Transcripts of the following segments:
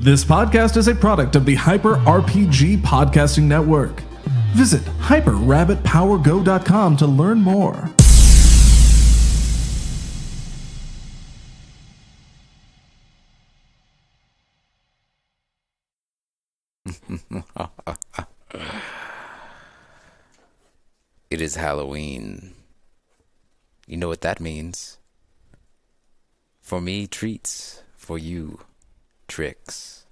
This podcast is a product of the Hyper RPG Podcasting Network. Visit hyperrabbitpowergo.com to learn more. It is Halloween. You know what that means. For me, treats. For you, tricks.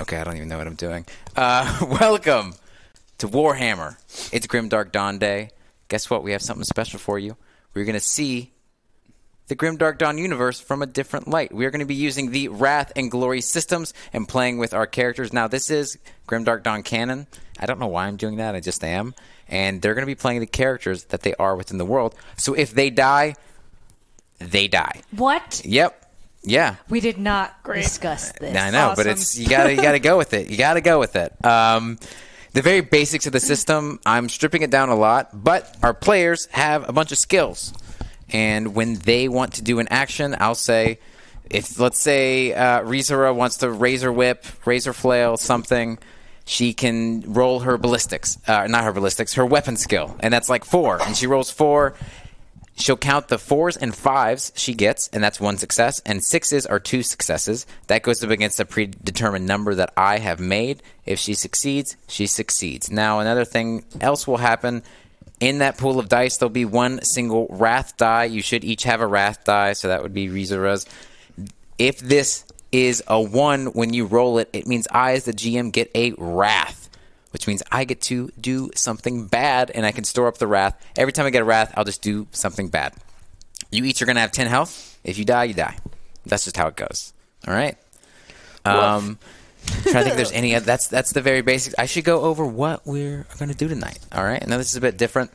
Okay, I don't even know what I'm doing. Uh, welcome to Warhammer. It's Grimdark Dawn Day. Guess what? We have something special for you. We're going to see the Grimdark Dawn universe from a different light. We are going to be using the Wrath and Glory systems and playing with our characters. Now, this is Grimdark Dawn canon. I don't know why I'm doing that, I just am. And they're going to be playing the characters that they are within the world. So if they die, they die. What? Yep. Yeah. We did not discuss this. I know, but it's you gotta you gotta go with it. You gotta go with it. Um, the very basics of the system. I'm stripping it down a lot, but our players have a bunch of skills, and when they want to do an action, I'll say, if let's say uh, Rizura wants to razor whip, razor flail, something. She can roll her ballistics, uh, not her ballistics, her weapon skill, and that's like four. And she rolls four, She'll count the fours and fives she gets, and that's one success, and sixes are two successes. That goes up against a predetermined number that I have made. If she succeeds, she succeeds. Now, another thing else will happen in that pool of dice, there'll be one single wrath die. You should each have a wrath die, so that would be Rizura's. If this is a one when you roll it, it means I, as the GM, get a wrath, which means I get to do something bad and I can store up the wrath. Every time I get a wrath, I'll just do something bad. You each are going to have 10 health. If you die, you die. That's just how it goes. All right. Um, trying to think if there's any. oth- That's that's the very basics. I should go over what we're going to do tonight. All right. Now this is a bit different.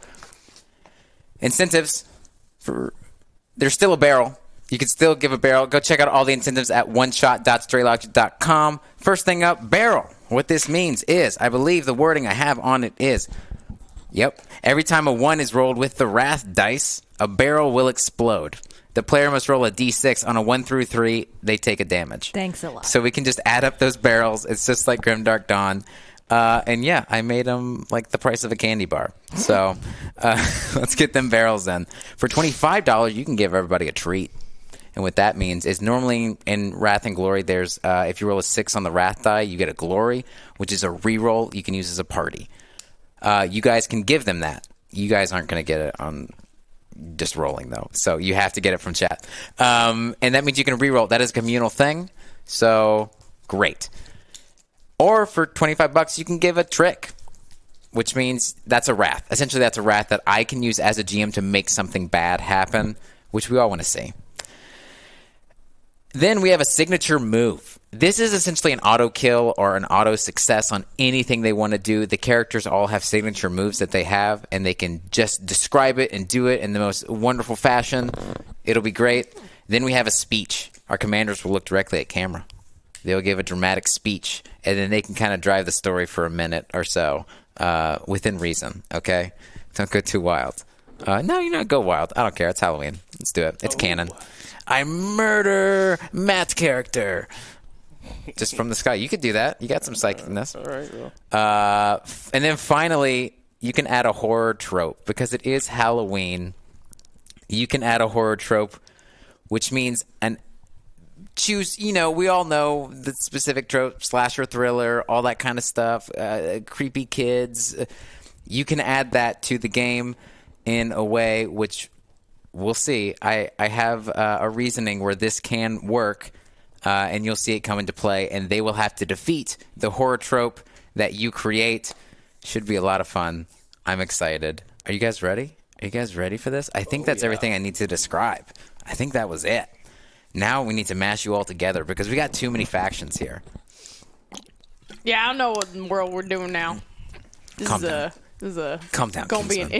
Incentives for there's still a barrel. You can still give a barrel. Go check out all the incentives at oneshot.straylogic.com. First thing up, barrel. What this means is, I believe the wording I have on it is, yep, every time a 1 is rolled with the Wrath dice, a barrel will explode. The player must roll a d6 on a 1 through 3, they take a damage. Thanks a lot. So we can just add up those barrels. It's just like Grimdark Dawn. Uh, and yeah, I made them like the price of a candy bar. So uh, let's get them barrels then. For $25, you can give everybody a treat. And what that means is normally in Wrath and Glory, there's uh, if you roll a six on the Wrath die, you get a Glory, which is a reroll you can use as a party. Uh, you guys can give them that. You guys aren't going to get it on just rolling though. So you have to get it from chat. Um, and that means you can reroll. That is a communal thing. So great. Or for 25 bucks, you can give a trick, which means that's a wrath. Essentially, that's a wrath that I can use as a GM to make something bad happen, which we all want to see. Then we have a signature move. This is essentially an auto kill or an auto success on anything they want to do. The characters all have signature moves that they have, and they can just describe it and do it in the most wonderful fashion. It'll be great. Then we have a speech. Our commanders will look directly at camera. They'll give a dramatic speech, and then they can kind of drive the story for a minute or so uh, within reason, okay? Don't go too wild. Uh, no, you're not go wild. I don't care. It's Halloween. Let's do it. It's canon. I murder Matt's character. Just from the sky. You could do that. You got some psychicness. All right, Uh, f- and then finally, you can add a horror trope because it is Halloween. You can add a horror trope, which means an choose you know we all know the specific trope slasher thriller all that kind of stuff uh, creepy kids you can add that to the game in a way which we'll see i i have uh, a reasoning where this can work uh, and you'll see it come into play and they will have to defeat the horror trope that you create should be a lot of fun i'm excited are you guys ready are you guys ready for this i think that's everything i need to describe i think that was it now we need to mash you all together because we got too many factions here. Yeah, I don't know what in the world we're doing now. This Calm is down. a this is a Calm down, Gonna be an Kingsman.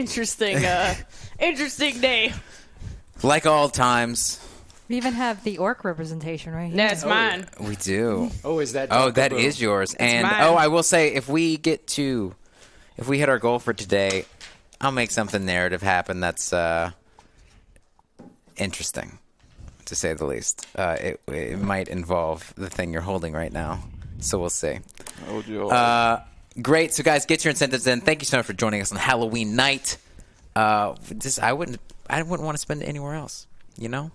interesting uh interesting day. Like all times, we even have the orc representation right here. That's mine. we do. Oh, is that? Oh, that is yours. And mine. oh, I will say, if we get to, if we hit our goal for today, I'll make something narrative happen that's uh, interesting. to say the least. Uh, it, it might involve the thing you're holding right now, so we'll see. Oh, Joe. Uh, great. So, guys, get your incentives in. Thank you so much for joining us on Halloween night. Uh, just, I wouldn't, I wouldn't want to spend it anywhere else. You know,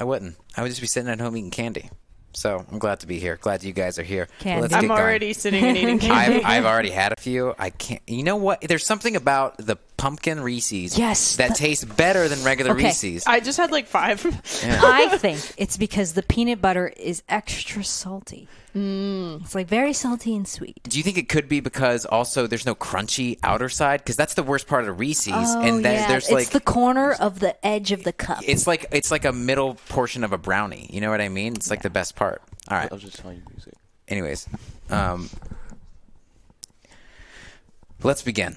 I wouldn't. I would just be sitting at home eating candy. So I'm glad to be here. Glad you guys are here. Candy. Let's I'm get going. already sitting and eating candy. I've, I've already had a few. I can't. You know what? There's something about the pumpkin Reese's. Yes, That that- tastes better than regular Okay. Reese's. I just had like five. I think it's because the peanut butter is extra salty. It's like very salty and sweet. Do you think it could be because also there's no crunchy outer side? Because that's the worst part of Reese's, and then there's Oh, it's like the corner of the edge of the cup. it's like it's like a middle portion of a brownie. You know what I mean? It's like the best part. All right. I was just telling you music. Anyways, um, let's begin.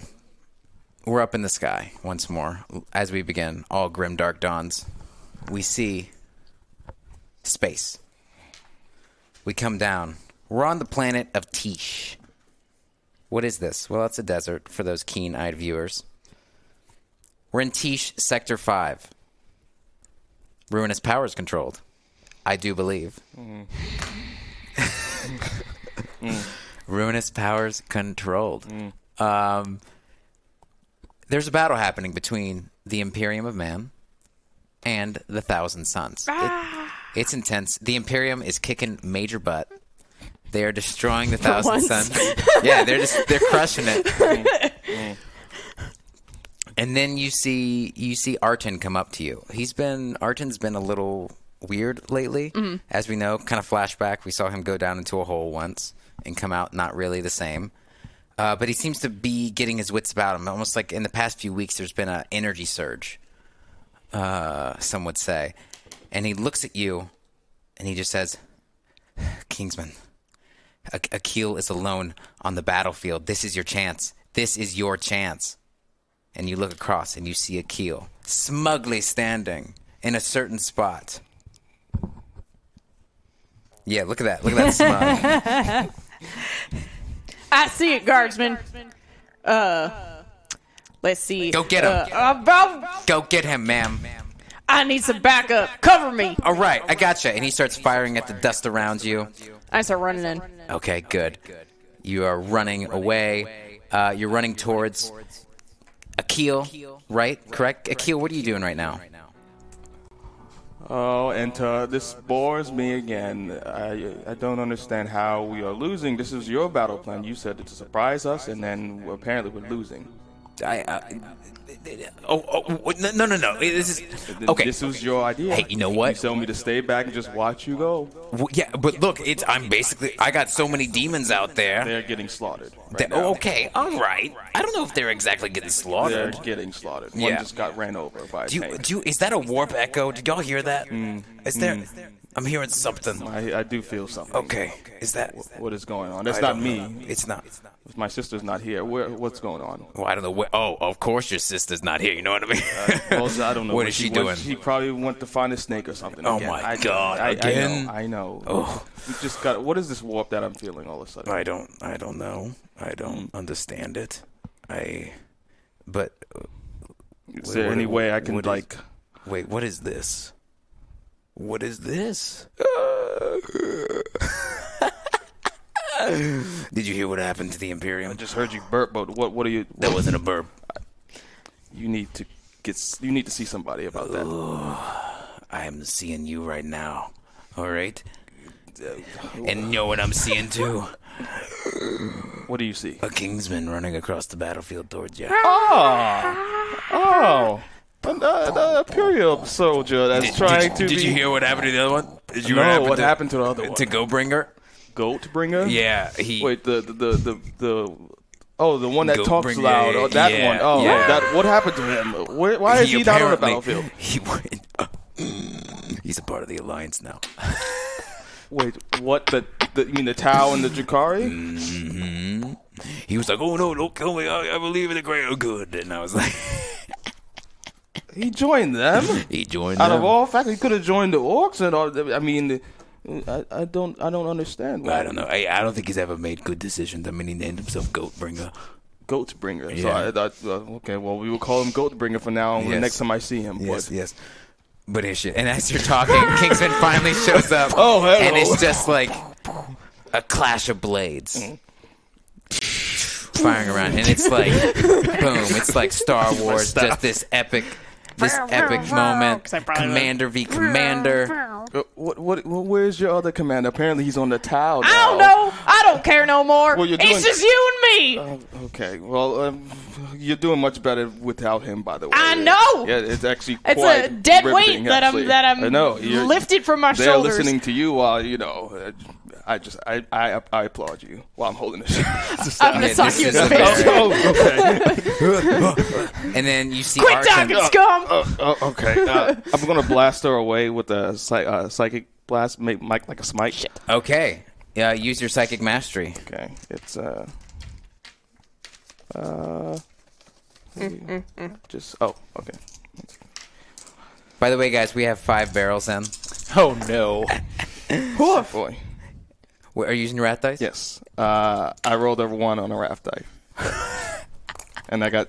We're up in the sky once more. As we begin, all grim dark dawns, we see space. We come down. We're on the planet of Tish. What is this? Well, it's a desert for those keen eyed viewers. We're in Tish Sector 5. Ruinous powers controlled. I do believe. Ruinous powers controlled. Um, there's a battle happening between the Imperium of Man and the Thousand Suns. It- it's intense. The Imperium is kicking major butt. They are destroying the Thousand once. Suns. yeah, they're just they're crushing it. And then you see you see Artin come up to you. He's been Artin's been a little weird lately, as we know. Kind of flashback. We saw him go down into a hole once and come out not really the same. Uh, but he seems to be getting his wits about him. Almost like in the past few weeks, there's been an energy surge. Uh, some would say, and he looks at you, and he just says, "Kingsman, a- Akil is alone on the battlefield. This is your chance. This is your chance." and you look across and you see Akil smugly standing in a certain spot. Yeah, look at that. Look at that smug. I see it, guardsman. Uh, let's see. Go get 'em. Uh, uh, bro, Go get him, ma'am. I need some backup. Cover me. All right, I gotcha. And he starts firing at the dust around you. I start running in. Okay, good. You are running away. Uh, you're running towards Akil, right? Correct? Akil, what are you doing right now? Oh, and uh, this bores me again. I I don't understand how we are losing. This is your battle plan. You said it to surprise us, and then apparently we're losing. I, uh, oh, oh, oh, no, no, no. This is. Okay. This was your idea. Hey, you know what? You told me to stay back and just watch you go. Well, yeah, but look, it's I'm basically I got so many demons out there. They're getting slaughtered. Right That, now. oh, okay, all right. I don't know if they're exactly getting They're slaughtered. getting slaughtered. One Yeah. just got ran over by a Do you, tank. do you, is that a warp echo? Did y'all hear that? Mm. Is there? is there- I'm hearing something. I, I do feel something. Okay, is that? What is going on? That's I not don't me. know. It's not. My sister's not here. Where, what's going on? Well, I don't know. Where, oh, of course your sister's not here. You know what I mean? Uh, Well, I don't know. What is she doing? She probably went to find a snake or something. Oh again. my I, God, I, again? I know. I know. Oh. You just got. What is this warp that I'm feeling all of a sudden? I don't I don't know. I don't understand it. I but Is there any way I can What is- like? wait, what is this? What is this? Did you hear what happened to the I Imperium? just heard you burp, but what? What are you? That wasn't a burp. You need to get. s- You need to see somebody about that. I am seeing you right now. All right? And you know what I'm seeing too? What do you see? A Kingsman running across the battlefield towards you. Ah! Oh, an uh, the Imperial soldier that's trying did, to. did be you hear what happened to the other one? Did you No, hear what happened to the other one? To Gobringer? Goat bringer? Yeah, he. Wait, the the the the. the Oh, the one that Goat talks bringer, loud. Oh, that yeah, one. Oh, yeah. that. What happened to him? Where, why is he, not on the apparently- battlefield? He went. he's a part of the alliance now. Wait, what? The, the you mean the Tau and the Jakari? He was like, "Oh no, don't kill me! I, I believe in the greater good." And I was like, He joined them. "He joined Out them. of all facts, he could have joined the orcs and all. I mean, I, I don't I don't understand. I don't know. I, I don't think he's ever made good decisions. I mean, he named himself Goatbringer. Goat bringer. Yeah. So I, I, uh, okay, well we will call him Goat bringer for now. and The Yes. next time I see him, Yes, but yes. But as you- and as you're talking, Kingsman finally shows up. Oh, hello. and it's just like a clash of blades. Mm-hmm. Firing around, and it's like, boom! It's like Star Wars, just this epic, this epic moment. 'Cause I probably- Commander v Commander. Uh, What, what, what, where's your other commander? Apparently he's on the towel. I don't now. know. I don't care no more. Well, you're doing- Oh, it's just you and me. Okay, well, um, you're doing much better without him, by the way. I know! Yeah, it's actually It's quite a dead riveting, weight that I'm- actually. that I'm I know, you're- lifted from my they're shoulders. listening to you while you know. I just I I, I applaud you while I'm holding this. I'm gonna this sock you is in the a face. very- oh, okay. And then you see Quit Artem- talking, scum. Oh, oh, okay. Uh, I'm gonna blast her away with a psy- uh, psychic blast, make Mike like a smite. Okay, yeah, use your psychic mastery. Okay, it's uh, Mm, uh, just oh, okay. By the way, guys, we have five barrels in. Oh no. Boy, Wh- Are you using your rat dice? yes. Uh, I rolled a one on a raft die, and I got.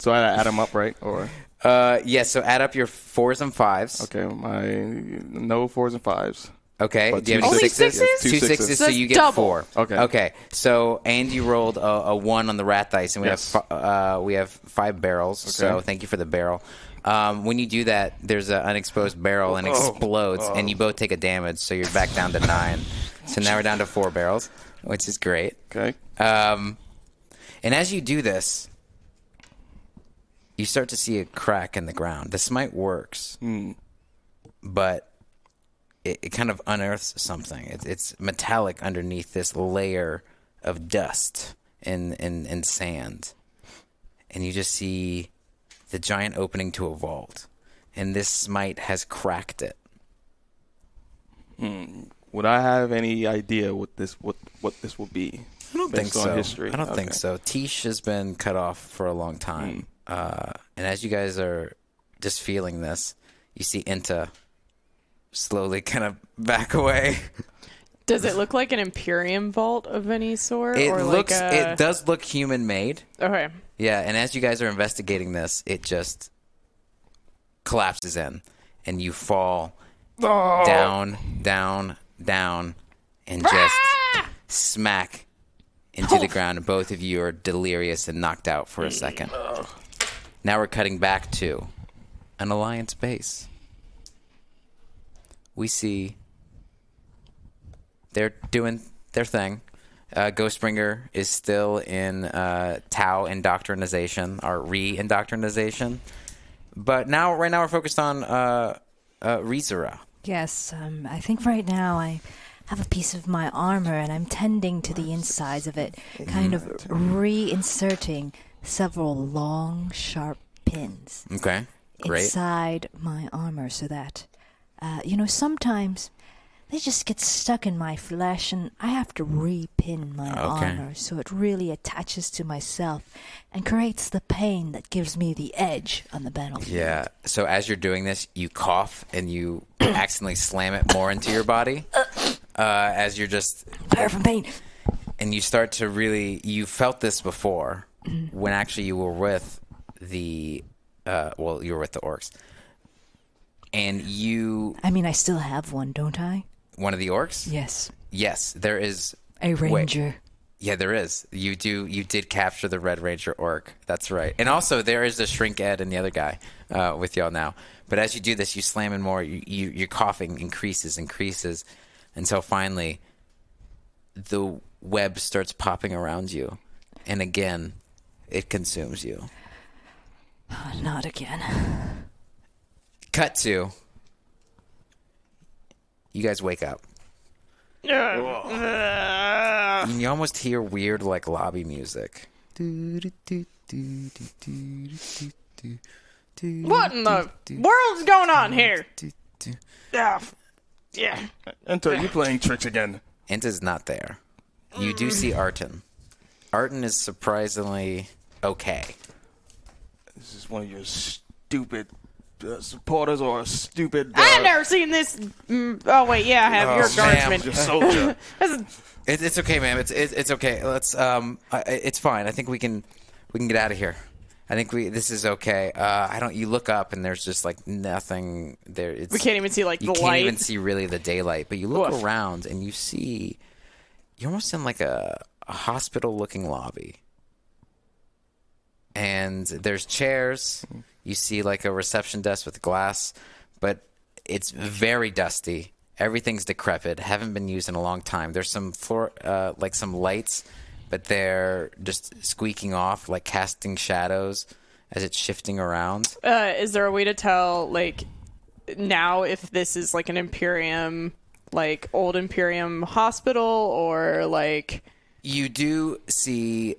So I add them up, right? Or Uh, yes. so add up your fours and fives. okay, my no fours and fives. Okay. But Do you have two any sixes? sixes? Yes, two Two sixes, sixes. so That's you get double. four. Okay. Okay. So Andy rolled a, a one on the rat dice, and we Yes. have fi- uh, we have five barrels. So thank you for the barrel. Um, when you do that, there's an unexposed barrel and explodes, and you both take a damage, so you're back down to nine. so now we're down to four barrels, which is great. Okay. Um, and as you do this, you start to see a crack in the ground. The smite works, but it, it kind of unearths something. It, it's metallic underneath this layer of dust and, and, and sand. And you just see the giant opening to a vault. And this smite has cracked it. Would I have any idea what this what what this will be? I don't think so. On history. I don't think Okay. Hmm. so. Tish has been cut off for a long time. Uh, and as you guys are just feeling this, you see Inta slowly kind of back away. Does it look like an Imperium vault of any sort? It or looks like a... it does look human made. Okay. Yeah, and as you guys are investigating this, it just collapses in and you fall down, down, down, and just smack into the ground. And both of you are delirious and knocked out for a second. Now we're cutting back to an Alliance base. We see they're doing their thing. Uh, Ghostbringer is still in uh, Tau indoctrination or re indoctrination. But now, right now, we're focused on uh, uh, Rizura. Yes, um, I think right now I have a piece of my armor and I'm tending to the insides of it, kind of Mm. reinserting several long, sharp pins Okay, great. inside my armor so that, uh, you know, sometimes they just get stuck in my flesh and I have to repin my armor so it really attaches to myself and creates the pain that gives me the edge on the battlefield. Yeah. So as you're doing this, you cough and you accidentally slam it more into your body. Uh, as you're just Fire from pain. and you start to really you felt this before Mm-hmm. when actually you were with the uh, well you were with the orcs and you I mean, I still have one, don't I? one of the orcs Yes. yes there is A wait. ranger. yeah there is you do you did capture the red ranger orc that's right and also there is the shrink ed and the other guy uh, with y'all now but as you do this you slam in more you, you your coughing increases increases until finally the web starts popping around you and again it consumes you Not again. cut to you guys wake up and you almost hear weird like lobby music What in the world's going on here? Ah, f- yeah. Enter. You playing tricks again? Enta's not there. You do see Arton. Arton is surprisingly okay. This is one of your stupid uh, supporters or a stupid. Uh, I've never seen this. Mm, oh wait, yeah, I have your ma'am. garment. Your soldier. It, it's okay, ma'am. It's it, it's okay. Let's um, I, I- it's fine. I think we can we can get out of here. I think we this is okay. Uh, I don't. You look up and there's just like nothing there. It's, We can't even see, like, you the can't light. even see really the daylight. But you look Woof. around and you see you're almost in like a, a hospital looking lobby. And there's chairs. You see like a reception desk with glass, but it's very dusty. Everything's decrepit. Haven't been used in a long time. There's some floor, uh, like some lights, but they're just squeaking off, like casting shadows as it's shifting around. Uh, is there a way to tell, like, now if this is like an Imperium, like old Imperium hospital, or like you do see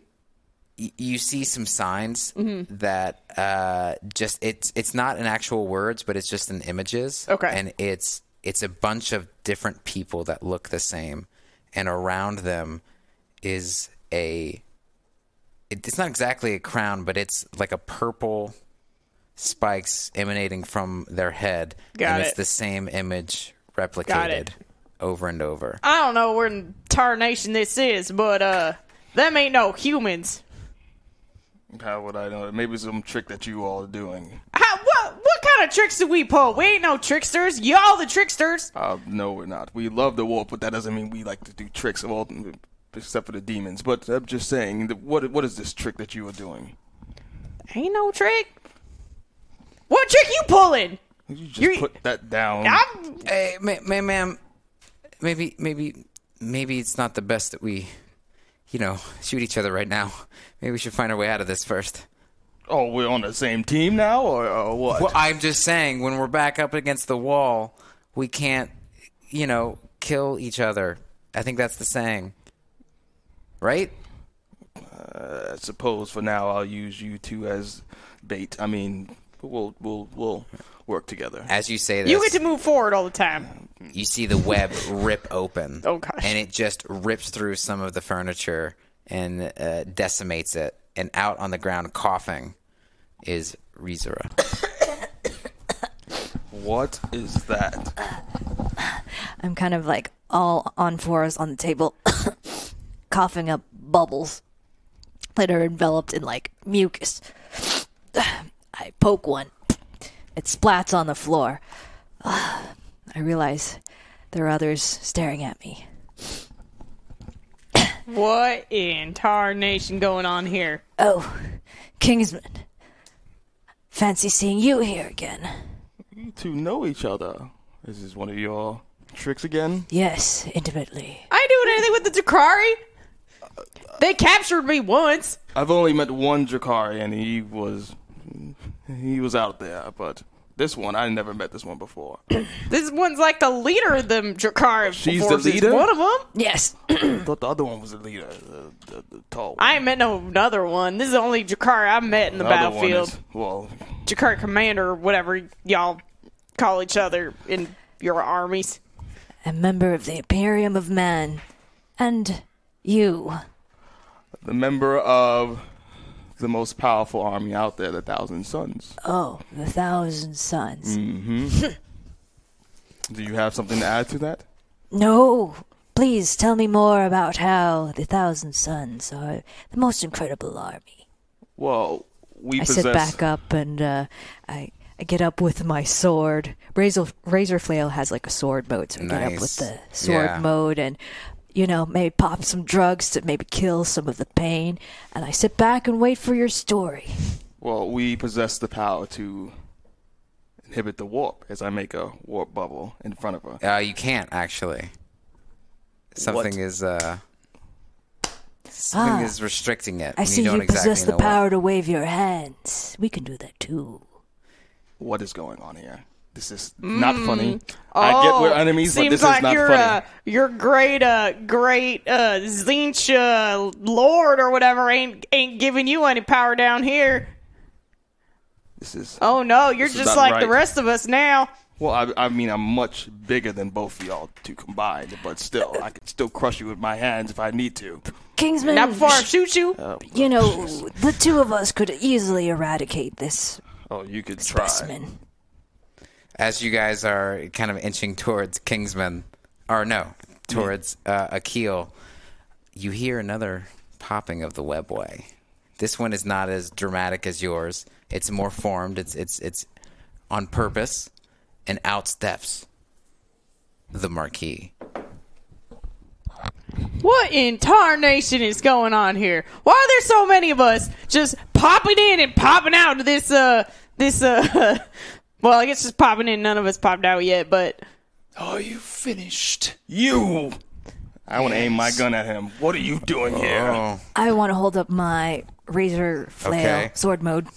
y- you see some signs Mm-hmm. that uh just it's it's not in actual words but it's just in images Okay. and it's it's a bunch of different people that look the same and around them is a it- it's not exactly a crown but it's like a purple spikes emanating from their head Got and it. it's the same image replicated it. over and over I don't know where in tarnation this is, but uh, them ain't no humans. How would I know? Maybe some trick that you all are doing. How, what what kind of tricks do we pull? We ain't no tricksters. Y'all the tricksters. Uh, no, we're not. We love the warp, but that doesn't mean we like to do tricks of all, except for the demons. But I'm just saying, that what what is this trick that you are doing? Ain't no trick. What trick you pulling? You just You're- put that down. I'm Hey, ma- ma- ma'am, maybe, maybe, maybe it's not the best that we, you know, shoot each other right now. Maybe we should find our way out of this first. Oh, we're on the same team now, or, or what? Well, I'm just saying, when we're back up against the wall, we can't, you know, kill each other. I think that's the saying, right? I suppose for now I'll use you two as bait. I mean, we'll we'll we'll work together. As you say this, you get to move forward all the time. you see the web rip open. Oh, gosh. And it just rips through some of the furniture and uh, decimates it. And out on the ground, coughing, is Rizura. What is that? I'm kind of like all on fours on the table, coughing up bubbles that are enveloped in like mucus. I poke one. It splats on the floor. I realize there are others staring at me. What in tarnation going on here? Oh, Kingsman. Fancy seeing you here again. You two know each other. Is this one of your tricks again? Yes, intimately. I ain't doing anything with the Dakari. They captured me once. I've only met one Drakari, and he was he was out there, but. This one, I never met this one before. This one's like the leader of them Drakari. She's the forces. leader? One of them. Yes. I thought the other one was the leader, the, the, the tall one. I ain't met no another one. This is the only Jakar I met in the, the other one battlefield. is- well, Jakar commander, or whatever y'all call each other in your armies. A member of the Imperium of Man. And you. the member of the most powerful army out there, the Thousand Sons. Oh, the Thousand Suns. Do you have something to add to that? No! Please tell me more about how the Thousand Suns are the most incredible army. Well, we I possess. sit back up and uh, I, I get up with my sword. Razor, Razor Flail has like a sword mode, so I get up with Nice. the sword Yeah. mode and, you know, maybe pop some drugs to maybe kill some of the pain. And I sit back and wait for your story. Well, we possess the power to inhibit the warp as I make a warp bubble in front of her. Uh, you can't actually. Something is uh, something is restricting it. Ah, I and see you, you, don't exactly possess the know what. power to wave your hands. We can do that too. What is going on here? This is not funny. I get we're enemies, but Oh, Seems this like is not your funny. uh, your great uh great uh Zincha lord or whatever ain't ain't giving you any power down here. This is Oh no, you're This is just not like the right. rest of us now. well. I, I mean, I'm much bigger than both of y'all two combined, but still, I can still crush you with my hands if I need to. Kingsman, Now before I shoot you, Oh. you know, the two of us could easily eradicate this Oh, you could try. specimen. As you guys are kind of inching towards Kingsman, or no, towards uh, Akil, you hear another popping of the webway, This one is not as dramatic as yours. It's more formed. It's it's it's on purpose, and out steps the marquee. What in tarnation is going on here? Why are there so many of us just popping in and popping out of this uh this uh well, I guess just popping in, none of us popped out yet, but Are you finished? You! I want to aim my gun at him. What are you doing here? I want to hold up my razor flail Okay. sword mode.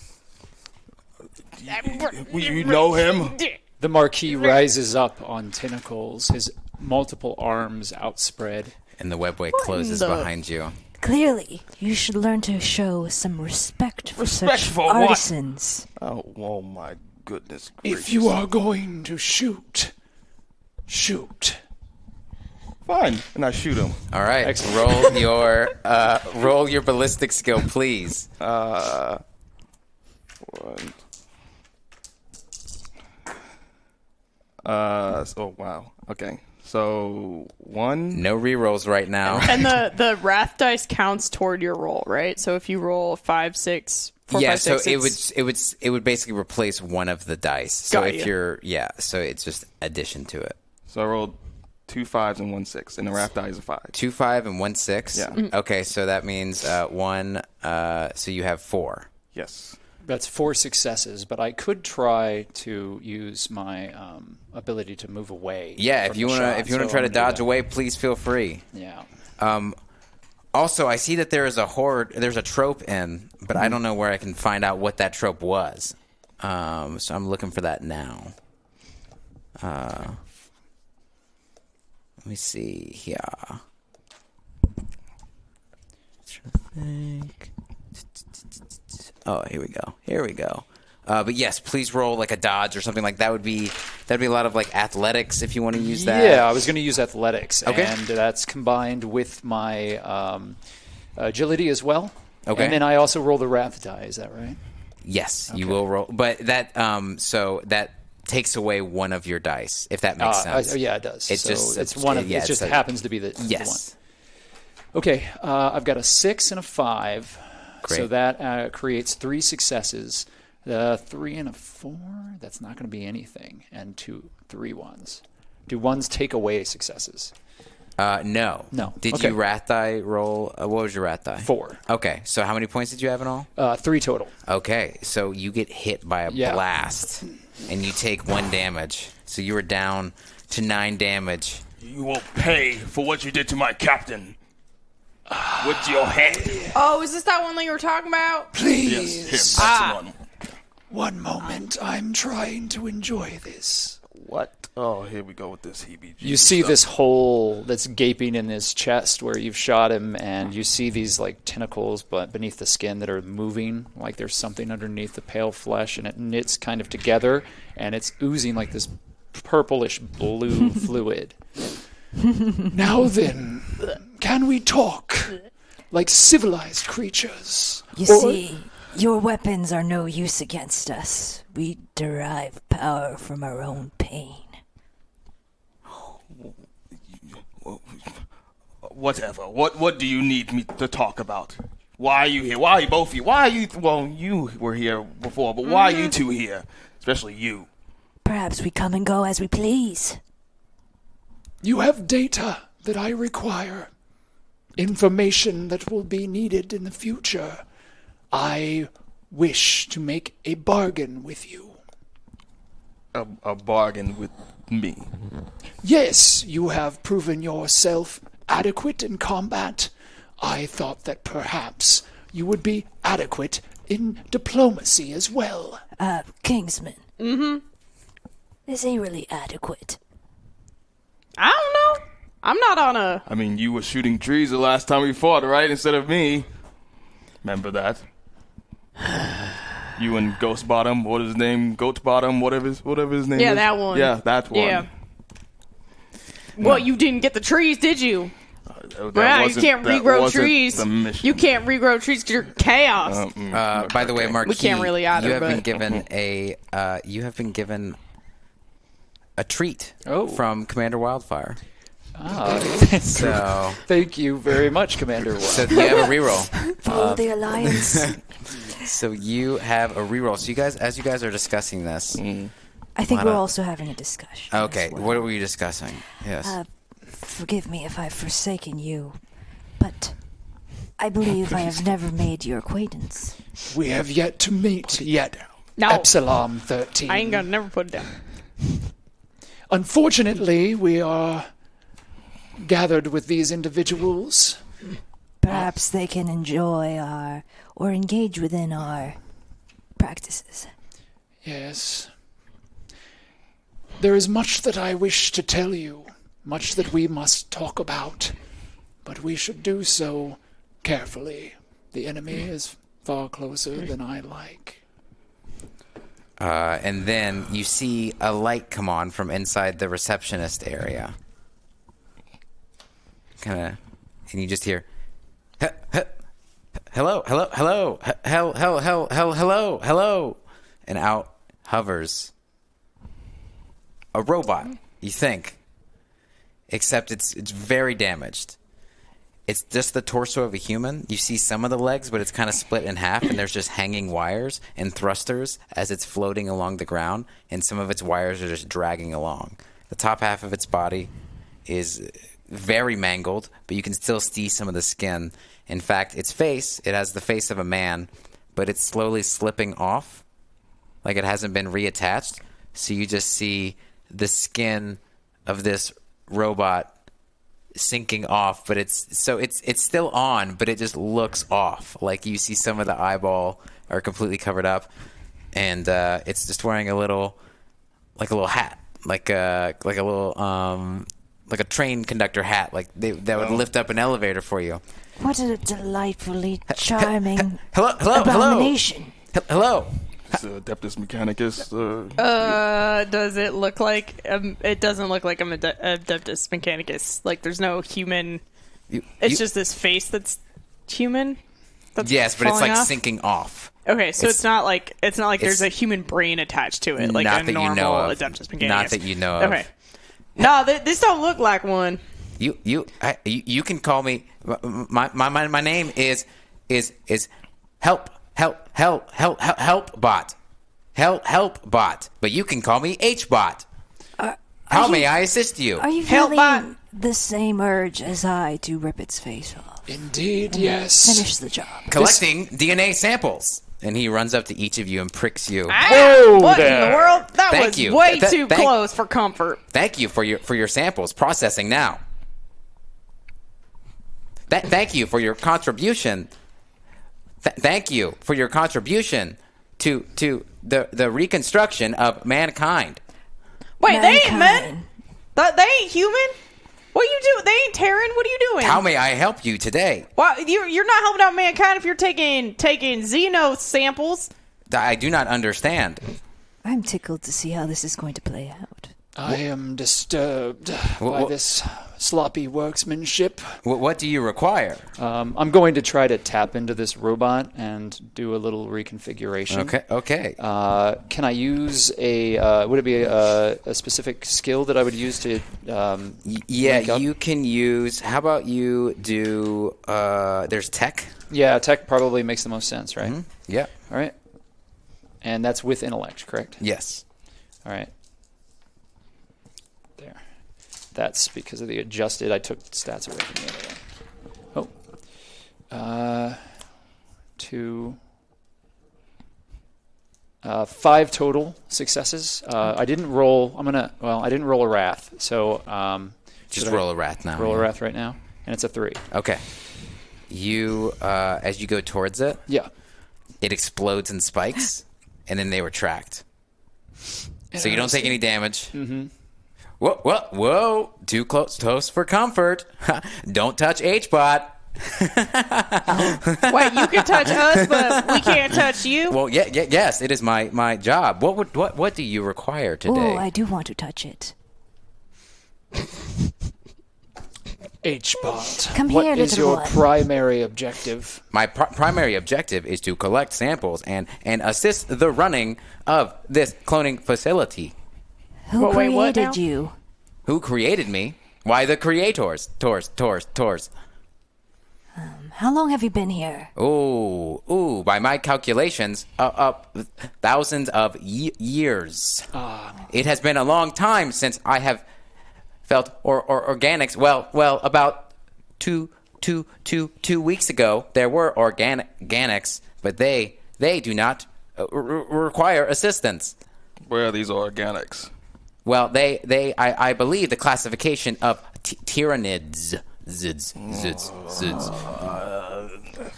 Well, you know him? The Marquis rises up on tentacles, his multiple arms outspread. And the webway closes the- behind you. Clearly, you should learn to show some respect for Respect such for what? artisans. Oh, oh my goodness If you are going to shoot, shoot. Fine. And I shoot him. All right, Excellent. roll your uh, roll your ballistic skill, please. One. Uh, so- oh, wow. Okay. So, one. No rerolls right now. And the the wrath dice counts toward your roll, right? So if you roll five, six, four, yeah, five, so six, it would it's- it would it would basically replace one of the dice. So Got if you. you're yeah, so it's just addition to it. So I rolled two fives and one six, and the raft die is a five. Two five and one six. Yeah. Mhm. Okay, so that means uh, one. Uh, so you have four. Yes. That's four successes, but I could try to use my um, ability to move away. Yeah, if from you the wanna shot, if you wanna so try I'm to gonna do dodge away, please feel free. that. Yeah. Also, I see that there is a horde. There's a trope in, but Mm-hmm. I don't know where I can find out what that trope was. Um, so I'm looking for that now. Uh, let me see here. Trying to think. Oh, here we go. Here we go. Uh, but yes, please roll like a dodge or something like that. Would be that'd be a lot of like athletics if you want to use that. Yeah, I was going to use athletics, Okay. and that's combined with my um, agility as well. Okay. And then I also roll the wrath die. Is that right? Yes, you will roll, but that um, so that takes away one of your dice if that makes Uh, I- sense. yeah, it does. It's so just it's one of yeah, it just a- happens to be the the Yes, one. Okay, uh, I've got a six and a five, so Great. that uh, creates three successes. The three and a four, that's not going to be anything, and two three ones. Do ones take away successes? uh, no, No. Did Okay. you wrath die roll? Uh, what was your wrath die? Four. Okay, so how many points did you have in all? Uh, three total. Okay, so you get hit by a Yeah. blast, and you take one damage. So you were down to nine damage. You will pay for what you did to my captain. With your head. Oh, is this that one that you were talking about? Yes, him. That's Ah, the one. One moment, I'm trying to enjoy this. What? Oh, here we go with this heebie. You see this hole that's gaping in his chest where you've shot him, and you see these like tentacles, but beneath the skin that are moving, like there's something underneath the pale flesh, and it knits kind of together, and it's oozing like this purplish blue fluid. now then, can we talk like civilized creatures? You see, your weapons are no use against us. We derive power from our own pain. Whatever. What What do you need me to talk about? Why are you here? Why are you both here? Why are you. Well, you were here before, but why are you Mm-hmm. two here? Especially you. Perhaps we come and go as we please. You have data that I require, information that will be needed in the future. I wish to make a bargain with you. A, a bargain with me. Yes, you have proven yourself adequate in combat. I thought that perhaps you would be adequate in diplomacy as well. Uh, Kingsman. Mm hmm. Is he really adequate? I don't know. I'm not on a I mean, you were shooting trees the last time we fought, right? Instead of me. Remember that? You and Ghost Bottom, what is his name? Goat Bottom, whatever his, whatever his name Yeah, is. that one. Yeah, that one. Yeah. Well, you didn't get the trees, did you? That Wow, you wasn't- can't that regrow wasn't trees. The mission. Um, You can't regrow trees because you're chaos. Uh, by the way, Mark, can't really either, You have been but- given a uh, you have been given a treat Oh. from Commander Wildfire. Ah, So, thank you very much, Commander. Well, so you have a reroll. Uh, Follow the alliance. So you have a reroll. So you guys, as you guys are discussing this, Mm. I think we're Wanna- also having a discussion. as okay, well. what are we discussing? Yes. Uh, forgive me if I've forsaken you, but I believe I have never made your acquaintance. we have yet to meet yet. No. Epsilon 13. I ain't gonna never put it down. Unfortunately, we are gathered with these individuals. Perhaps they can enjoy our or engage within our practices. Yes. There is much that I wish to tell you, much that we must talk about, but we should do so carefully. The enemy is far closer than I like. Uh, and then you see a light come on from inside the receptionist area. Kind of, and you just hear, "He- he- "Hello, hello, hello, he- hell, hell, hell, hell, hello, hello," and out hovers a robot. You think, except it's it's very damaged. It's just the torso of a human. You see some of the legs, but it's kind of split in half, and there's just hanging wires and thrusters as it's floating along the ground, and some of its wires are just dragging along. The top half of its body is very mangled, but you can still see some of the skin. In fact, its face, it has the face of a man, but it's slowly slipping off like it hasn't been reattached. So you just see the skin of this robot sinking off, but it's so it's it's still on, but it just looks off. Like you see some of the eyeball are completely covered up, and uh, it's just wearing a little like a little hat, like a like a little um like a train conductor hat, like they, that would lift up an elevator for you. What a delightfully charming Hello, hello, hello, abomination. He- hello. It's uh, Adeptus Mechanicus. Uh, Uh, does it look like um, it doesn't look like I'm a de- Adeptus Mechanicus? Like, there's no human. You- It's you- just this face that's human. That's yes, but it's falling like off? sinking off. Okay, so it's, it's- not like it's not like there's a it's- human brain attached to it, like Not a that you normal know of. Adeptus Mechanicus. Not that you know of. Okay. No, th- this don't look like one. You you I, you you can call me. My my my, my name is is is help help help help help help bot help help bot. But you can call me H bot. How may I assist you? Are you Help feeling the same urge as I to rip its face off? Indeed, yes. Finish the job. Collecting DNA samples. And he runs up to each of you and pricks you. Ah, Whoa, what in the there. world? That Ah! Thank was you. way Th- too thank- close for comfort. Thank you for your for your samples. Processing now. Th- thank you for your contribution. Th- thank you for your contribution to to the the reconstruction of mankind. Wait, they ain't men. Mankind. Th- they ain't human. What you do? They ain't Terran. What are you doing? How may I help you today? Why you're you're not helping out mankind if you're taking taking xeno samples? Th- I do not understand. I'm tickled to see how this is going to play out. I am disturbed by what- this sloppy workmanship. W- what do you require? Um, I'm going to try to tap into this robot and do a little reconfiguration. Okay, okay. Uh, can I use a? Uh, would it be a, a specific skill that I would use to? Um, Y- yeah, up. you can use. How about you do? Uh, there's tech. yeah, tech probably makes the most sense, right? Yeah. All right, and that's with intellect, correct? Yes. All right, there. That's because of the adjusted. I took stats away from the other one. Oh, uh, two. Uh, five total successes. Uh, I didn't roll. I'm gonna. Well, I didn't roll a wrath. So um, Just should I- roll a rat now. roll Oh, yeah. a wrath right now, and it's a three. Okay. You, uh, as you go towards it, Yeah. it explodes and spikes, and then they retract. So you don't take any damage. Mm-hmm. Whoa, whoa, whoa! Too close, close for comfort. don't touch H bot. Wait, you can touch us, but we can't touch you. Well, yeah, yeah, yes, it is my my job. What would what what do you require today? Oh, I do want to touch it. H bot. Come What here, is little your one. primary objective? my pr- primary objective is to collect samples and and assist the running of this cloning facility. Who Wait, wait, what created now? you? Who created me? Why the creators? Tours, tours, tours. How long have you been here? Ooh, ooh. By my calculations, uh, up thousands of ye- years. It has been a long time since I have felt or, or organics. Well, well, about two, two, two, two weeks ago, there were organic organics, but they they do not uh, re- require assistance. Where are these organics? Well, they they I, I believe the classification of t- tyrannids. Zids, zids, zids.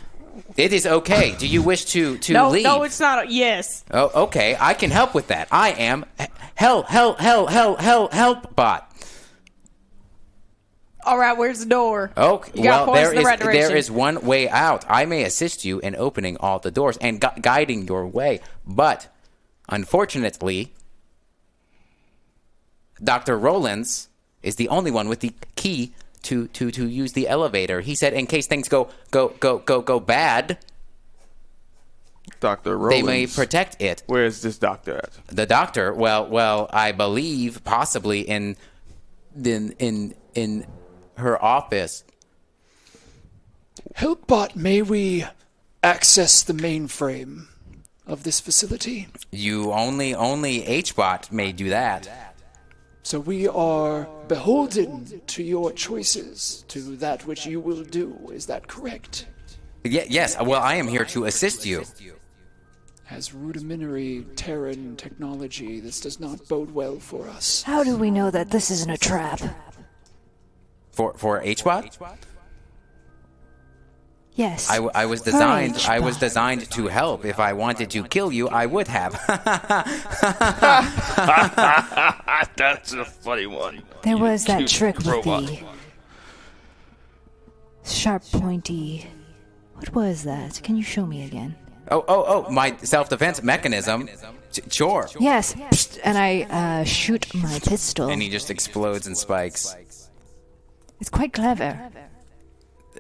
It is okay. Do you wish to to No, leave? no, it's not. A, yes. Oh, okay. I can help with that. I am hell, hell, hell, hell, hell, help bot. All right, where's the door? Okay. You gotta Oh, well, point us there in the is right there direction. is one way out. I may assist you in opening all the doors and gu- guiding your way, but unfortunately, Doctor Rollins is the only one with the key to to to use the elevator. He said, in case things go go go go go bad, Dr. they Rollins. may protect it. Where is this doctor at? the doctor well well i believe possibly in in in in her office Helpbot, may we access the mainframe of this facility? you only only hbot may do that So we are beholden to your choices, to that which you will do. Is that correct? Ye- yes Uh, well i am here to assist you As rudimentary Terran technology, this does not bode well for us. How do we know that this isn't a trap? for for hbot Yes. I, w- I was designed I was designed to help if i wanted to kill you i would have Ah, That's a funny one. There was that cute trick with robot. the sharp, pointy. What was that? Can you show me again? oh oh oh my self-defense mechanism Ch- sure Yes. Psst, and I uh, shoot my pistol. and he just explodes and spikes It's quite clever.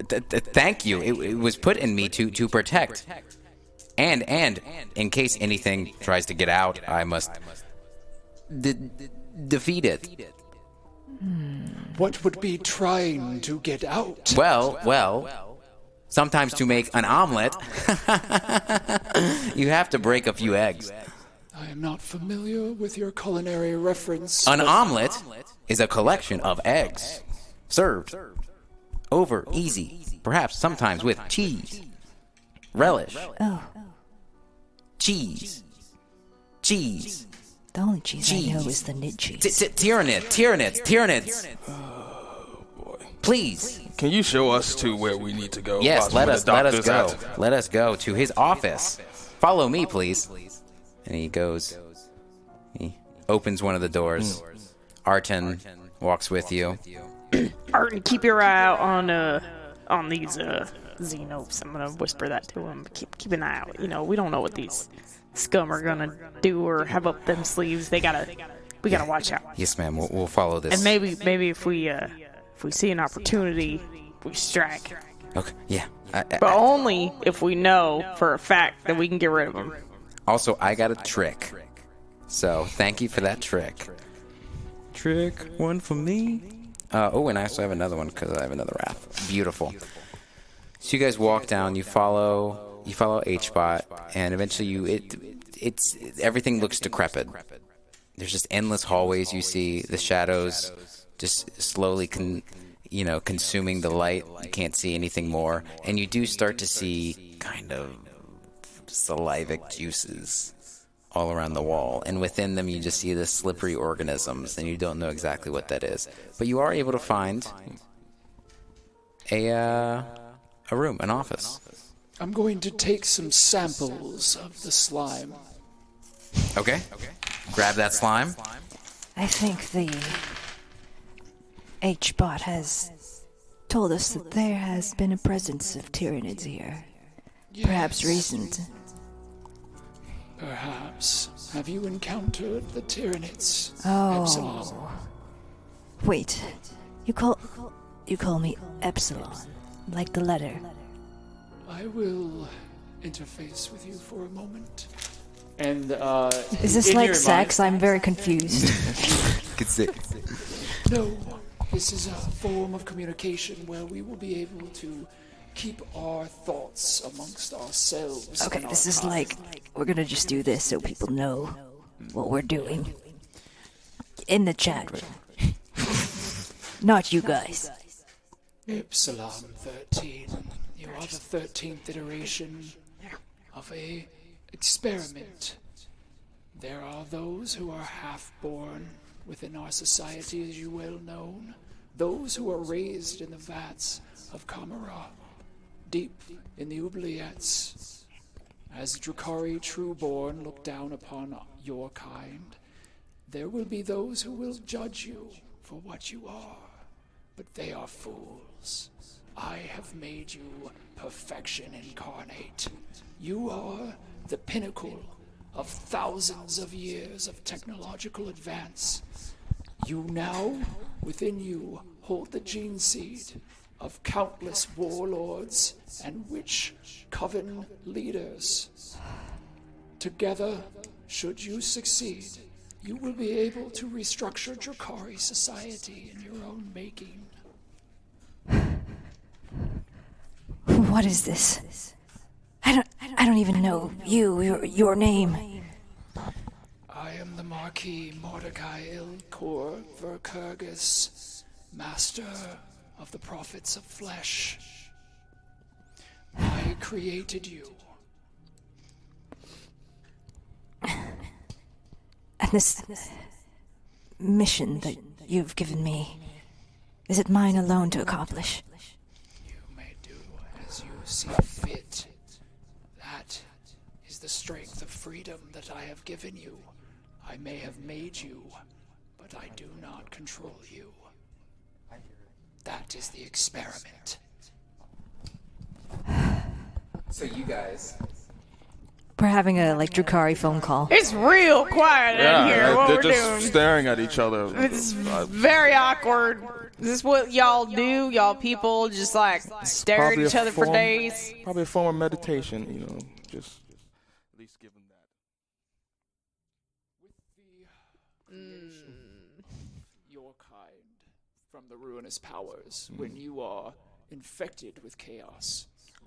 th- th- thank you. It, it was put in me to, to protect. And and in case anything tries to get out, I must de- de- defeat it. What would be trying to get out? Well, well. Sometimes to make an omelet, you have to break a few eggs. I am not familiar with your culinary reference. An omelet is a collection of eggs served over easy, perhaps sometimes with cheese, relish, Oh, cheese, cheese. the only cheese I know Jeez. is the knit cheese. T- t- Tyranid, Tyranids, Tyranids. Please, Can you show us to where we need to go? yes, Boss, let where us the let us doctor's go. at? Let us go to his office. Follow me, please. And he goes. He opens one of the doors. Arton walks with you. Arton, keep your eye out on uh on these uh xenopes. I'm gonna whisper that to him. Keep keep an eye out. You know, we don't know what these scum are gonna do or have up them sleeves. They gotta we gotta watch out. Yes, ma'am. We'll, we'll follow this. And maybe maybe if we uh if we see an opportunity, we strike. Okay. Yeah. I, I- But only if we know for a fact that we can get rid of them. also, I got a trick. So thank you for that trick. Trick one for me. Uh, oh, and I also have another one because I have another wrap. Beautiful. So you guys walk down. You follow. You follow HBot, and eventually you it it's everything looks decrepit. There's just endless hallways. You see the shadows just slowly con, you know consuming the light. You can't see anything more, and you do start to see kind of salivic juices all around the wall, and within them you just see the slippery organisms, and you don't know exactly what that is. But you are able to find a uh, a room, an office. I'm going to take some samples of the slime. Okay. Grab that slime. I think the H-Bot has told us that there has been a presence of tyrannids here. Perhaps recent. Perhaps. Have you encountered the Tyranids? Oh. Epsilon. Wait, you call you call me Epsilon, like the letter. I will interface with you for a moment. And uh, Is this in like your sex? I'm very confused. mind- no, This is a form of communication where we will be able to keep our thoughts amongst ourselves. Okay, and this our is kind. like we're gonna just do this so people know what we're doing in the chat room. Not you guys. Ypsilon 13. You are the 13th iteration of a experiment. There are those who are half-born within our society, as you well know. Those who are raised in the vats of Kamara, deep in the oubliettes. As Drukari Trueborn look down upon your kind, there will be those who will judge you for what you are but they are fools. I have made you perfection incarnate. You are the pinnacle of thousands of years of technological advance. You now, within you, hold the gene seed of countless warlords and witch coven leaders. Together, should you succeed, you will be able to restructure Drakari society in your own making. What is this? I don't. I don't even know you. Your, your name. I am the Marquis Mordecai Ilkor Verkurgus, Master of the Prophets of Flesh. I created you. And this mission that you've given me. Is it mine alone to accomplish? You may do as you see fit. That is the strength of freedom that I have given you. I may have made you, but I do not control you. That is the experiment. So you guys, We're having a like Drukari phone call. It's real quiet in here. What they're we're just doing. staring at each other. It's very awkward. Is this what y'all do? Y'all people just like stare at Probably a each other for form- days. Probably a form of meditation, you know. Just, just at least give them that. your kind from the ruinous powers when you are infected with chaos.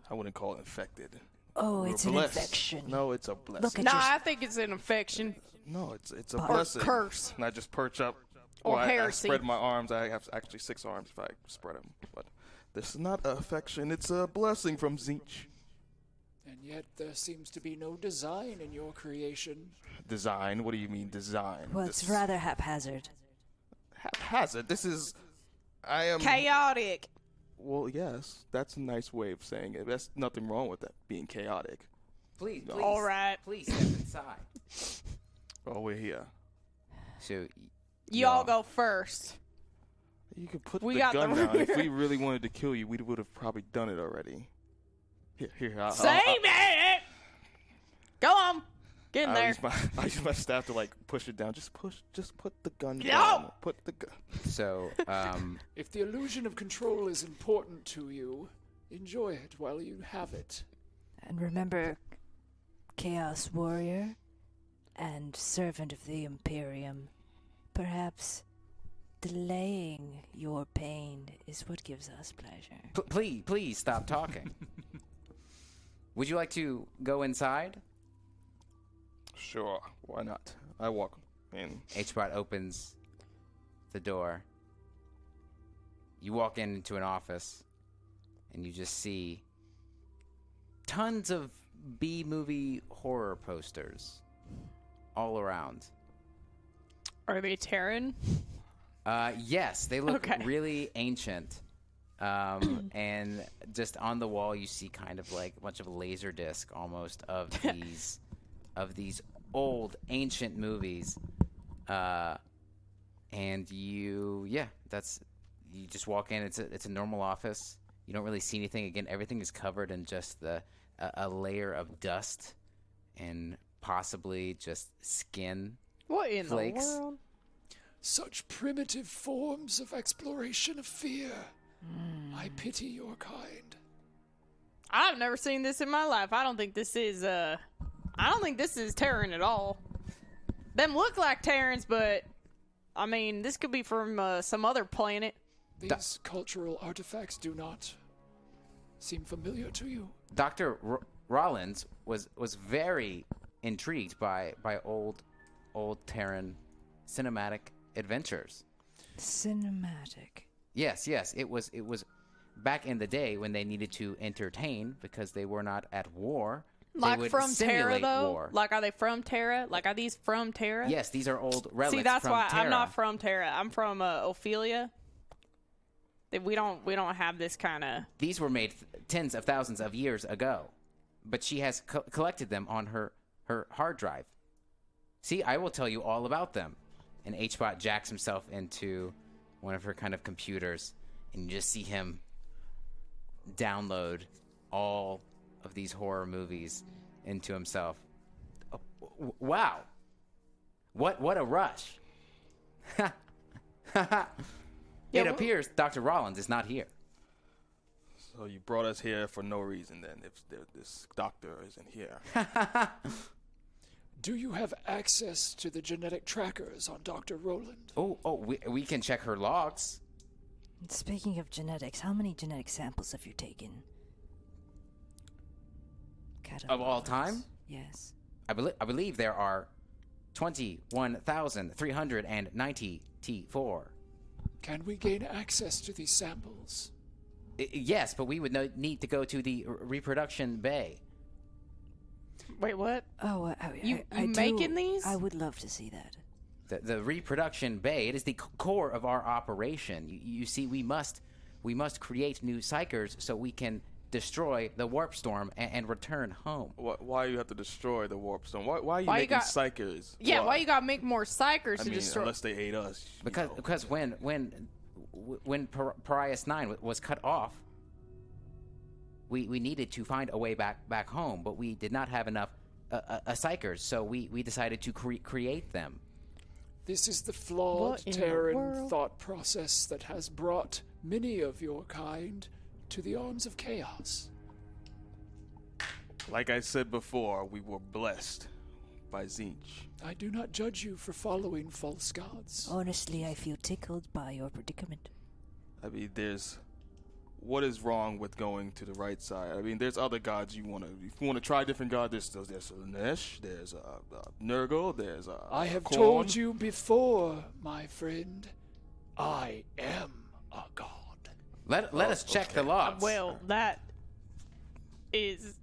I wouldn't call it infected. Oh, We're it's an blessed. infection. No, it's a blessing. Look at Nah, your I think it's an infection. No, it's it's a Or blessing. curse. And I just perch up. Or Well, I- I, heresy. spread my arms. I have actually six arms if I spread them. But this is not affection. It's a blessing from Zeech. And yet there seems to be no design in your creation. Design. What do you mean design? Well, it's This- rather haphazard. haphazard. This is. I am. Chaotic. well, yes, that's a nice way of saying it. That's nothing wrong with that being chaotic. please, please, All right. please step inside. Oh, we're here. So Y'all go first. You could put We the got gun the- down. if we really wanted to kill you, we would have probably done it already. Here, here. I'll, Say I'll, it. Go on. Get in I there. use my I use my staff to like push it down. Just push. Just put the gun No! down. Put the gun. so um, If the illusion of control is important to you, enjoy it while you have it. And remember, Chaos Warrior and Servant of the Imperium, perhaps delaying your pain is what gives us pleasure. p- please please stop talking. Would you like to go inside? Sure. Why not? I walk in. HBot opens the door. You walk in into an office, and you just see tons of B movie horror posters all around. Are they Terran? Uh, yes, they look Okay. really ancient. Um, and just on the wall, you see kind of like a bunch of laser disc almost of these of these old ancient movies. Uh, and you, yeah, that's you just walk in. It's a it's a normal office. You don't really see anything. Again, everything is covered in just the a, a layer of dust and possibly just skin. What in Flakes. the world? Such primitive forms of exploration of fear. I pity your kind. I've never seen this in my life. I don't think this is uh I don't think this is Terran at all. Them look like Terrans, but I mean, this could be from uh, some other planet. These cultural artifacts do not seem familiar to you. Dr. R- Rollins was was very intrigued by by old old Terran cinematic adventures. Cinematic. Yes, yes, it was it was back in the day when they needed to entertain because they were not at war. They Like would from Terra simulate though? war. Like are they from Terra? Like are these from Terra? yes, these are old relics. See, that's from why Terra. I'm not from Terra. I'm from uh, Ophelia. That We don't we don't have this kind of These were made th- tens of thousands of years ago, but she has co- collected them on her her hard drive. See, I will tell you all about them. And HBot jacks himself into one of her kind of computers, and you just see him download all of these horror movies into himself. Oh, w- w- wow, what what a rush! it well- appears Dr. Rollins is not here. So you brought us here for no reason, then, if th- this doctor isn't here. Do you have access to the genetic trackers on Dr. Roland? Oh, oh, we, we can check her logs. And Speaking of genetics, how many genetic samples have you taken? Of all Catalogs. time? Yes. I, bel I believe there are 21,390 T4. Can we gain access to these samples? I- I- yes, but we would no- need to go to the r- reproduction bay. wait what? Oh, I, I, You- I, I you do- making these? I would love to see that. The, the reproduction bay, it is the c- core of our operation. You, you see, we must, we must create new psychers so we can destroy the warp storm and, and return home. why, why you have to destroy the warp stone? Why, why are you Why you making got- psychers? Yeah, why, you gotta make more psychers I to mean, destroy? unless they ate us. you Because, know. because when, when, w- when Par- Parias 9 w- was cut off, we, we needed to find a way back back home, but we did not have enough uh, uh, uh, psychers, so we, we decided to cre- create them. This is the flawed in the Terran world? thought process that has brought many of your kind to the arms of chaos. like I said before, we were blessed by Zinch. I do not judge you for following false gods. Oh, Honestly, I feel tickled by your predicament. I mean, there's what is wrong with going to the right side? I mean, there's other gods you want to. If you want to try different gods, there's there's, there's Nesh, there's uh, uh, Nurgle, there's uh, I have Khorne. told you before, my friend. I am a god. Let, Oh, let us check the logs. well, that is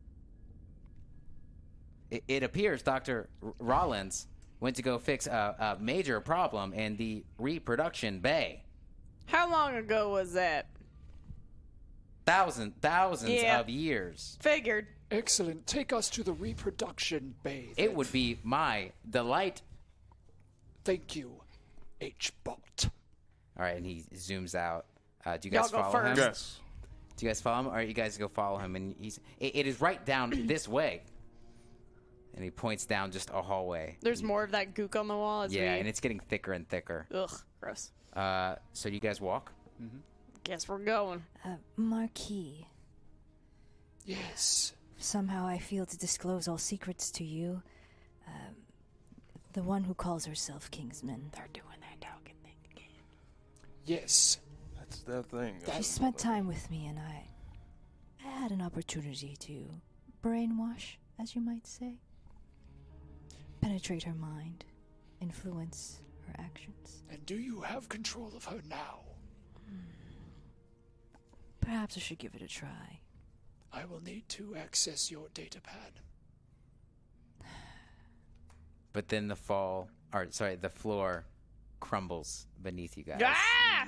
it, it appears Dr. R- Rollins went to go fix a, a major problem in the reproduction bay. how long ago was that? Thousand, thousands Yeah. of years. Figured. Excellent. Take us to the reproduction bay. It would be my delight Thank you, H-Bot. All right, and he zooms out. Uh, do you Y'all guys go follow him? first. Yes. Do you guys follow him? All right, you guys go follow him, and he's it, it is right down this way. And he points down just a hallway. There's more of that gook on the wall. As Yeah, we- and it's getting thicker and thicker. ugh, gross. Uh, so you guys walk. Guess we're going. Uh, Marquis, Yes. somehow I feel to disclose all secrets to you. Um, the one who calls herself Kingsman. They're doing that talking thing again. Yes. That's their thing. She spent time with me, and I, I had an opportunity to brainwash, as you might say, penetrate her mind, influence her actions. And do you have control of her now? Perhaps I should give it a try. I will need to access your datapad. But then the fall, or sorry, the floor crumbles beneath you guys. Ah!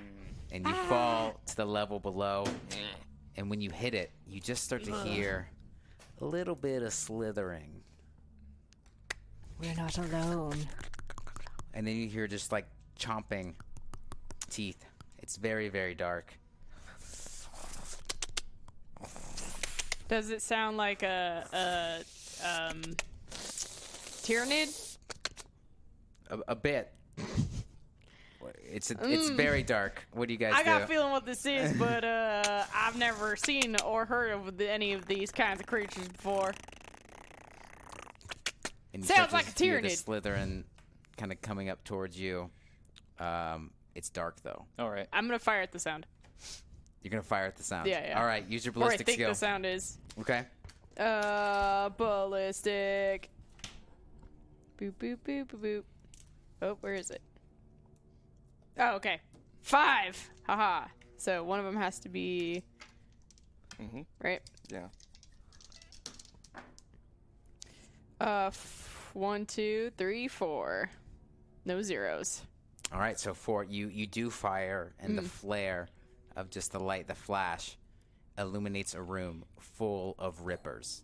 And you fall to the level below. And when you hit it, you just start to hear a little bit of slithering. We're not alone. and then you hear just like chomping teeth. It's very, very dark. Does it sound like a a um Tyranid? A, a bit. It's it's very dark. What do you guys Mm. I do? got a feeling what this is, but uh I've never seen or heard of the, any of these kinds of creatures before. And you start sounds to like a hear the Tyranid. Slytherin kind of coming up towards you. Um, it's dark though. All right. I'm gonna fire at the sound. You're gonna fire at the sound. Yeah, yeah. All right, use your Or I ballistic think skill. the sound is. Okay. Uh, ballistic. Boop, boop, boop, boop, boop. Oh, where is it? Oh, okay. Five! Haha. So one of them has to be. Mm-hmm. Right? Yeah. Uh, f- one, two, three, four. No zeros. All right, so for you, you do fire, and Mm. the flare of just the light, the flash, illuminates a room full of rippers.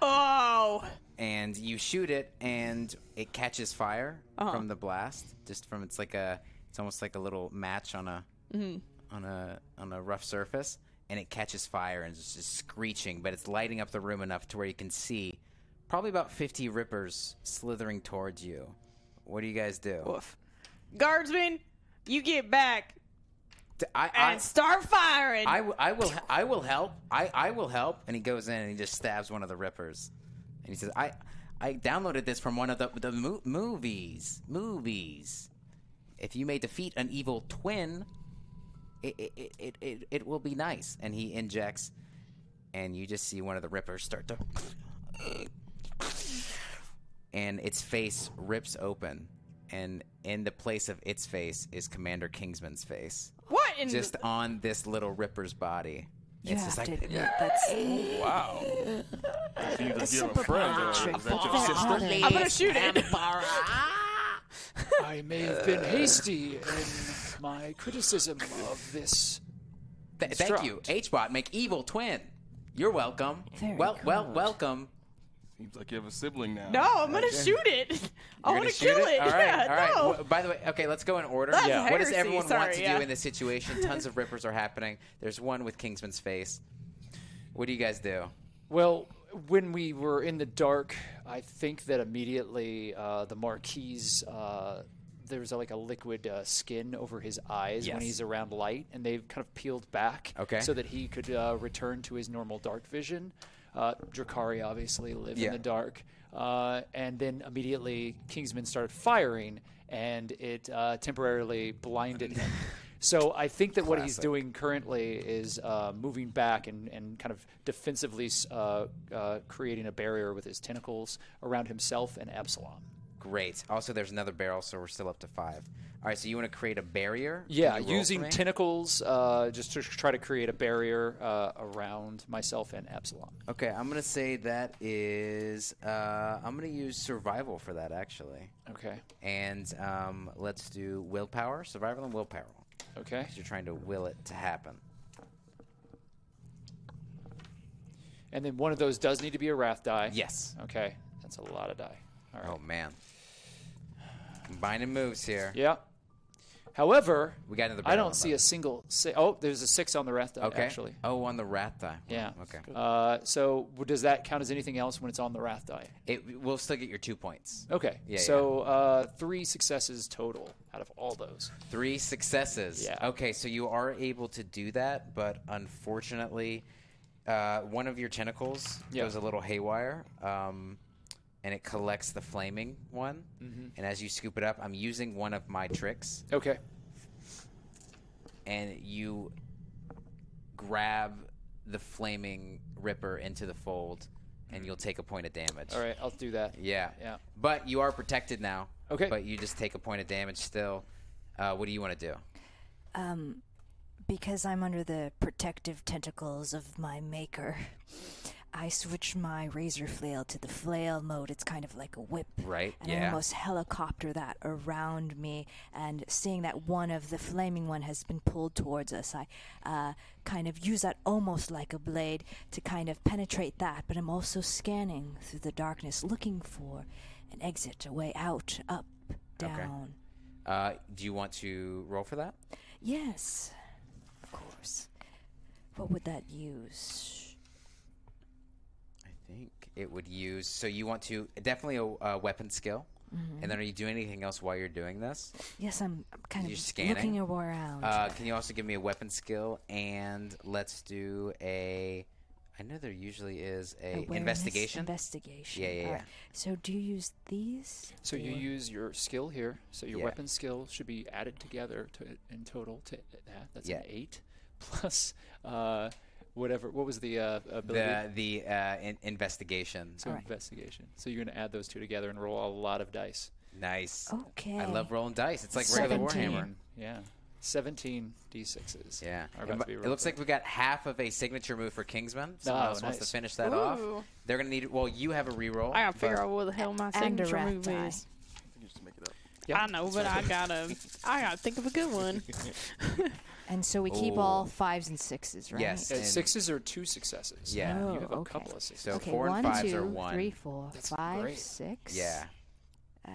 Oh! And you shoot it, and it catches fire from the blast. Just from it's like a, it's almost like a little match on a, on a on a rough surface, and it catches fire and it's just screeching. But it's lighting up the room enough to where you can see probably about fifty rippers slithering towards you. What do you guys do? Woof. Guardsman, you get back D- I- I- and start firing! I, w- I will I will help. I, I will help. And he goes in and he just stabs one of the rippers. And he says, I I downloaded this from one of the the mo- movies. Movies. If you may defeat an evil twin, it it, it- it, it it will be nice. And he injects, and you just see one of the rippers start to, and its face rips open, and in the place of its face is Commander Kingsman's face what in just on this little Ripper's body. You it's have just to like admit that's You either give super a uh, friend or trick. is that your sister? I'm gonna shoot it! I may have been hasty in my criticism of this. Th- thank you, HBot. Construct. Make evil twin. You're welcome. well, well, welcome. Seems like you have a sibling now. No, I'm gonna shoot it. I You're want to gonna shoot kill it. All right, yeah, all right. no. Wh- by the way, okay, let's go in order. That's What does heresy. everyone want Sorry, to yeah. do in this situation? Tons of Rippers are happening. There's one with Kingsman's face. What do you guys do? Well, when we were in the dark, I think that immediately uh, the Marquis, uh, there was like a liquid uh, skin over his eyes Yes. when he's around light, and they've kind of peeled back Okay. so that he could uh, return to his normal dark vision. Uh, Drakari obviously live Yeah. in the dark. Uh, and then immediately Kingsman started firing, and it uh, temporarily blinded him. So I think that what he's doing currently is uh, moving back and, and kind of defensively uh, uh, creating a barrier with his tentacles around himself and Absalom. Great. Also, there's another barrel, so we're still up to five. All right, so you want to create a barrier? Can Yeah, you roll for using me? tentacles uh, just to try to create a barrier uh, around myself and Absalom. Okay, I'm gonna say that is. Uh, I'm gonna use survival for that actually, Okay. and um, let's do willpower, survival, and willpower. 'Cause Okay. You're trying to will it to happen. And then one of those does need to be a wrath die. Yes. Okay. That's a lot of die. All right. Oh man, combining moves here. Yeah. However, We got another. I barrel on don't see that. a single. Si- oh, there's a six on the wrath die. Okay. Actually. Oh, on the wrath die. Yeah. Okay. Uh, so w- does that count as anything else when it's on the wrath die? It will still get your two points. Okay. Yeah, so Uh, three successes total out of all those. Three successes. Yeah. Okay, so you are able to do that, but unfortunately, uh, one of your tentacles Yeah. goes a little haywire, um, and it collects the flaming one. Mm-hmm. And as you scoop it up, I'm using one of my tricks, Okay. and you grab the flaming ripper into the fold, and you'll take a point of damage. All right. I'll do that. Mm-hmm. Yeah. Yeah. But you are protected now. Okay. But you just take a point of damage still. Uh, what do you want to do? because I'm under the protective tentacles of my maker. I switch my razor flail to the flail mode. It's kind of like a whip. Right, And yeah. I almost helicopter that around me. And seeing that one of the flaming one has been pulled towards us, I uh, kind of use that almost like a blade to kind of penetrate that. But I'm also scanning through the darkness, looking for an exit, a way out, up, down. Uh, do you want to roll for that? Yes, of course. What would that use? I think it would use. So you want to definitely a, a weapon skill, and then are you doing anything else while you're doing this? Yes, I'm, I'm kind You're of scanning? looking around. Uh, can you also give me a weapon skill and let's do a I know there usually is a Awareness, investigation. Investigation. Yeah, yeah, All yeah. So do you use these? So you use your skill here. So your Yeah. weapon skill should be added together to in total to that. That's Yeah. an eight plus uh, whatever. What was the uh, ability? the the uh, in- investigation. so investigation. So you're going to add those two together and roll a lot of dice. Nice. Okay. I love rolling dice. It's like regular Warhammer. Seventeen. Yeah, seventeen d6s. Yeah. are about to be It rolled looks like for. we got half of a signature move for Kingsman. Someone Oh, else wants to nice. finish that Ooh. off. They're gonna need. Well, you have a reroll. I gotta figure out what the hell my and a signature rat move die. is. You just make it up. I know, but I gotta, I gotta think of a good one. And so we keep Ooh. all fives and sixes, right? Oh. Yes. Uh, and- sixes are two successes. Yeah. you Oh, have a okay. couple of sixes. So okay, four and one, fives two, are one. three, four, That's five, great. six, Yeah. uh,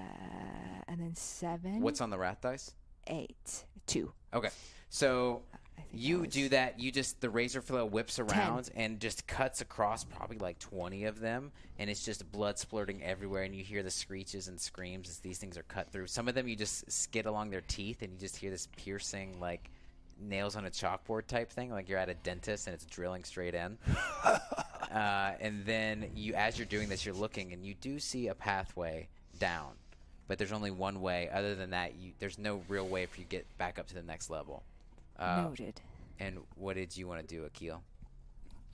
and then seven, What's on the rat dice? eight, two. Okay. So I think you that was- do that. You just the razor flail whips around and just cuts across probably like twenty of them, and it's just blood splurting everywhere. And you hear the screeches and screams as these things are cut through. Some of them you just skid along their teeth, and you just hear this piercing like nails on a chalkboard type thing, like you're at a dentist and it's drilling straight in. uh, and then you, as you're doing this, you're looking, and you do see a pathway down. But there's only one way. Other than that, you, there's no real way for you to get back up to the next level. Uh, Noted. And what did you want to do, Akil?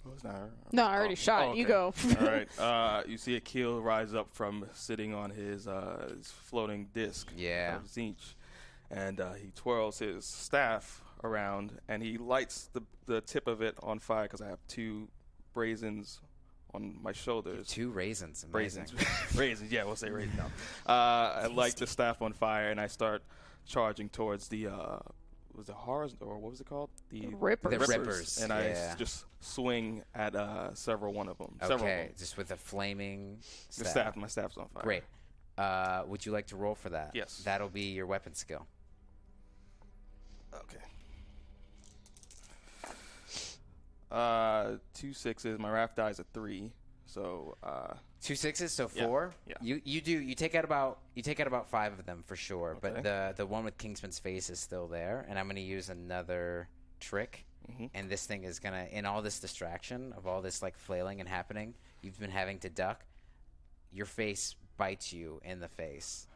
Oh, it's not her. No, I Oh, already shot. You go. All right. Uh, you see Akil rise up from sitting on his, uh, his floating disc. Yeah. Of Zinch, and uh, he twirls his staff around and he lights the, the tip of it on fire because I have two raisins on my shoulders. Two raisins. Amazing. raisins. raisins. Yeah, we'll say raisins. now. Uh, I light the staff on fire and I start charging towards the. Uh, was the horrors or what was it called? The Rippers. The Rippers, And I s- yeah. just swing at uh, several one of them. Several of Okay, them. just with a flaming The staff. staff. My staff's on fire. Great. Uh, would you like to roll for that? Yes. That'll be your weapon skill. Okay. Uh, two sixes. My raft dies at three. So uh, Two sixes, so Yeah, four. yeah. You you do you take out about you take out about five of them for sure. But Okay. the the one with Kingsman's face is still there, and I'm going to use another trick. Mm-hmm. And this thing is gonna in all this distraction of all this like flailing and happening, you've been having to duck. Your face bites you in the face,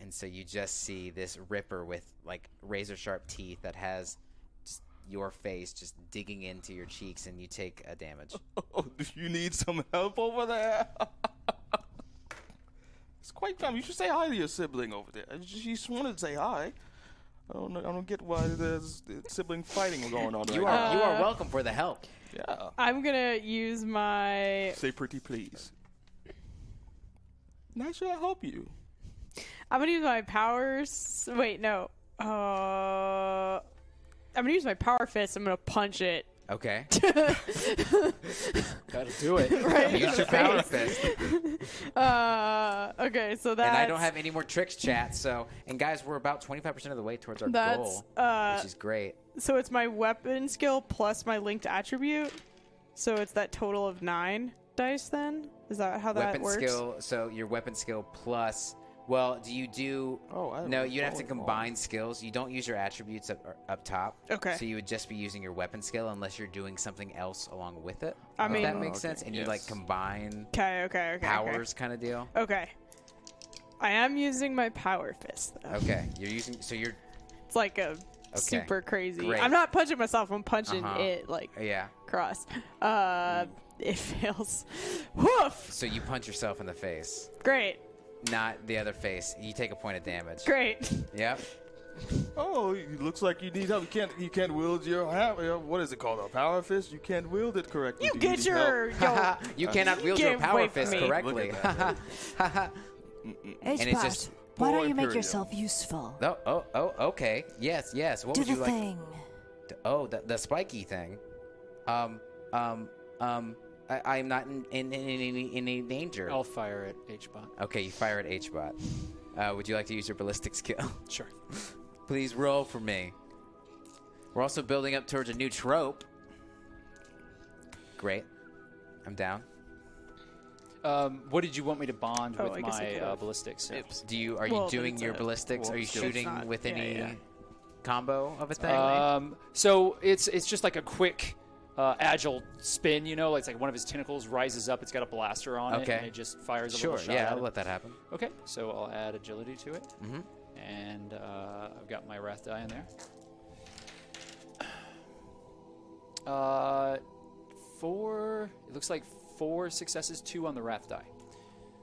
and so you just see this ripper with like razor sharp teeth that has just your face just digging into your cheeks, and you take a damage. oh, do you need some help over there? it's quite dumb. You should say hi to your sibling over there. I just- She just wanted to say hi. I don't know. I don't get why there's sibling fighting going on. You right are you are welcome for the help. Now. Yeah. I'm gonna use my. Say pretty please. Now should I help you? I'm gonna use my powers. Wait, no. Uh, I'm gonna use my power fist. I'm gonna punch it. Okay. Gotta do it. Use your power fist. Uh, okay, so that's and I don't have any more tricks, chat. So, and guys, we're about 25% of the way towards our That's, goal, uh, which is great. So it's my weapon skill plus my linked attribute. So it's that total of nine dice. Then is that how that Weapon works? skill. So your weapon skill plus. Well, do you do? Oh, I no. was You'd have to rolling wrong. combine skills. You don't use your attributes up, er, up top. Okay. So you would just be using your weapon skill unless you're doing something else along with it. I if mean- that Oh, makes okay. sense. And you like Yes. combine Okay, okay, okay. powers, kind of deal. Okay. okay. I am using my power fist though. Okay. You're using. So you're. It's like a super crazy. Great. I'm not punching myself. I'm punching Uh-huh. it like Yeah. cross. Uh, it fails. Woof! So you punch yourself in the face, Great, not the other face. You take a point of damage. great. Yep. Oh, it looks like you need help. You can't. You can't wield your hammer. your- What is it called? A power fist. You can't wield it correctly. You Do get need your help? yo. Uh, You cannot wield Get your power away from fist me. correctly. Look at that. H it's just why poor don't you make Imperium. yourself useful? oh, oh, oh, okay. Yes, yes. What Do would you the like? thing. Oh, the, the spiky thing. Um, um, um. I, I'm not in in, in, in, any, in any danger. Oh. I'll fire at HBot. Okay, you fire at HBot. Uh, would you like to use your ballistic skill? Sure. Please roll for me. We're also building up towards a new trope. Great. I'm down. Um, what did you want me to bond Oh, I with guess I my could uh, have- ballistics? Do you are you Well, then doing it's your a- ballistics? well, are you it's shooting not- with yeah, Uh, any yeah. combo of a thing? Um, so it's it's just like a quick uh, agile spin. You know, like it's like one of his tentacles rises up. It's got a blaster on it, Okay. and it just fires a Sure, little shot. yeah, at I'll him. let that happen. Okay, so I'll add agility to it. Mm-hmm. And uh, I've got my wrath die in there. Uh, four. It looks like four successes, two on the wrath die.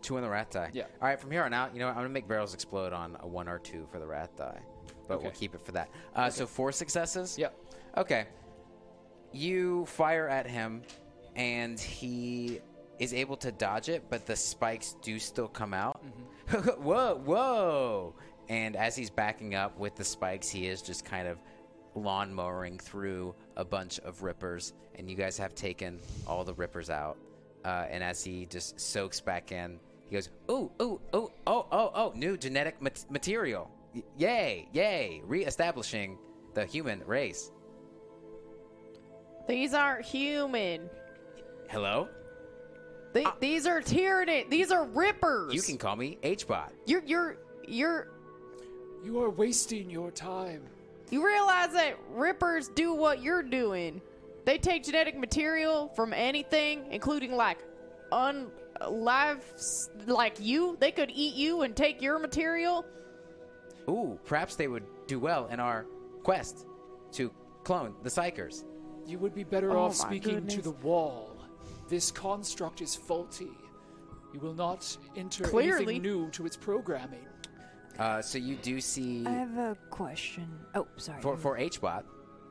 Two on the rat die. Yeah. All right, from here on out, you know what? I'm going to make barrels explode on a one or two for the rat die, but we'll Okay. keep it for that. Uh, So four successes? Yep. Okay. You fire at him, and he is able to dodge it, but the spikes do still come out. whoa, whoa! And as he's backing up with the spikes, he is just kind of lawnmowering through a bunch of rippers, and you guys have taken all the rippers out. Uh, and as he just soaks back in, he goes, "Ooh, ooh, ooh, oh, oh, oh! New genetic mat- material! Y- yay, yay! Re-establishing the human race." These aren't human. Hello? They, these are Tyranid. These are rippers. You can call me HBot. You're you're you're. You are wasting your time. You realize that rippers do what you're doing. They take genetic material from anything, including like un lives like you. They could eat you and take your material. Ooh, perhaps they would do well in our quest to clone the Psykers. You would be better Oh off my speaking to goodness. the wall. This construct is faulty. You will not enter Clearly. anything new to its programming. Uh, so you do see I have a question. Oh, sorry. for for HBot.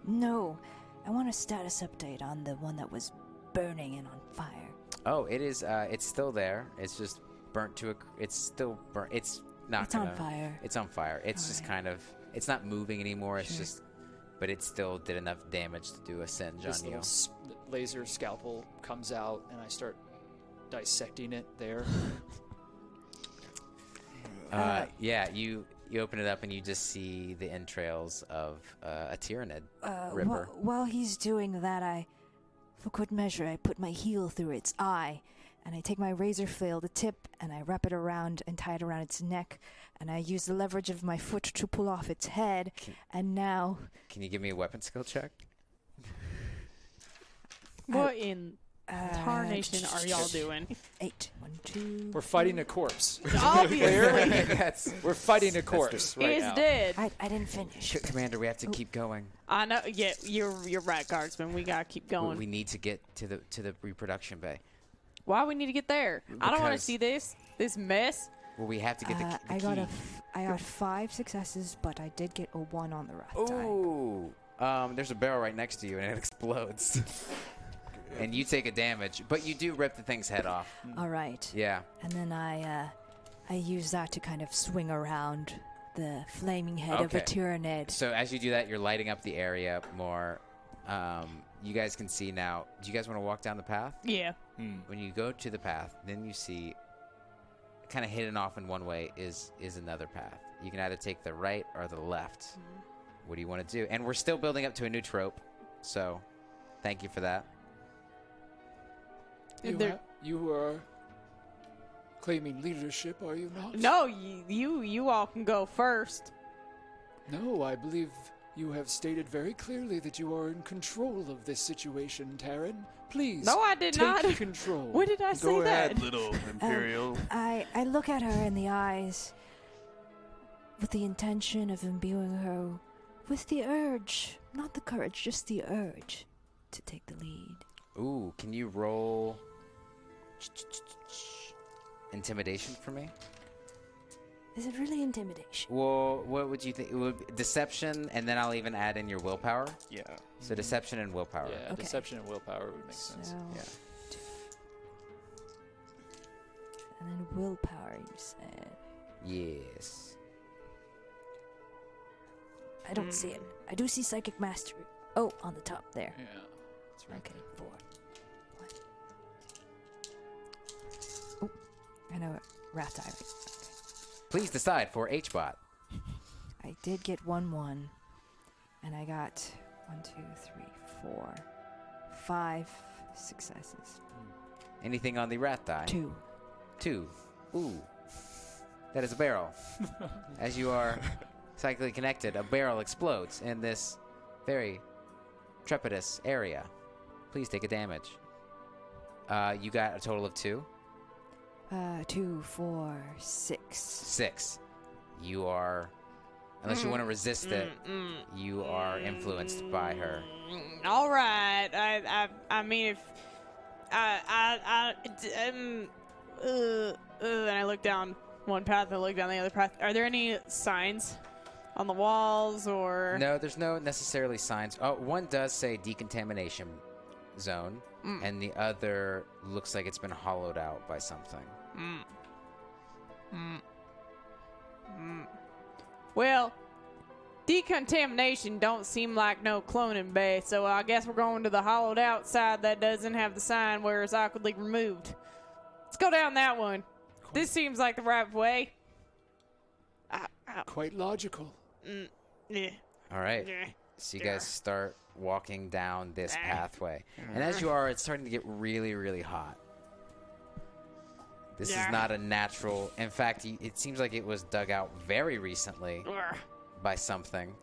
no, I want a status update on the one that was burning and on fire. Oh, it is. Uh, it's still there. It's just burnt to a. cr- It's still burnt. It's not. It's on gonna- fire. It's on fire. It's just Alright. kind of. It's not moving anymore. It's Sure. just. But it still did enough damage to do a singe This on you. little s- laser scalpel comes out, and I start dissecting it there. ah. Uh, yeah, you you open it up and you just see the entrails of uh, a Tyranid Uh, wh- Ripper. while he's doing that, I, for good measure, I put my heel through its eye, and I take my razor flail, the tip, and I wrap it around and tie it around its neck, and I use the leverage of my foot to pull off its head, and now Can you give me a weapon skill check? What in uh, tarnation are y'all doing? eight, one, two. We're fighting a corpse. Obviously, That's We're fighting a corpse right he's now. dead. I, I didn't finish. Commander, we have to keep going. I know. Yeah, you're you're right, guardsman. We gotta keep We, going. we need to get to the to the reproduction bay. Why we need to get there? I don't want to Because- see this this mess. Well, we have to get the, Uh, the I got a, key. f- I got five successes, but I did get a one on the right die. Ooh. Um, there's a barrel right next to you, and it explodes. and you take a damage, but you do rip the thing's head off. All right. Yeah. And then I, uh, I use that to kind of swing around the flaming head of a Okay. Tyranid. So as you do that, you're lighting up the area more. Um, you guys can see now. Do you guys want to walk down the path? Yeah. when you go to the path, then you see kind of hidden off in one way is is another path. You can either take the right or the left. What do you want to do? And we're still building up to a new trope. So, thank you for that. You, There- ha- you are claiming leadership, are you not? No, you you, you all can go first. No, I believe you have stated very clearly that you are in control of this situation, Taryn. Please. No, I did take not. control. When did I Go say ahead, that? Uh, little Imperial. I, I look at her in the eyes with the intention of imbuing her with the urge, not the courage, just the urge to take the lead. Ooh, can you roll intimidation for me? Is it really intimidation? Well, what would you think? It would be deception, and then I'll even add in your willpower. yeah. So deception and willpower. Yeah, Okay. deception and willpower would make So, sense. and then willpower, you said. Yes. I don't see Hmm. it. I do see psychic mastery. Oh, on the top there. Yeah. That's right. Okay, four. One. Oh, I know it. Rat eye. Please decide for HBot. I did get one one, and I got one, two, three, four, five successes. Anything on the rat die? Two. Two. Ooh. That is a barrel. As you are psychically connected, a barrel explodes in this very trepidous area. Please take a damage. Uh, you got a total of two. Uh, two, four, six. Six. You are, unless you want to resist it, you are influenced by her. All right. I I I mean if I I I d- um uh, uh, and I look down one path, I look down the other path. Are there any signs on the walls or No, there's no necessarily signs. Oh, one does say decontamination zone, and the other looks like it's been hollowed out by something. Well, decontamination don't seem like no cloning bay, so I guess we're going to the hollowed out side that doesn't have the sign where it's awkwardly removed. Let's go down that one. This seems like the right way. Quite logical. Yeah. All right. So you guys start walking down this pathway. And as you are, it's starting to get really, really hot. This Yeah. is not a natural. In fact, y- it seems like it was dug out very recently by something.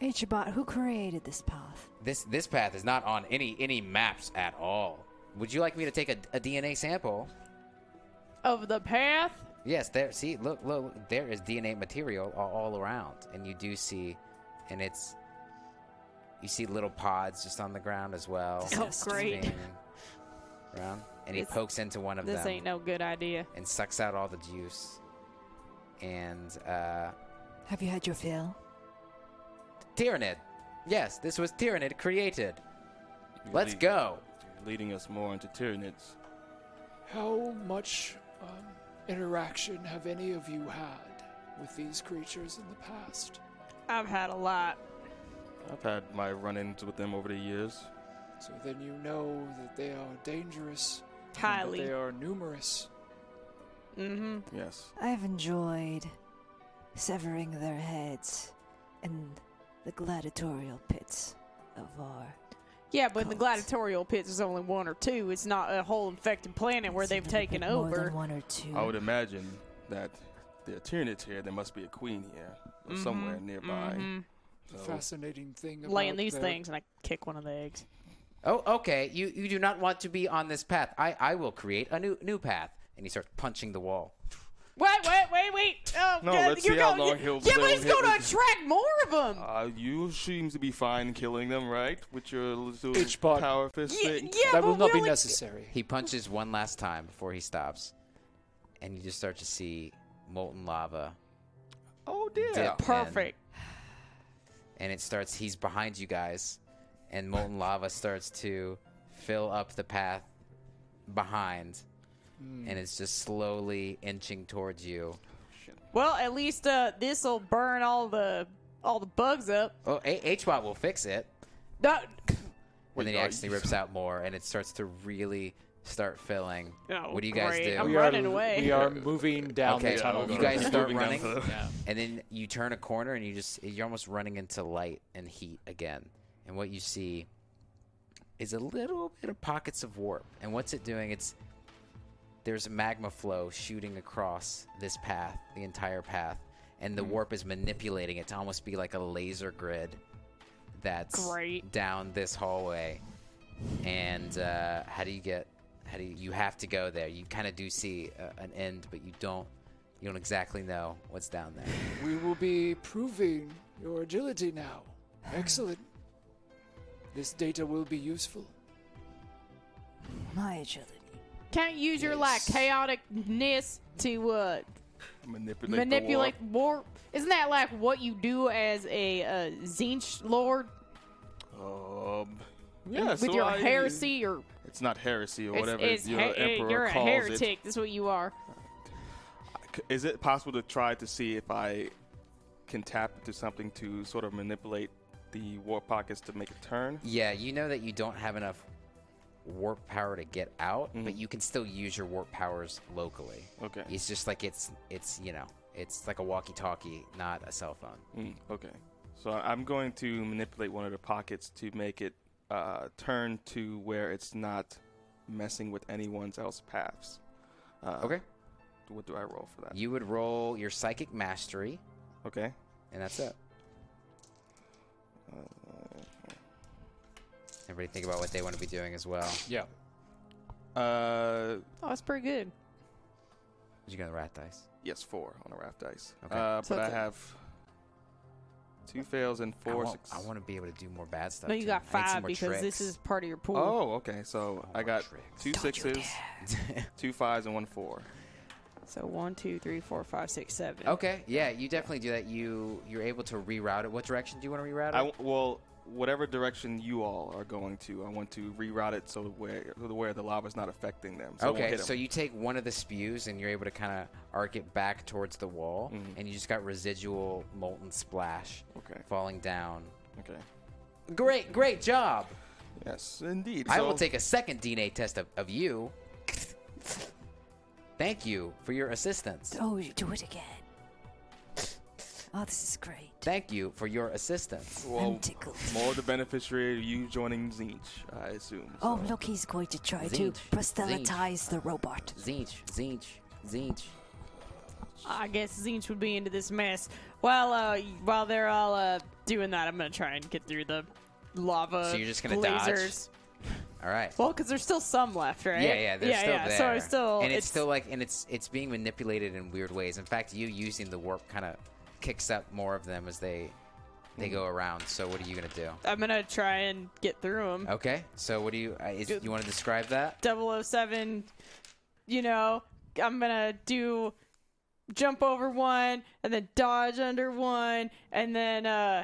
Hey, Chabot, who created this path? This this path is not on any any maps at all. Would you like me to take a, a DNA sample? Of the path? Yes, there. See, look, look. There is DNA material all, all around, and you do see, and it's. You see little pods just on the ground as well. Oh, great. Spinning Around, and he This- pokes into one of This them ain't no good idea. and sucks out all the juice. And uh, Have you had your fill? Tyranid. Yes, this was Tyranid created. You're Let's leading- go. you're Leading us more into Tyranids. How much um, interaction have any of you had with these creatures in the past? I've had a lot. I've had my run-ins with them over the years. So then you know that they are dangerous, and that Highly. Mm-hmm. they are numerous. Yes. I've enjoyed severing their heads in the gladiatorial pits of our. Yeah, but in the Cults. gladiatorial pits is only one or two. It's not a whole infected planet where It's a they've little taken bit more over. than one or two. I would imagine that there are Tyranids here. There must be a queen here or Mm-hmm. somewhere nearby. The fascinating thing about Laying these their- things, and I kick one of the eggs. Oh, okay. You you do not want to be on this path. I I will create a new new path. And he starts punching the wall. Wait, wait, wait, wait. Oh, No, God, let's you're see how going- long he'll- Yeah, but they'll he's going to hit with- attract more of them. Uh, you seem to be fine killing them, right? With your little Itch bot. power fist yeah, thing. yeah, that but will not be really- necessary. He punches one last time before he stops, and you just start to see molten lava Oh dear. dip in, Perfect. and it starts. He's behind you guys, and molten lava starts to fill up the path behind, Hmm. and it's just slowly inching towards you. Well, at least uh, this will burn all the all the bugs up. Oh, A- HBot will fix it. No- and then he Wait, are accidentally you- rips out more, and it starts to really start filling. Oh, what do you guys great. do? I'm We are- running away. We are moving down Okay, the tunnel. you we're guys going start down running, the- and then you turn a corner, and you just you're almost running into light and heat again. And what you see is a little bit of pockets of warp. And what's it doing? It's there's magma flow shooting across this path, the entire path, and the warp is manipulating it to almost be like a laser grid that's Great. down this hallway. And uh, how do you get? How do you, you have to go there? You kind of do see uh, an end, but you don't. You don't exactly know what's down there. We will be proving your agility now. Excellent. This data will be useful. My agility. Can't use your like chaoticness to uh, Manipulate. manipulate The warp. Isn't that like what you do as a uh, Zinch lord war. Um. Yeah. with so your I- heresy or It's not heresy or it's, whatever it's your he- emperor you're a calls heretic. That's what you are. it. C- Is it possible to try to see if I can tap into something to sort of manipulate the war pockets to make a turn? Yeah, you know that you don't have enough warp power to get out, but you can still use your warp powers locally. Mm-hmm. Okay. It's just like it's it's you know it's like a walkie-talkie, not a cell phone. Mm, okay. So I'm going to manipulate one of the pockets to make it uh, turn to where it's not messing with anyone's else paths. Uh, Okay. What do I roll for that? You would roll your psychic mastery, okay. and that's it. Everybody think about what they want to be doing as well. Yeah. Uh, Oh, that's pretty good. Did you go to the rat dice? yes, four on a raft dice. Okay. Uh, So but I it's a- have two fails and I four. want, suc- I want to be able to do more bad stuff. No, you too. I got need some five more because tricks. this is part of your pool. Oh, okay. So I more got tricks. two sixes, two fives, and one four. So one, two, three, four, five, six, Oh. seven. Okay, yeah, you definitely do that. You you're able to reroute it. What direction do you want to reroute it? I w- well, whatever direction you all are going to, I want to reroute it so where where the lava's not affecting them. So it won't okay, hit 'em. so you take one of the spews and you're able to kind of arc it back towards the wall, and you just got residual molten splash Mm-hmm. Okay. falling down. okay. Great, great job! Yes, indeed. I So- will take a second DNA test of, of you. Thank you for your assistance. Oh, you do it again. Oh, this is great. Thank you for your assistance. Well, I'm tickled. more the beneficiary of you joining Zinch, I assume. Oh, look, he's going to try to Zinch. proselytize the robot. Zinch, zinch, zinch. I guess Zinch would be into this mess. While uh, while they're all uh, doing that, I'm gonna try and get through the lava. So you're just gonna dodge? lasers. All right. Well, because there's still some left, right? Yeah, yeah, they're yeah, still yeah. there. So I still, and it's, still like, and it's it's being manipulated in weird ways. In fact, you using the warp kind of kicks up more of them as they they go around. So what are you gonna do? I'm gonna try and get through them. Okay, so what do you uh, is, you want to describe that? 007 you know i'm gonna do jump over one and then dodge under one and then uh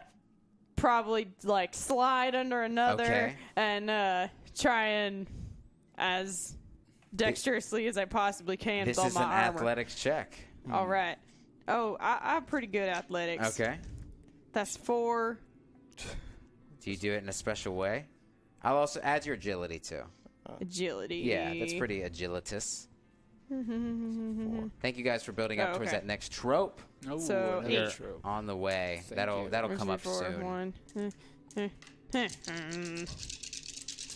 probably like slide under another Okay. and uh try and as dexterously as i possibly can This with all is my an armor athletics check. all right oh I, i'm pretty good at athletics Okay, that's four do you do it in a special way? I'll also add your agility too. agility Yeah, that's pretty agilitous. Thank you guys for building up Oh, towards okay. that next trope Oh, So, another eight. trope. on the way. that'll you. that'll come Three, up four, soon. one. Eh, eh, eh, mm.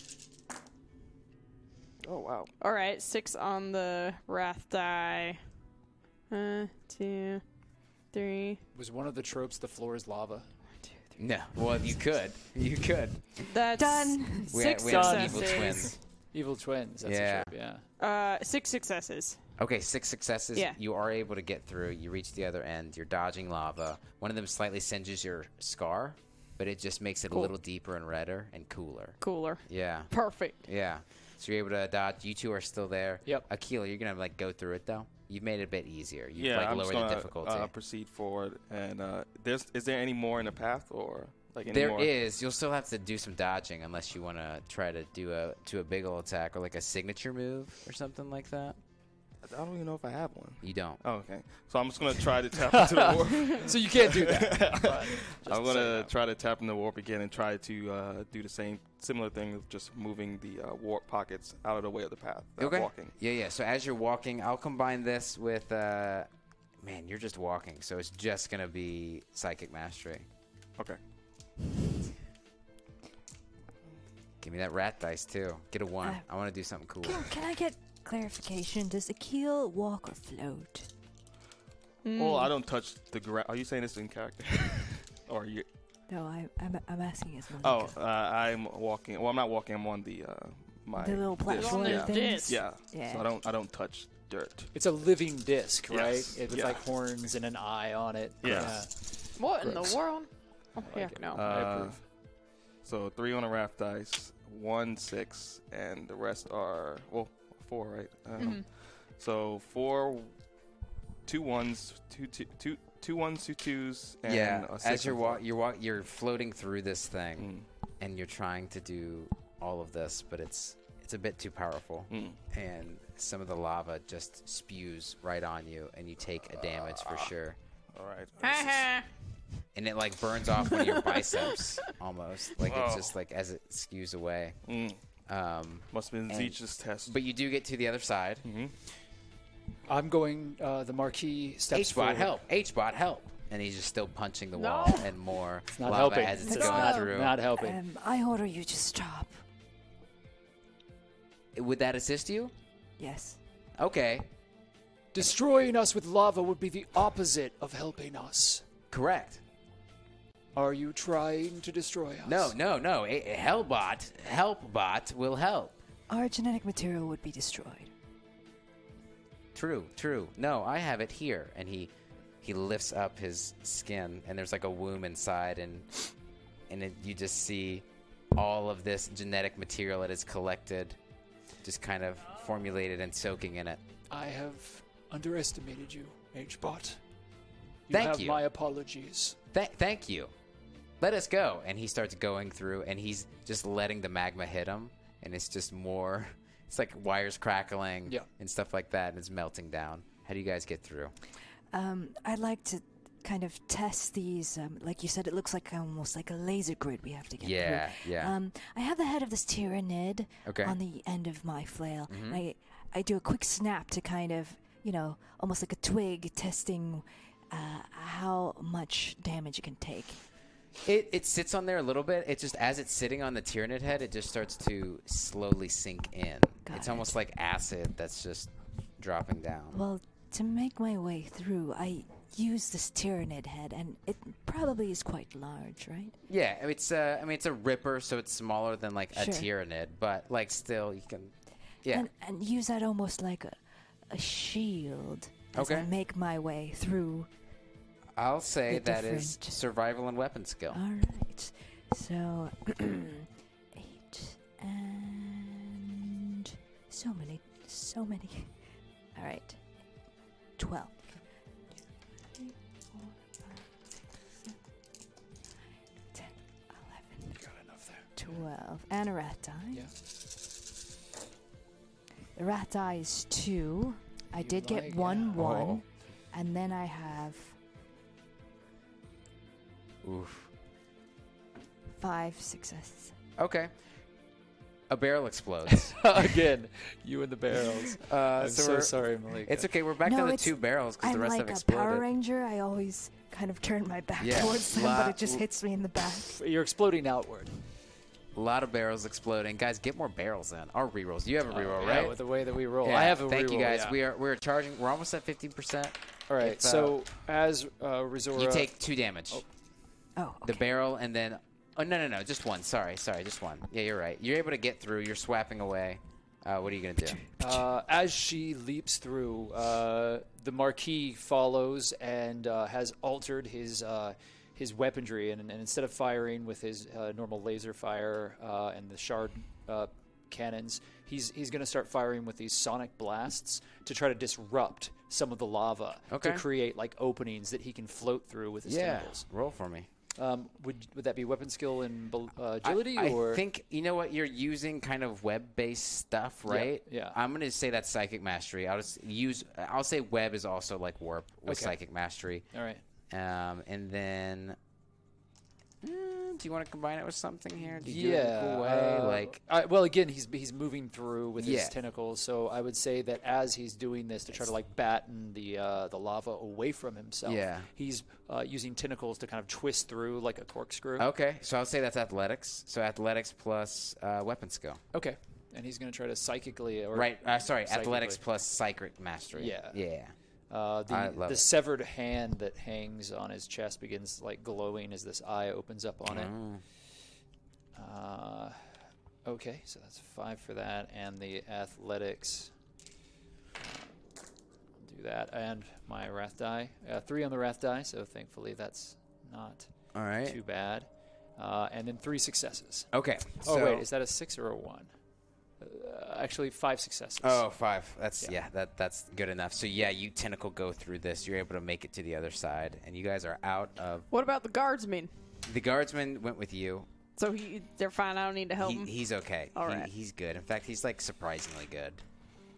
Oh, wow. All right, six on the wrath die. Uh, two, three. Was one of the tropes the floor is lava? No, well you could, you could. That's Done. We Six we have evil successes. twins. Evil twins. That's Yeah. a trope. Yeah. Uh, six successes. Okay, six successes. Yeah. You are able to get through. You reach the other end. You're dodging lava. One of them slightly singes your scar, but it just makes it a little deeper and redder and cooler. Cooler. Yeah. Perfect. Yeah. So you're able to dodge. You two are still there. Yep. Akila, you're gonna like go through it though. You've made it a bit easier. You've Yeah, like I'm lowered just the gonna difficulty. Uh, proceed forward. And uh, there's is there any more in the path or like any There more? is. You'll still have to do some dodging unless you want to try to do a to a big ol' attack or like a signature move or something like that. I don't even know if I have one. You don't. Oh, okay. So I'm just gonna try to tap into the warp. So you can't do that. I'm gonna try to tap in the warp again and try to uh, do the same similar thing of just moving the uh, warp pockets out of the way of the path. that I'm Walking. Yeah, yeah. So as you're walking, I'll combine this with, uh, man, you're just walking, so it's just gonna be psychic mastery. Okay. Give me that rat dice too. Get a one. Uh, I want to do something cool. Can, can I get clarification? Does Akil walk or float? Well, I don't touch the ground. Are you saying this in character? or are you? No, I, I'm, I'm asking as Malika. Oh, uh, I'm walking. Well, I'm not walking. I'm on the uh, my the little this. platform You're Yeah. on the things? disc. Yeah. Yeah. So I don't I don't touch dirt. It's a living disc, right? Yes. It was Yeah. like horns and an eye on it. Yes. What in Gross. the world? Oh, yeah, no. Uh, I approve. So three on a raft dice, one six, and the rest are well four, right? Um, So four, two ones, two two two two ones, two twos, and yeah. a six As you're and four. Mm, wa- you're wa- you're floating through this thing, and you're trying to do all of this, but it's it's a bit too powerful, Mm. and some of the lava just spews right on you, and you take a damage Ah. for sure. All right. and it like burns off one of your biceps almost. Like it's just like as it skews away. Um, Must have been And- Zeech's test. but you do get to the other side. I'm going. Uh, the marquee steps H bot forward. help. H bot help. And he's just still punching the wall and more Not lava helping. as it's It's going not, through. Not helping. Um, I order you to stop. Would that assist you? Yes. Okay, Destroying us with lava would be the opposite of helping us. correct. Are you trying to destroy us? No, no, no. A- a Hellbot, Helpbot will help. Our genetic material would be destroyed. True, true. No, I have it here. And he he lifts up his skin, and there's like a womb inside, and and it, you just see all of this genetic material that is collected, just kind of formulated and soaking in it. I have underestimated you, H-Bot. You Thank have you. my apologies. Th- thank you. Let us go. And he starts going through, and he's just letting the magma hit him, and it's just more. It's like wires crackling Yeah. and stuff like that, and it's melting down. How do you guys get through? Um, I'd like to kind of test these. Um, like you said, it looks like almost like a laser grid we have to get Yeah, through. yeah. Um, I have the head of this tyrannid Okay. Mm-hmm. on the end of my flail. And I I do a quick snap to kind of you know almost like a twig testing. Uh, how much damage it can take. It, it sits on there a little bit. It just as it's sitting on the Tyranid head, it just starts to slowly sink in. Got it's it. almost like acid that's just dropping down. Well, to make my way through, I use this tyrannid head, and it probably is quite large, right? yeah, it's uh, I mean it's a ripper, so it's smaller than like a Sure. Tyranid, but like still you can. Yeah, and, and use that almost like a, a shield as I Okay. make my way through. I'll say They're that is different. survival and weapon skill. All right. So, eight and so many, so many. All right. Twelve. Three, four, five, six, seven, eight, nine, 10, 11, Got enough there. 12. And a rat eye. Yeah. The rat eye is two. I You did lie get one down. one, Oh. and then I have Oof. five successes. Okay. A barrel explodes. Again, you and the barrels. uh, I'm so so we're- sorry, Malika. It's okay. We're back No, down to it's- two barrels because I'm the rest like have a exploded. Power Ranger. I always kind of turn my back Yeah. towards them, La- but it just hits me in the back. You're exploding outward. A lot of barrels exploding. Guys, get more barrels in. Our rerolls. You have a reroll, Oh, Yeah, right? with the way that we roll. Yeah, I have a Thank you reroll, guys. yeah. We are we're charging. We're almost at fifty percent. All right. if, uh, so as uh, Resora, You take two damage. Oh, The okay. barrel and then. Oh no no no! Just one. Sorry sorry. Just one. Yeah, you're right. You're able to get through. You're swapping away. Uh, what are you gonna do? Uh, as she leaps through, uh, the Marquis follows and uh, has altered his uh, his weaponry, and, and instead of firing with his uh, normal laser fire uh, and the shard uh, cannons, he's he's going to start firing with these sonic blasts to try to disrupt some of the lava Okay. to create like openings that he can float through with his tentacles. Roll for me. Um, would would that be weapon skill and bel- uh, I- agility? I, or think you know what you're using kind of web-based stuff, right? yeah. I'm gonna say that's psychic mastery. I'll just use. I'll say web is also like warp with Okay. psychic mastery. all right. Um, and then. Mm, do you want to combine it with something here? Do you do it in yeah, a cool way? uh, like I, well, again, he's he's moving through with Yeah. his tentacles. So I would say that as he's doing this to try to like batten the uh, the lava away from himself, Yeah. he's uh, using tentacles to kind of twist through like a corkscrew. okay, so I'll say that's athletics. So athletics plus uh, weapon skill. Okay, and he's going to try to psychically or Right. Uh, sorry, Psychically. athletics plus psychic mastery. Yeah. Yeah. Uh, I the love the it. severed hand that hangs on his chest begins like glowing as this eye opens up on Oh. it. Uh, okay, so that's five for that, and the athletics. I'll do that, and my wrath die. Uh, three on the wrath die, so thankfully that's not All right. too bad. Uh, and then three successes. Okay. oh so- wait, is that a six or a one? Uh, actually, five successes. Oh, five. That's yeah. That that's good enough. So yeah, you tentacle go through this. You're able to make it to the other side, and you guys are out of. What about the guardsman? The guardsman went with you. So he, they're fine. I don't need to help He, him. he's okay. All He- right. he's good. In fact, he's like surprisingly good.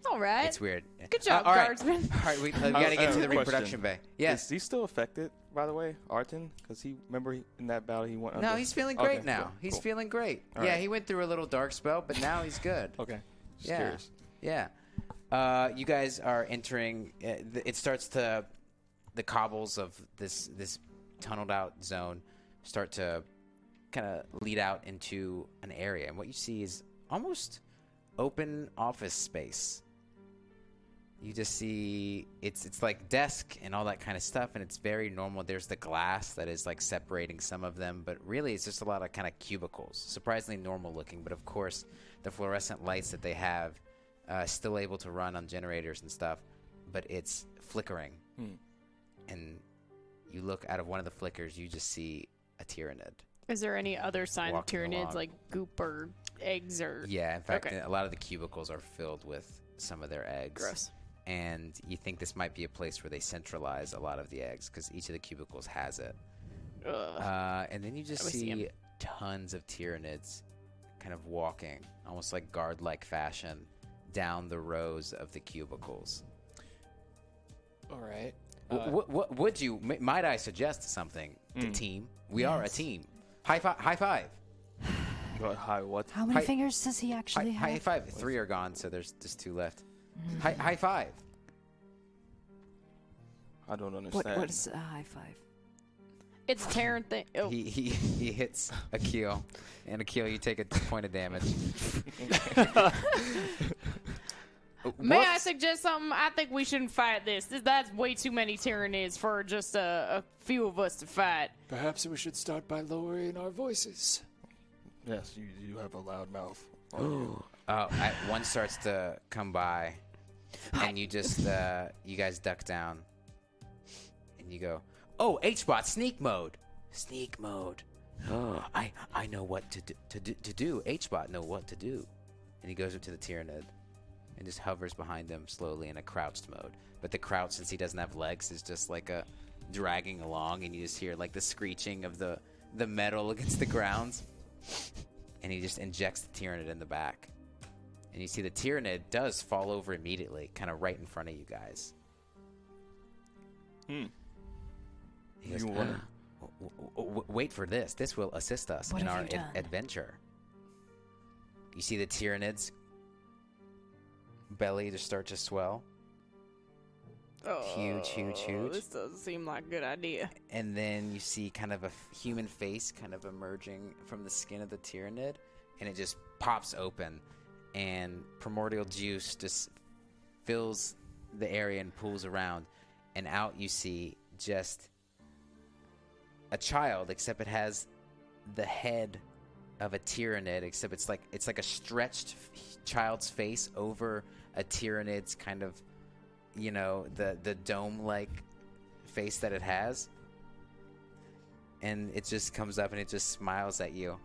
All right. It's weird. Uh, Good job, all right. guardsman. All right, we, we gotta Uh, I get have to a the question. reproduction bay. Yes. Is he still affected, by the way, Arton? Because he remember he, in that battle he went. No, under- he's feeling great Okay, now. cool, he's cool. feeling great. All yeah, right. he went through a little dark spell, but now he's good. Okay. Just yeah. curious. Yeah. Uh, you guys are entering. Uh, th- it starts to the cobbles of this this tunneled out zone start to kind of lead out into an area, and what you see is almost open office space. you just see it's it's like desk and all that kind of stuff and it's very normal there's the glass that is like separating some of them but really it's just a lot of kind of cubicles surprisingly normal looking but of course the fluorescent lights that they have uh, still able to run on generators and stuff but it's flickering and you look out of one of the flickers you just see a tyrannid Is there any other sign of Walking Tyranids along. like goop or eggs or? yeah in fact Okay. a lot of the cubicles are filled with some of their eggs Gross. and you think this might be a place where they centralize a lot of the eggs because each of the cubicles has it. Uh, and then you just I see see 'em. tons of Tyranids kind of walking, almost like guard like fashion, down the rows of the cubicles. All right. Uh, Wh- wh- what would you, m- might I suggest something Hmm. to team? We are a team. High, fi- high five. hi, what? How many Hi- fingers does he Hi- actually high have? five. Three are gone, so there's just two left. Hi- high five. I don't understand. What, uh, what is a high five? It's a Terran thing. Oh, He, he, he hits Akil, and Akil, you take a point of damage. may I suggest something? I think we shouldn't fight this. This- That's way too many Tyranids for just a, a few of us to fight. Perhaps we should start by lowering our voices. Yes, you, you have a loud mouth. Oh, I, one starts to come by, and you just uh, you guys duck down, and you go, "Oh, HBot, sneak mode, sneak mode." Oh, I I know what to do, to do, to do. HBot know what to do, and he goes up to the Tyranid, and just hovers behind them slowly in a crouched mode. But the crouch, since he doesn't have legs, is just like a dragging along, and you just hear like the screeching of the the metal against the grounds, and he just injects the Tyranid in the back. And you see the Tyranid does fall over immediately, kind of right in front of you guys. Hmm. He goes, You wanna- "Ah, w- w- w- wait for this. This will assist us What in have our you ad- done? adventure. You see the Tyranids belly just start to swell. huge, huge, Oh, huge this doesn't seem like a good idea. and then you see kind of a f- human face kind of emerging from the skin of the tyrannid and it just pops open and primordial juice just fills the area and pools around and out you see just a child except it has the head of a tyrannid except it's like it's like a stretched f- child's face over a tyrannid's kind of you know the the dome like face that it has and it just comes up and it just smiles at you.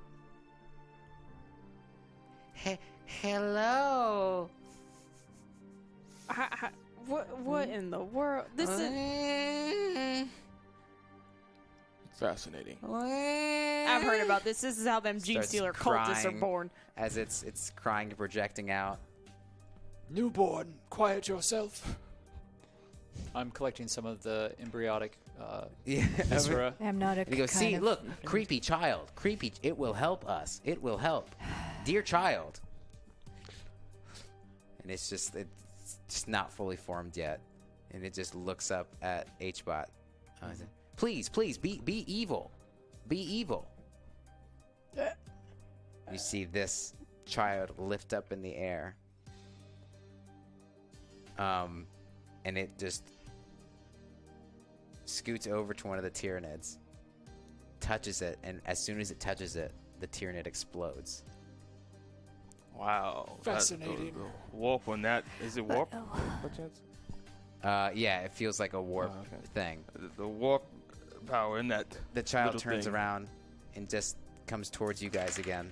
He- hello. I, I, what Mm-hmm. what in the world? This is. Fascinating. Mm-hmm. I've heard about this. This is how them gene Starts stealer cultists are crying born. As it's it's crying and projecting out. Newborn, quiet yourself. I'm collecting some of the embryotic uh, Yeah. viscera. I'm not a And you go, kind see, of- look, creepy child, creepy. It will help us. It will help, dear child. And it's just, it's just not fully formed yet, and it just looks up at HBot. Uh, it's like, please, please, be be evil, be evil. You see this child lift up in the air, um, and it just scoots over to one of the Tyranids touches it, and as soon as it touches it, the Tyranid explodes. Wow. Fascinating. That, warp on that. Is it warp? By chance? Uh, yeah, it feels like a warp Oh, okay. thing. The, the warp power in that. The child little turns thing. around and just comes towards you guys again.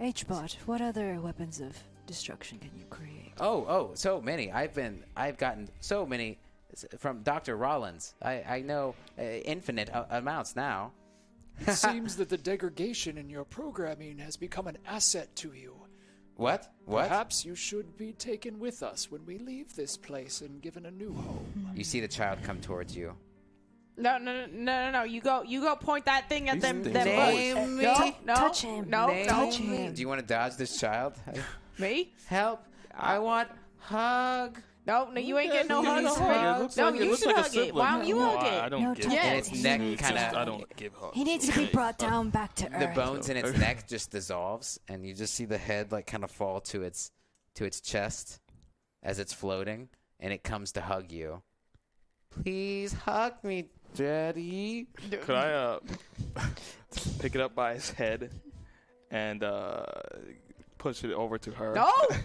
HBot, what other weapons of destruction can you create? Oh, oh, so many. I've been, I've gotten so many s- from Doctor Rollins. I, I know uh, infinite a- amounts now. It seems that the degradation in your programming has become an asset to you. What? What? Perhaps you should be taken with us when we leave this place and given a new home. You see the child come towards you. No, no, no, no, no, no. You go, you go. Point that thing at them. things them are- bugs. Name no, me. no, Touch him. No, Name no. Touch him. Do you want to dodge this child? Me? Help! I want hug. No, no. You ain't getting no You hugs need from to hug. It me. looks No, like- it you looks should like a hug it. Why sibling. don't you No, hug I- I it? don't No, give touch Yeah, And hugs. its him. neck It's kind just- I of don't give hugs. He needs to be Okay. brought down back to the Earth. bones in its neck just dissolves and you just see the head like kind of fall to its to its chest as it's floating and it comes to hug you. Please hug me, Daddy. Could I uh, pick it up by his head and uh, push it over to her? Oh, No,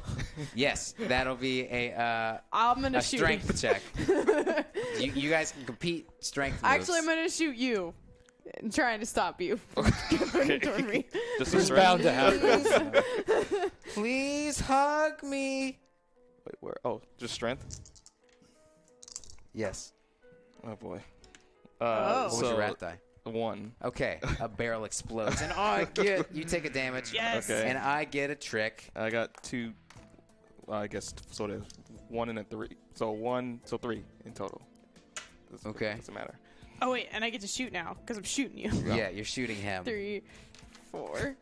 Yes, that'll be a uh, I'm gonna a shoot. strength check. you, you guys can compete strength. Moves. Actually, I'm gonna shoot you. I'm trying to stop you. from coming toward me. Just a strength. bound to happen. please hug me. Wait, where? Oh, just strength. Yes. Oh boy. Uh, Oh. What was so, your rat die? One. Okay, a barrel explodes, and I get you take a damage. Yes. Okay. And I get a trick. I got two. I guess sort of one and a three. So one, so three in total. Doesn't- Okay. Doesn't matter. Oh wait, and I get to shoot now because I'm shooting you. Yeah, you're shooting him. Three, four.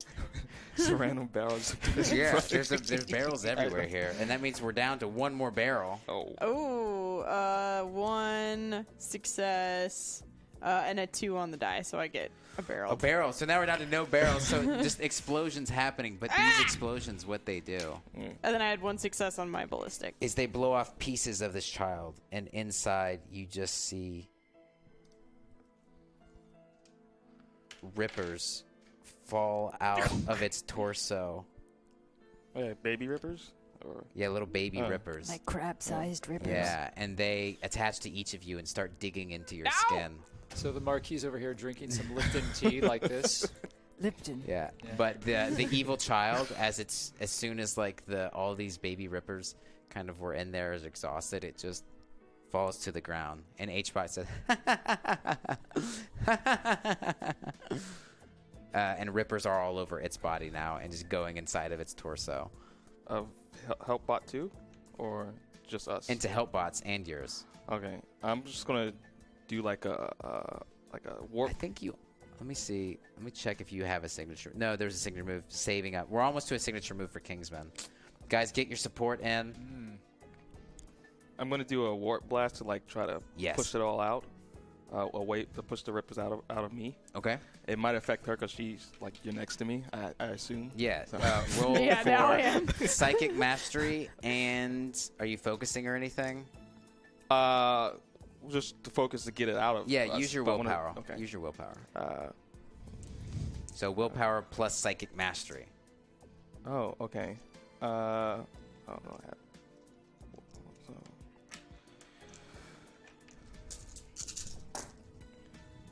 Just random barrels. Yeah, there's, a, there's barrels everywhere here, and that means we're down to one more barrel. Oh. Oh, uh, one success uh, and a two on the die, so I get a barrel. A barrel. So now we're down to no barrels. So just explosions happening. But Ah! these explosions, what they do and then I had one success on my ballistic. is they blow off pieces of this child, and inside you just see rippers fall out of its torso. Wait, baby rippers? Or Yeah, little baby Oh. rippers. Like crab-sized rippers. yeah, and they attach to each of you and start digging into your Ow! skin. So the Marquis over here drinking some Lipton tea like this. Lipton. Yeah. But the the evil child, as it's as soon as like the all these baby rippers kind of were in there is exhausted, it just falls to the ground. And HBot says Uh, and rippers are all over its body now and just going inside of its torso. of Hel- help bot two? Or just us? Into help bots and yours. okay. I'm just gonna do like a uh, like a warp. I think you. Let me see. Let me check if you have a signature. No, there's a signature move. Saving up. We're almost to a signature move for Kingsman. Guys, get your support in. I'm gonna do a warp blast to like try to Yes. push it all out. Uh, away to push the rippers out of out of me. Okay. It might affect her because she's like you're next to me. I, I assume. Yeah. So- Uh, roll Yeah, for now I am. psychic mastery. And are you focusing or anything? Uh, just to focus to get it out of. Yeah. us, use your but I wanna- willpower. okay. Use your willpower. Uh, So willpower plus psychic mastery. oh, okay. Uh, oh no, I have. So.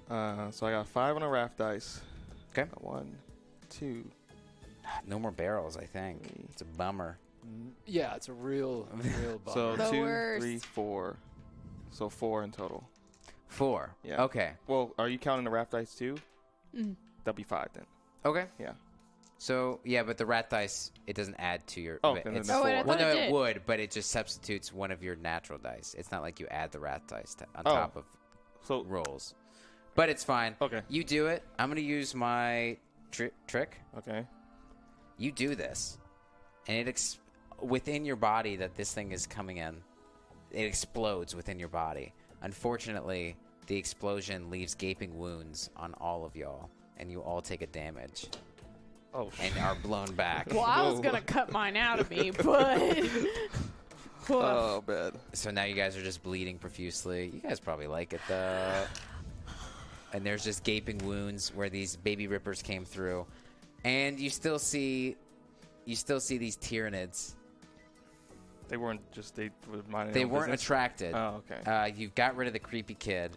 Uh, so I got five on a raft dice. Okay. One, two. No more barrels. I think Mm. it's a bummer. Yeah, it's a real, real So bummer. The two, worst. three, four. So four in total. Four. Yeah. Okay. Well, are you counting the raft dice too? Mm-hmm. That'd be five then. Okay. Yeah. So yeah, but the rat dice it doesn't add to your. Oh, but then it's- it's Oh, wait, I well, thought no, it it, did. would, but it just substitutes one of your natural dice. It's not like you add the rat dice to, on Oh. top of So rolls. But it's fine. Okay. you do it. I'm gonna use my tri- trick. okay. You do this, and it ex- within your body that this thing is coming in. It explodes within your body. Unfortunately, the explosion leaves gaping wounds on all of y'all, and you all take a damage Oh. and are blown back. Well, I was Whoa. gonna cut mine out of me, but Oh, bad. So now you guys are just bleeding profusely. You guys probably like it though. And there's just gaping wounds where these baby rippers came through. And you still see you still see these tyrannids. They weren't just they were minding They their own weren't business? attracted. Oh, okay. Uh, you've got rid of the creepy kid,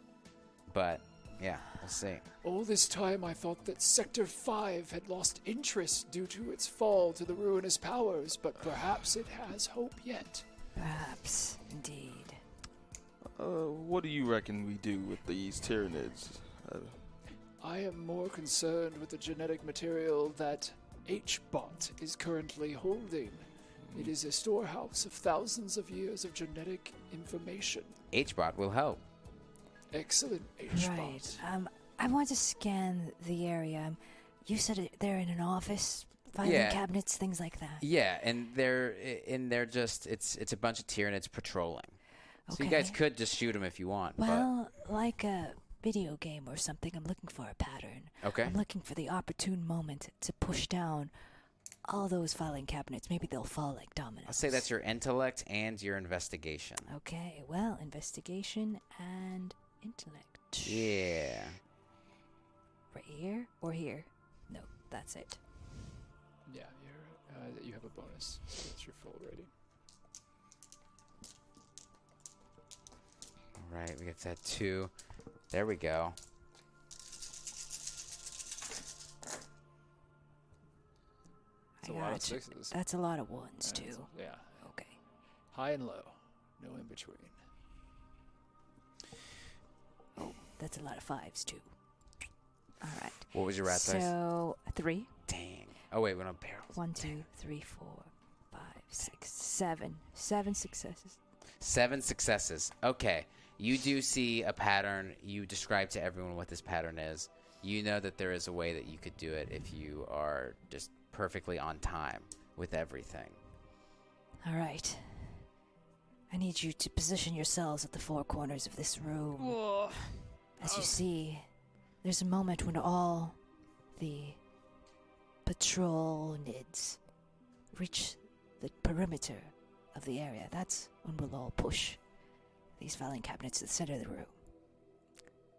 but yeah, we'll see. All this time, I thought that Sector 5 had lost interest due to its fall to the ruinous powers, but perhaps it has hope yet. Perhaps, indeed. Uh, what do you reckon we do with these tyrannids? Uh, I am more concerned with the genetic material that HBot is currently holding. Hmm. It is a storehouse of thousands of years of genetic information. HBot will help. Excellent, Right. HBot. Um, I want to scan the area. Um, You said it, they're in an office, filing Yeah. cabinets, things like that. Yeah, and they're and they're just it's it's a bunch of tyrannids patrolling. So you guys Okay. could just shoot them if you want. Well, like a video game or something, I'm looking for a pattern. Okay. I'm looking for the opportune moment to push down all those filing cabinets. Maybe they'll fall like dominoes. I'll say that's your intellect and your investigation. Okay, well, investigation and intellect. Yeah. Right here or here? No, that's it. Yeah, you're, uh, you have a bonus. So that's your full rating. All right, we got that two. There we go. That's I a lot of got you. sixes. That's a lot of ones, too. Yeah, Okay. high and low, no in between. That's a lot of fives, too. All right. What was your rat dice? So, three. Dang. Oh wait, we're on barrels. One, two, three, four, five, six, seven. Seven successes. Seven successes. Okay. You do see a pattern. You describe to everyone what this pattern is. You know that there is a way that you could do it if you are just perfectly on time with everything. All right. I need you to position yourselves at the four corners of this room. Whoa. As you see, there's a moment when all the patrol nids reach the perimeter of the area. That's when we'll all push these filing cabinets to the center of the room.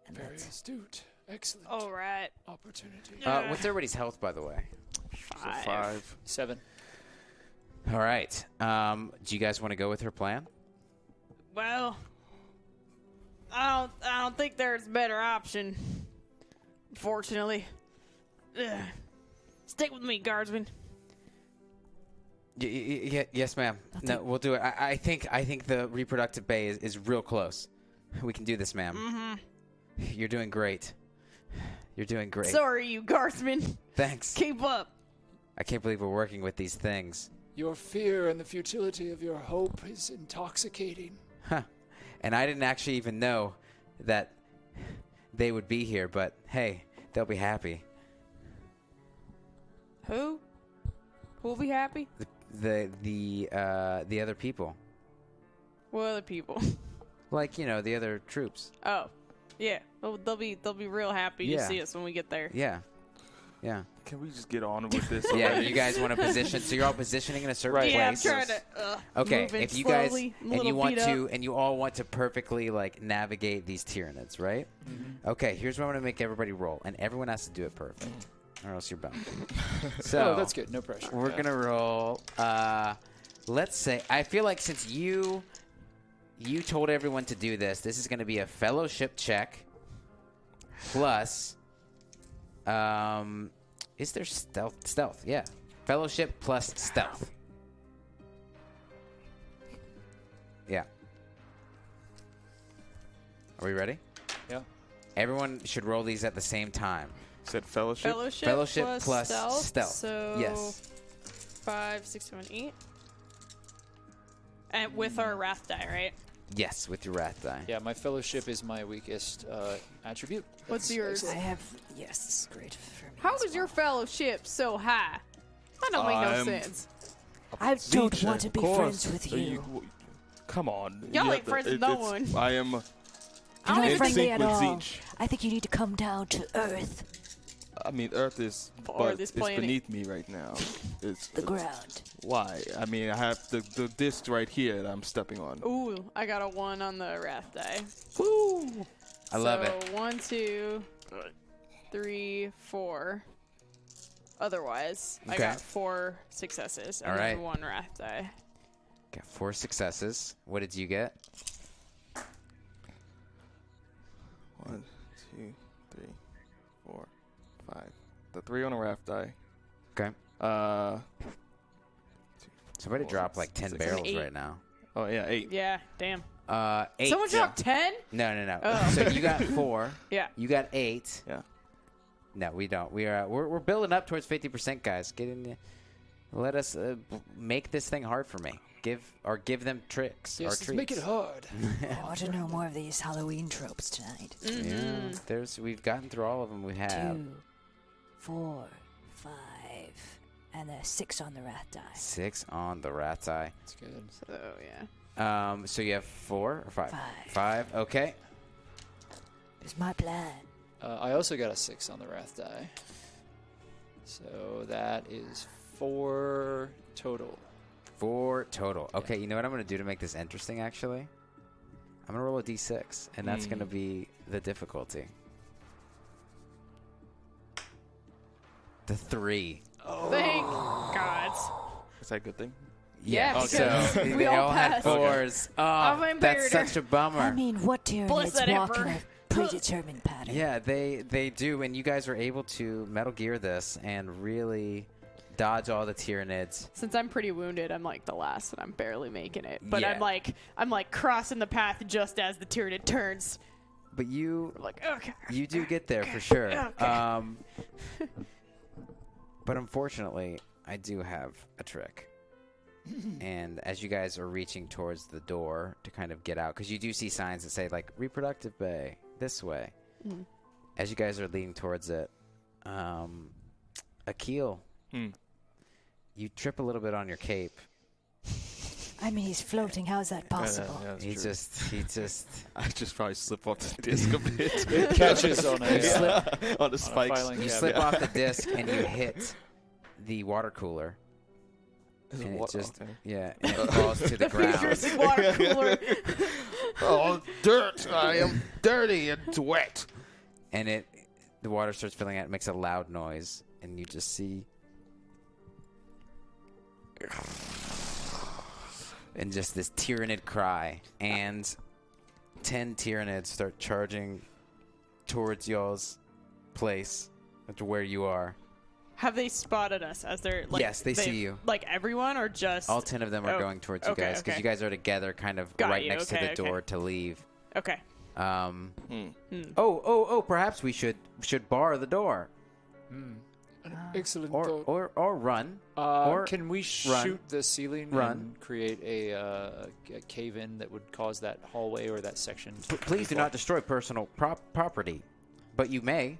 And Very that's astute. Excellent All right. opportunity. Uh, what's everybody's health, by the way? Five. Five. Seven. All right. Um, do you guys want to go with her plan? Well, I don't. I don't think there's a better option. Fortunately, Ugh. stick with me, guardsman. Y- y- y- yes, ma'am. No, we'll do it. I-, I think I think the reproductive bay is, is real close. We can do this, madam Mm-hmm. You're doing great. You're doing great. Sorry, you guardsman. Thanks. Keep up. I can't believe we're working with these things. Your fear and the futility of your hope is intoxicating. Huh. And I didn't actually even know that they would be here, but hey, they'll be happy. Who? Who'll be happy? The the the, uh, the other people, What other people? like you know, the other troops. Oh, yeah. They'll, they'll be they'll be real happy to Yeah. see us when we get there. Yeah, yeah, Can we just get on with this? yeah. already? You guys want to position, so you're all positioning in a certain Right. place. Yeah, I'm trying to. Uh, Okay, move it if you slowly, guys a little and you want beat up. to and you all want to perfectly like navigate these tyrannids, right? Mm-hmm. Okay, here's what I'm gonna make everybody roll, and everyone has to do it perfect, or else you're bummed. so oh, that's good. No pressure. We're Yeah. gonna roll. Uh, let's say I feel like since you you told everyone to do this, this is gonna be a fellowship check plus. Um, is there stealth? Stealth, yeah. Fellowship plus stealth. Yeah. Are we ready? Yeah. Everyone should roll these at the same time. said fellowship. fellowship, Fellowship plus, plus stealth. stealth. So Yes. five, six, seven, eight, and with our wrath die, right? Yes, with your wrath die. Yeah, my fellowship is my weakest uh, attribute. What's That's yours? excellent. I have. Yes, this is great for me. How as is your fellowship so high? That don't make no I'm- sense. well. I don't Legion, want to of be course. friends with Uh, you. w- come on. Y'all ain't You have to- friends with it- no it's- one. I am. You're I not don't In friendly sync at with all. Zeech. I think you need to come down to earth, I mean, Earth is, Or but this it's planet. beneath me right now. It's, the it's- ground. Why? I mean, I have the, the disc right here that I'm stepping on. Ooh, I got a one on the wrath die. I love so it. One, two, three, four. Otherwise, I Okay. got four successes and All then right. one wrath die. Got four successes. What did you get? One, two, three, four, five. The three on a raft die. Okay. Uh, Somebody Four, dropped like 10 six, barrels eight. right now. oh yeah, eight. Yeah, damn. Uh, eight. Someone dropped ten? No, no, no. Oh. So you got four. Yeah. You got eight. Yeah. No, we don't. We are we're, we're building up towards 50%, guys. Get in. the- Let us uh, b- make this thing hard for me. Give or give them tricks Yes, or let's treats. make it hard. I want to know more of these Halloween tropes tonight. Mm-hmm. Yeah. There's we've gotten through all of them. We have Two, four, five, and a six on the wrath die. six on the rat's eye. That's good. So yeah. Um, so you have four or five? Five. Five. Okay. It's my plan. Uh, I also got a six on the wrath die. So that is four total. Four total. Okay, you know what I'm going to do to make this interesting, actually? I'm going to roll a d6, and that's Mm. going to be the difficulty. The three. Thank Oh. God. Is that a good thing? Yeah, So because we they all all had passed. fours. Oh, I'm that's embarrassed. such a bummer. I mean, what tyranny Bless is that walking emperor. a predetermined pattern? yeah, they they do, and you guys were able to Metal Gear this and really dodge all the Tyranids. Since I'm pretty wounded, I'm like the last, and I'm barely making it. But Yeah. I'm like, I'm like crossing the path just as the Tyranid turns. But you Like, okay. you do get there for sure. Okay. Um, but unfortunately, I do have a trick. and as you guys are reaching towards the door to kind of get out, because you do see signs that say like "reproductive bay" this way. Hmm. As you guys are leaning towards it, um, Akil, you trip a little bit on your cape. I mean, he's floating. How is that possible? He just, he just, I just probably slip off the disc a bit Catches on a, you uh, slip on the on a spikes. filing You cabinet. slip off the disc and you hit the water cooler. And it water- just okay. yeah, and it falls to the Fingers ground. in water cooler. oh, dirt! I am dirty and wet. And it the water starts filling out, it makes a loud noise, and you just see and just this tyrannid cry. And ten tyranids start charging towards y'all's place to where you are. Have they spotted us as they're like? Yes, they see they've- you. Like everyone, or just All ten of them are Oh, going towards you okay, guys because okay. you guys are together, kind of Got right you, next okay, to the okay. door to leave. okay. Um, Hmm. Hmm. Oh, oh, oh! Perhaps we should should bar the door, Excellent or thought. or or run, Uh, or can we shoot run. the ceiling Run. and create a, uh, a cave in that would cause that hallway or that section? P- please do not destroy personal prop- property, but you may.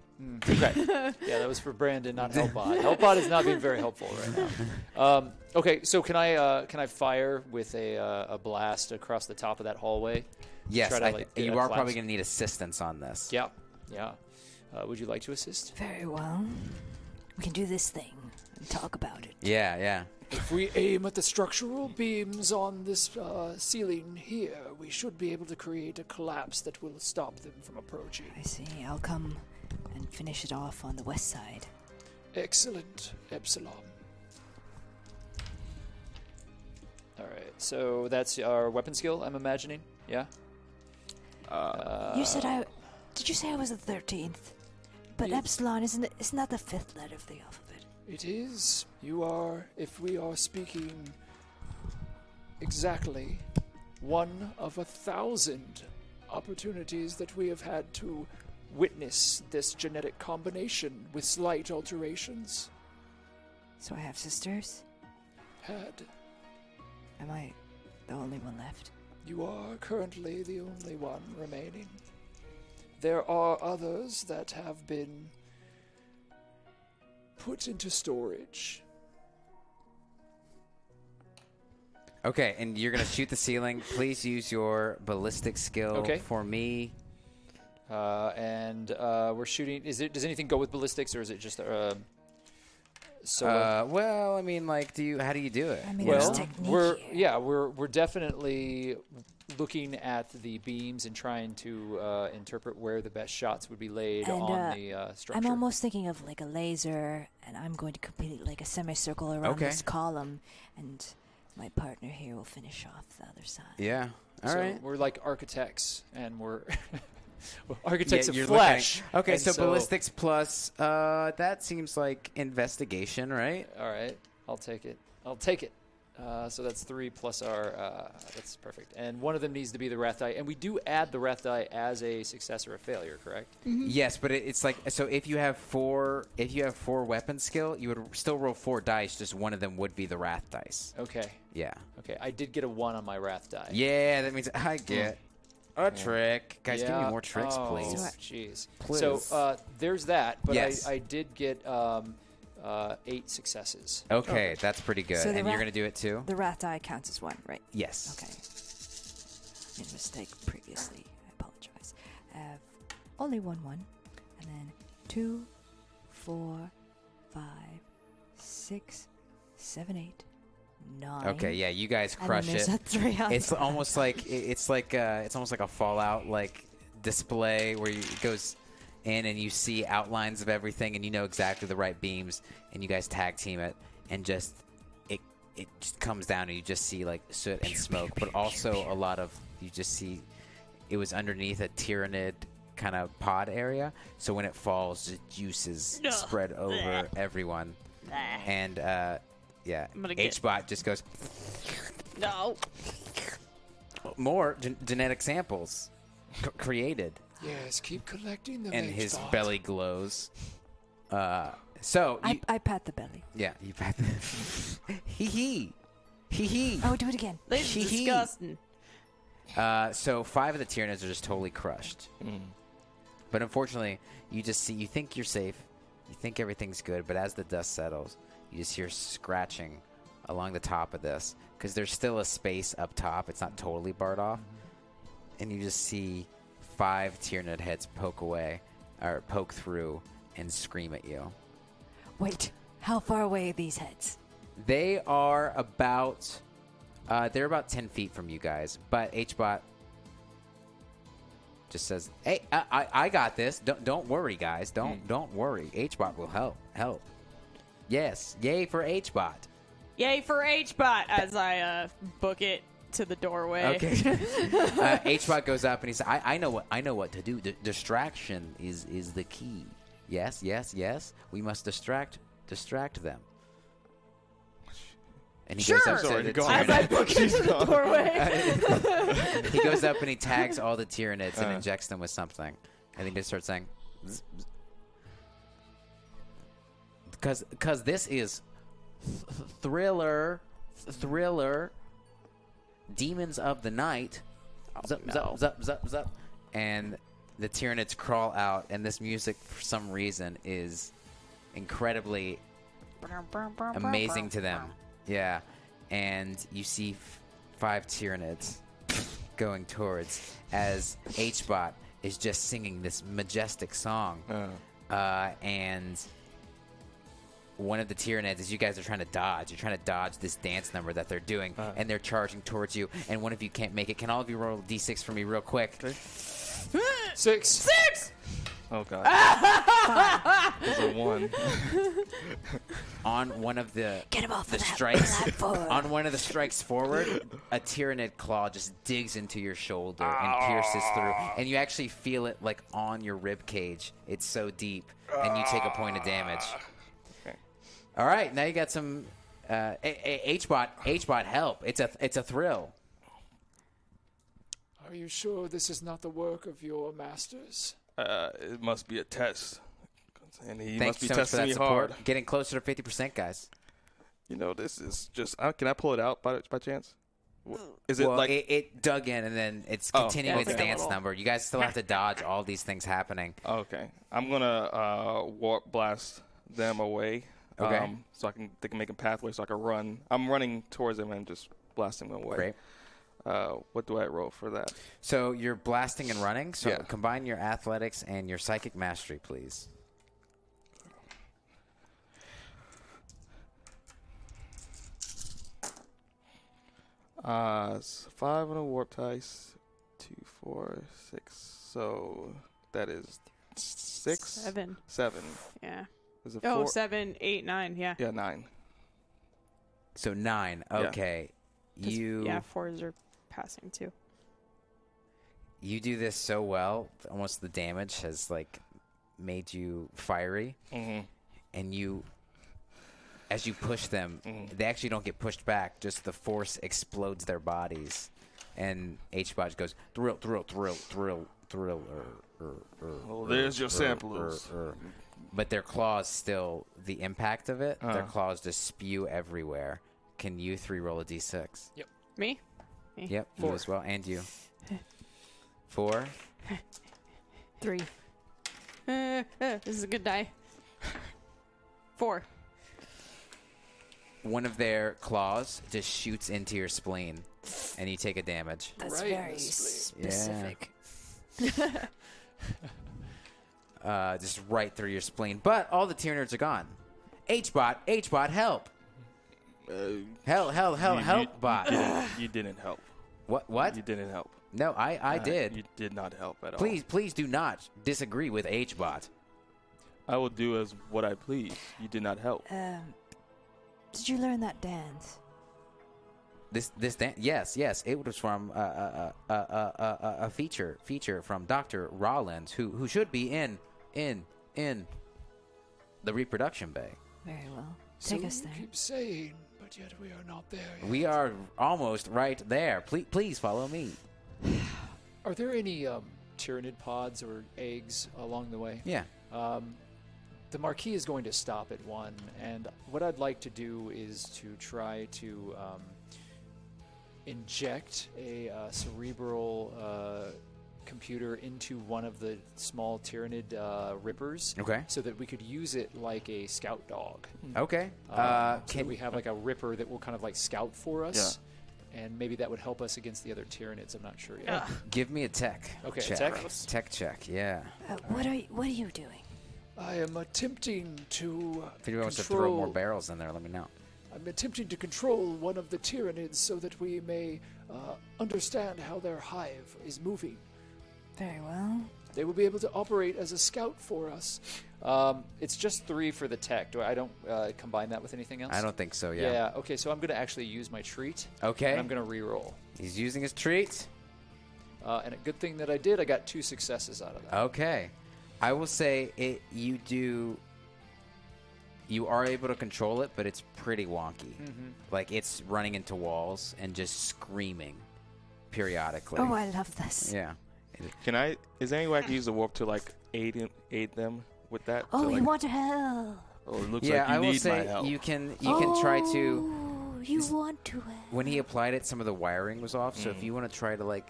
yeah, that was for Brandon, not Hellbot. Hellbot is not being very helpful right now. Um, okay, so can I uh, can I fire with a, uh, a blast across the top of that hallway? Yes, Try to, I- like, get you are a collapse. probably going to need assistance on this. Yeah, yeah. Uh, would you like to assist? Very well. We can do this thing and talk about it. yeah, yeah. If we aim at the structural beams on this uh, ceiling here, we should be able to create a collapse that will stop them from approaching. I see. I'll come and finish it off on the west side. Excellent, Epsilon. All right, so that's our weapon skill. I'm imagining. Yeah. you said I. Uh. Did you say I was the thirteenth? But epsilon isn't. Isn't that the fifth letter of the alphabet? It is. You are, if we are speaking exactly, one of a thousand opportunities that we have had to witness this genetic combination with slight alterations. So I have sisters. Had. Am I the only one left? You are currently the only one remaining. There are others that have been put into storage. Okay, and you're going to shoot the ceiling. Please use your ballistic skill Okay. for me. Uh, and uh, we're shooting. Is it? Does anything go with ballistics, or is it just uh, so? Uh, well, I mean, like, do you? How do you do it? I mean, well, there's technique we're here. yeah, we're we're definitely looking at the beams and trying to uh, interpret where the best shots would be laid And, on uh, the uh, structure. I'm almost thinking of like a laser, and I'm going to complete like a semicircle around Okay. this column, and my partner here will finish off the other side. Yeah. All so right. we're like architects, and we're we're Yeah, architects you're of looking at- flesh. okay, And so, ballistics plus uh, that seems like investigation, right? All right, I'll take it. I'll take it. Uh, so that's three plus our. Uh, that's perfect. And one of them needs to be the wrath die, and we do add the wrath die as a success or a failure, correct? Yes, but it, it's like so. If you have four, if you have four weapon skill, you would still roll four dice. Just one of them would be the wrath dice. Okay. Yeah, Okay. I did get a one on my wrath die. yeah. That means I get a trick, guys. Give Hmm. Yeah. me more tricks, Oh, please. Jeez. Please. So uh, there's that, but Yes. I, I did get um, uh, eight successes. Okay, that's pretty good. So and the you're wrath- gonna do it too. The rat eye counts as one, right? yes. Okay. Made a mistake previously. I apologize. Uh, only one one, and then two, four, five, six, seven, eight, nine. Okay, yeah, you guys crush there's it. a three on it's top. almost like it- it's like uh, it's almost like a Fallout like display where you, it goes in and you see outlines of everything and you know exactly the right beams and you guys tag team it and just it it just comes down and you just see like soot and smoke, but also a lot of you just see it was underneath a tyrannid kind of pod area, so when it falls, the juices spread over everyone, and uh, yeah, gonna get- H bot just goes. No. more gen- genetic samples c- created, Yes, keep collecting them. and his H-Bot. belly glows. Uh, so I, you- I pat the belly. yeah, you pat the hee hee hee hee. Oh, do it again. This Hee is hee. disgusting. Uh, so five of the Tyranids are just totally crushed. But unfortunately, you just see you think you're safe, you think everything's good, but as the dust settles, you just hear scratching along the top of this because there's still a space up top. It's not totally barred off, and you just see five Tyranid heads poke away or poke through and scream at you. Wait, how far away are these heads? They are about uh, they're about ten feet from you guys, but HBot just says, "Hey, I, I, I got this. Don't don't worry, guys. Don't don't worry. HBot will help help. Yes, yay for HBot. Yay for H-Bot as I uh, book it to the doorway. Okay. uh, HBot goes up and he says, I, "I know what I know what to do. D- distraction is is the key. Yes, yes, yes. We must distract distract them." And he goes Sure. up to Sorry, the go As on. I book it to the doorway. he goes up and he tags all the Tyranids and injects them with something. I think they start saying, "Because because this is th- thriller, th- thriller, demons of the night." Zup, zup, zup, zup, zup. And the Tyranids crawl out, and this music, for some reason, is incredibly amazing to them. Yeah. And you see f- five Tyranids going towards as HBot is just singing this majestic song. Uh, and one of the Tyranids is you guys are trying to dodge. You're trying to dodge this dance number that they're doing, and they're charging towards you. And one of you can't make it. Can all of you roll a d6 for me, real quick? Six. Six! Oh god. There's a one. On one of the Get him off the of that strikes platform. on one of the strikes forward, a Tyranid claw just digs into your shoulder and pierces through, and you actually feel it like on your rib cage. It's so deep, and you take a point of damage. All right, now you got some uh, a- a- HBot HBot help. It's a it's a thrill. Are you sure this is not the work of your masters? Uh, it must be a test. And he Thanks must be so much for testing that me support. hard. Getting closer to fifty percent, guys. You know, this is just. I, can I pull it out by, by chance? Is it well, like. it, it dug in, and then it's Oh, continuing its okay. dance number. You guys still have to dodge all these things happening. Okay, I'm gonna uh, warp blast them away. um, Okay. so I can they can make a pathway so I can run. I'm running towards them and just blasting them away. Great. Uh, what do I roll for that? So you're blasting and running. So Yeah. combine your athletics and your psychic mastery, please. Uh, it's five on a warp dice, two, four, six. So that is six, Seven. seven. Yeah. There's a Oh, four- seven, eight, nine. Yeah. Yeah, nine. So nine. Okay. Just- You Yeah, fours are passing too. you do this so well. Almost the damage has like made you fiery, Mm-hmm. and you as you push them, Mm-hmm. they actually don't get pushed back. Just the force explodes their bodies, and H Bodge goes thrill, thrill, thrill, thrill, thrill. Er, er, er, Well, there's your er, samplers. er, er. But their claws still the impact of it. Uh-huh. Their claws just spew everywhere. Can you three roll a d6? Me? Yep, you as well, and you. Four. Three. Uh, uh, this is a good die. Four. One of their claws just shoots into your spleen, and you take a damage. That's Right, very Miss specific. Uh, just right through your spleen. But all the Tyranids are gone. H-Bot, H-Bot, help! Hell, hell, hell, Uh, you, Oh, help you, bot. You didn't, you didn't help. What? What? You didn't help. No, I, I did. You did not help at all. please, please do not disagree with H bot. I will do as what I please. You did not help. Um, did you learn that dance? This, this, dan- yes, yes, it was from uh, uh, uh, uh, uh, uh, a feature, feature from Doctor Rollins, who who should be in, in, in the reproduction bay. Very well. Take so us you there. keep saying, but yet we are not there yet. We are almost right there. Please, please follow me. Are there any um, tyrannid pods or eggs along the way? Yeah. The Marquis is going to stop at one, and what I'd like to do is to try to um, inject a uh, cerebral uh, computer into one of the small tyrannid uh, rippers. Okay. So that we could use it like a scout dog. Okay. Uh, Uh, so can that we have like a ripper that will kind of like scout for us. And maybe that would help us against the other tyrannids. I'm not sure yet. give me a tech. Okay, check. tech? Tech check. Yeah. Uh, what are you, What are you doing? I am attempting to uh, If anyone wants to throw control- more barrels in there, let me know. I'm attempting to control one of the tyrannids so that we may uh, understand how their hive is moving. Very well. They will be able to operate as a scout for us. Um, it's just three for the tech. Do I, I don't uh, combine that with anything else? I don't think so. Yeah. Yeah. Okay. So I'm going to actually use my treat. Okay. And I'm going to reroll. He's using his treat. Uh, and a good thing that I did. I got two successes out of Uh, that. Okay. I will say it. You do. You are able to control it, but it's pretty wonky. Mm-hmm. Like it's running into walls and just screaming periodically. Oh, I love this. yeah. Can I? Is there any way I can use the warp to like aid him, aid them with that? Oh, So, you like, want to help? Oh, it looks yeah. like you I will need my say help. you can. You can try to. Oh, you want to help? when he applied it, some of the wiring was off. So if you want to try to like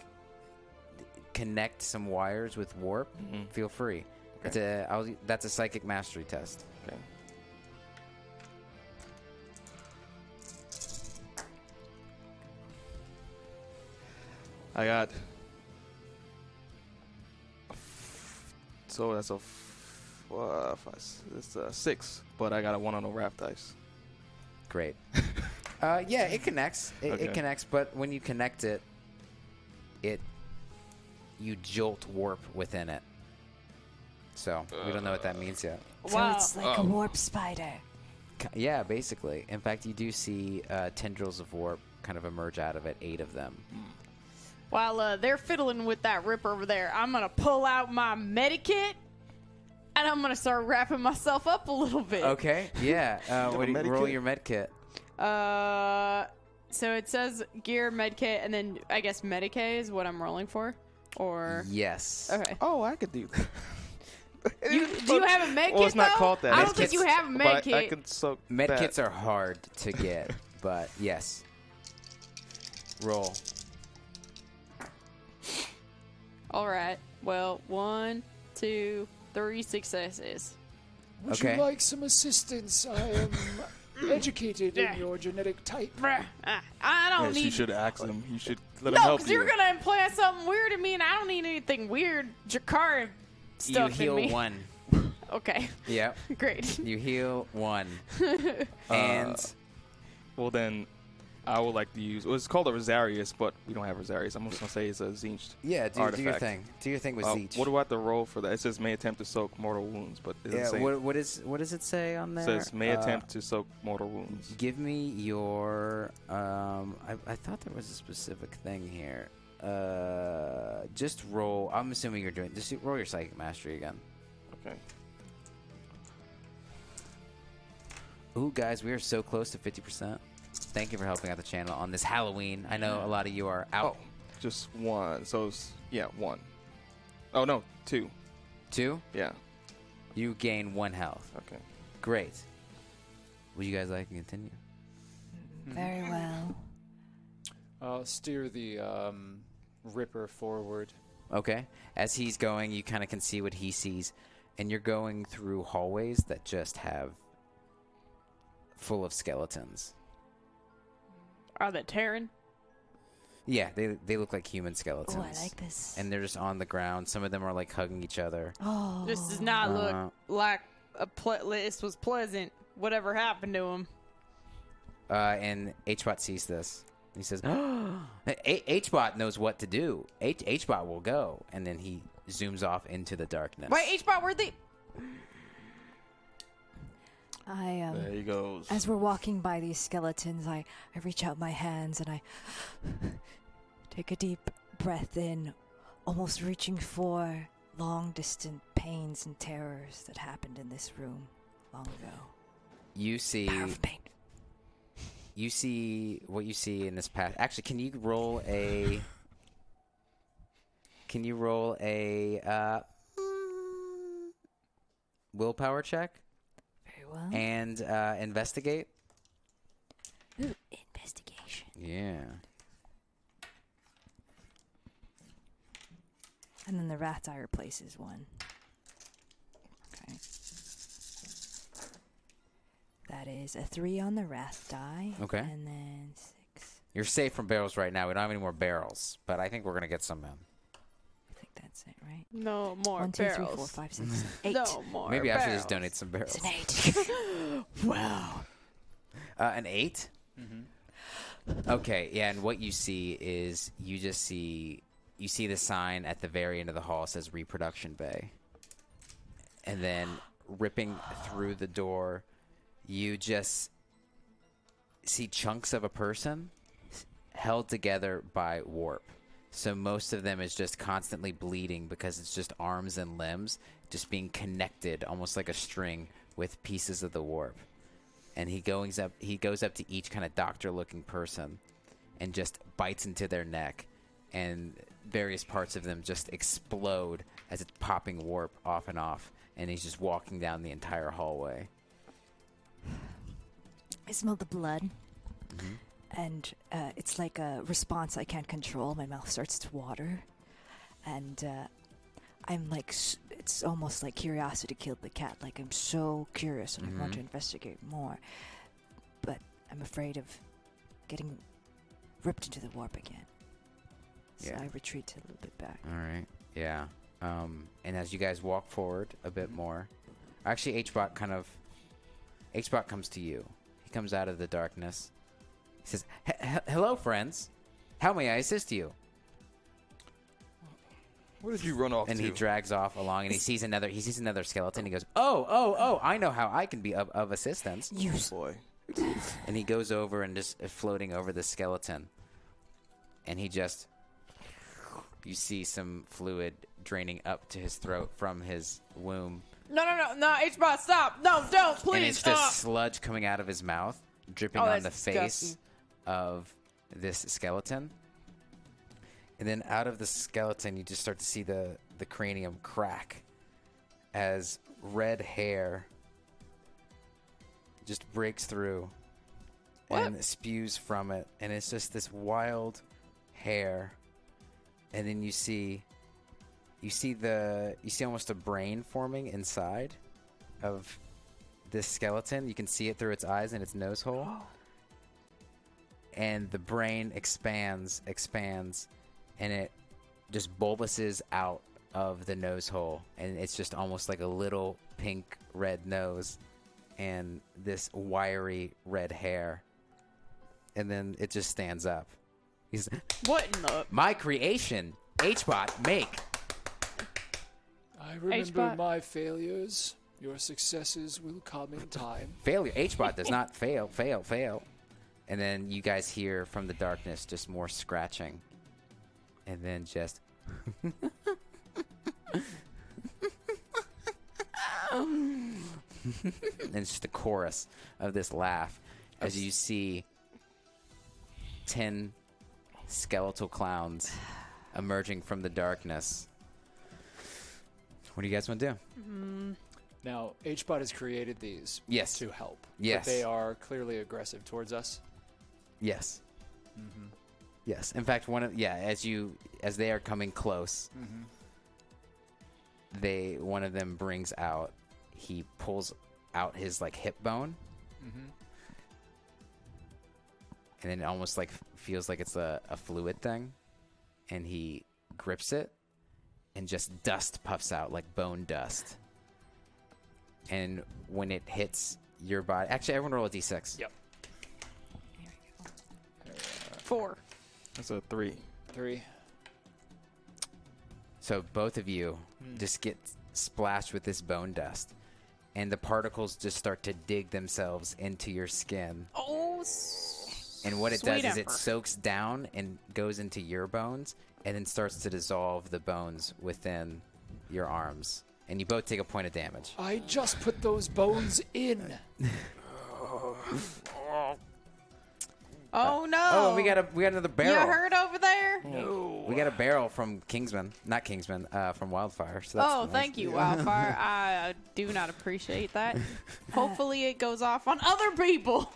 connect some wires with warp, feel free. That's a I'll, that's a psychic mastery test. Okay. I got. So that's a. F- uh, five, it's a six, but I got a one on the wrap dice. Great. uh, yeah, it connects. It, Okay. it connects, but when you connect it, it you jolt warp within it. So we don't know what that means yet. So Wow. it's Oh. like a warp spider. Ki- Yeah, basically. In fact, you do see uh, tendrils of warp kind of emerge out of it. Eight of them. While uh, they're fiddling with that ripper over there, I'm gonna pull out my medikit and I'm gonna start wrapping myself up a little bit. Okay. Yeah. Uh, have what a do you, med roll kit? your med kit. Uh, so it says gear, medkit, and then I guess medikit is what I'm rolling for. Or Yes. okay, Oh, I could do that. you, do you have a medkit? well, it's not though? called that. I Med don't think Medkit's- you have a But I, I medkit. could soak. Med that. kits are hard to get, but yes. Roll. All right. Well, one, two, three successes. Would Okay. you like some assistance? I am educated in your genetic type. Bruh, I, I don't Yes, you need should ask him. You should let him no, help because you. you're gonna implant something weird in me, and I don't need anything weird Jakar stuff you heal in me. one. Okay, Yep. great. You heal one. and Well, then I would like to use. Well, it's called a Rosarius, but we don't have Rosarius. I'm just gonna say it's a Zinch. yeah, do, do your artifact. thing. Do your thing with Uh, Zeech. what do I have to roll for that? It says may attempt to soak mortal wounds, but it doesn't yeah, say- what, what is what does it say on it there? says may Uh, attempt to soak mortal wounds. Give me your. Um, I, I thought there was a specific thing here. Uh, just roll. I'm assuming you're doing. Just roll your psychic mastery again. Okay. Ooh, guys, we are so close to 50%. Thank you for helping out the channel on this Halloween. I know a lot of you are out. Oh, just one. So it's, yeah, one. Oh no, two. Two, Yeah. you gain one health. Okay. Great. Would you guys like to continue? Mm-hmm. Very well. Uh, steer the um, ripper forward. Okay. As he's going, you kind of can see what he sees, and you're going through hallways that just have full of skeletons. Are they Oh, Terran? Yeah, they they look like human skeletons. Oh, I like this. And they're just on the ground. Some of them are like hugging each other. oh, This does not Uh. look like a ple- this was pleasant. Whatever happened to him? uh, and HBot sees this. He says, H- "HBot knows what to do. H- HBot will go." And then he zooms off into the darkness. Wait, H-Bot, where the I um, There he goes. As we're walking by these skeletons, I, I reach out my hands and I take a deep breath in, almost reaching for long distant pains and terrors that happened in this room long ago. You see, Power of pain. you see what you see in this path. Actually, can you roll a? Can you roll a uh, mm, willpower check Very well. and uh, investigate? Ooh, investigation. Yeah. And then the rat's eye replaces one. Okay. That is a three on the wrath die. Okay. And then six. You're safe from barrels right now. We don't have any more barrels, but I think we're gonna get some in. I think that's it, right? no more One, two, three, barrels? four, five, six, seven, eight. No more. Maybe I should just donate barrels. some barrels. It's an eight. Uh, an 8 Okay, yeah, and what you see is you just see you see the sign at the very end of the hall says reproduction bay, and then ripping through the door, you just see chunks of a person held together by warp. So most of them is just constantly bleeding because it's just arms and limbs just being connected almost like a string with pieces of the warp and he goes up he goes up to each kind of doctor looking person and just bites into their neck and various parts of them just explode as it's popping warp off and off and he's just walking down the entire hallway I smell the blood, Mm-hmm. and uh, it's like a response I can't control. My mouth starts to water, and uh, I'm like, s- it's almost like curiosity killed the cat. Like I'm so curious and I want to investigate more, but I'm afraid of getting ripped into the warp again. So Yeah. Mm. I retreat a little bit back. all right yeah um, and as you guys walk forward a bit more actually hbot kind of hbot comes to you he comes out of the darkness he says "He- he- hello friends how may i assist you Where did you run off and to? he drags off along and he sees another he sees another skeleton he goes oh oh oh i know how i can be of, of assistance You s- Boy, and he goes over and just uh, floating over the skeleton and he just you see some fluid draining up to his throat from his womb No, no, no, no, H-Bot, stop! No, don't, please and it's stop! just sludge coming out of his mouth dripping Oh, on that's the face disgusting. of this skeleton and then out of the skeleton you just start to see the the cranium crack as red hair just breaks through and spews from it and it's just this wild hair and then you see you see the you see almost a brain forming inside of this skeleton you can see it through its eyes and its nose Oh. hole and the brain expands expands and it just bulbuses out of the nose hole and it's just almost like a little pink red nose and this wiry red hair and then it just stands up he's What in the... my creation hbot make I remember H-bot. my failures. Your successes will come in time. failure hbot does not fail fail fail and then you guys hear from the darkness just more scratching and then just and it's just a chorus of this laugh as you see 10 skeletal clowns emerging from the darkness what do you guys want to do Now, HBot has created these Yes. to help. but Yes. they are clearly aggressive towards us. Yes. Yes. In fact, one of yeah, as you as they are coming close, they one of them brings out he pulls out his like hip bone, and then it almost like feels like it's a, a fluid thing, and he grips it, and just dust puffs out like bone dust, and when it hits your body, actually, everyone roll a d6. Yep. Four. That's a three. Three. So both of you Hmm. just get splashed with this bone dust, and the particles just start to dig themselves into your skin. Oh. s- And what it sweet does is it emperor. soaks down and goes into your bones, and then starts to dissolve the bones within your arms. And you both take a point of damage. I just put those bones in. Oh no. Oh, and we got a we got another You barrel. heard over there? We got a barrel from Kingsman, not Kingsman, uh, from Wildfire. So that's Oh, nice. thank you, Wildfire. I do not appreciate Uh, that. Hopefully, it goes off on other people.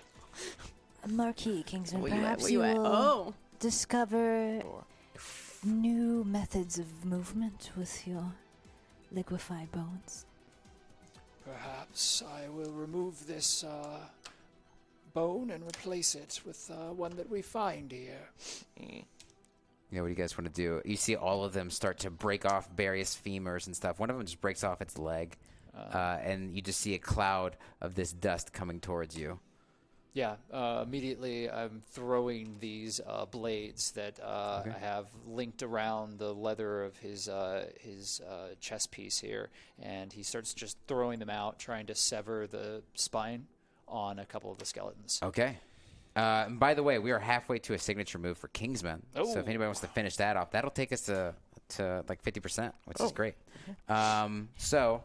Marquis Kingsman, Where you at? perhaps Where you at? will Oh. discover new methods of movement with your liquefied bones. Perhaps I will remove this uh, bone and replace it with uh, one that we find here. Yeah, what do you guys want to do? You see all of them start to break off various femurs and stuff. One of them just breaks off its leg, uh, and you just see a cloud of this dust coming towards you. Yeah, uh, immediately I'm throwing these uh, blades that uh, I have linked around the leather of his uh, his uh, chest piece here, and he starts just throwing them out, trying to sever the spine on a couple of the skeletons. Okay. Uh, and by the way, we are halfway to a signature move for Kingsman. So Oh. if anybody wants to finish that off, that'll take us to to like fifty percent, which Oh. is great. Um, so,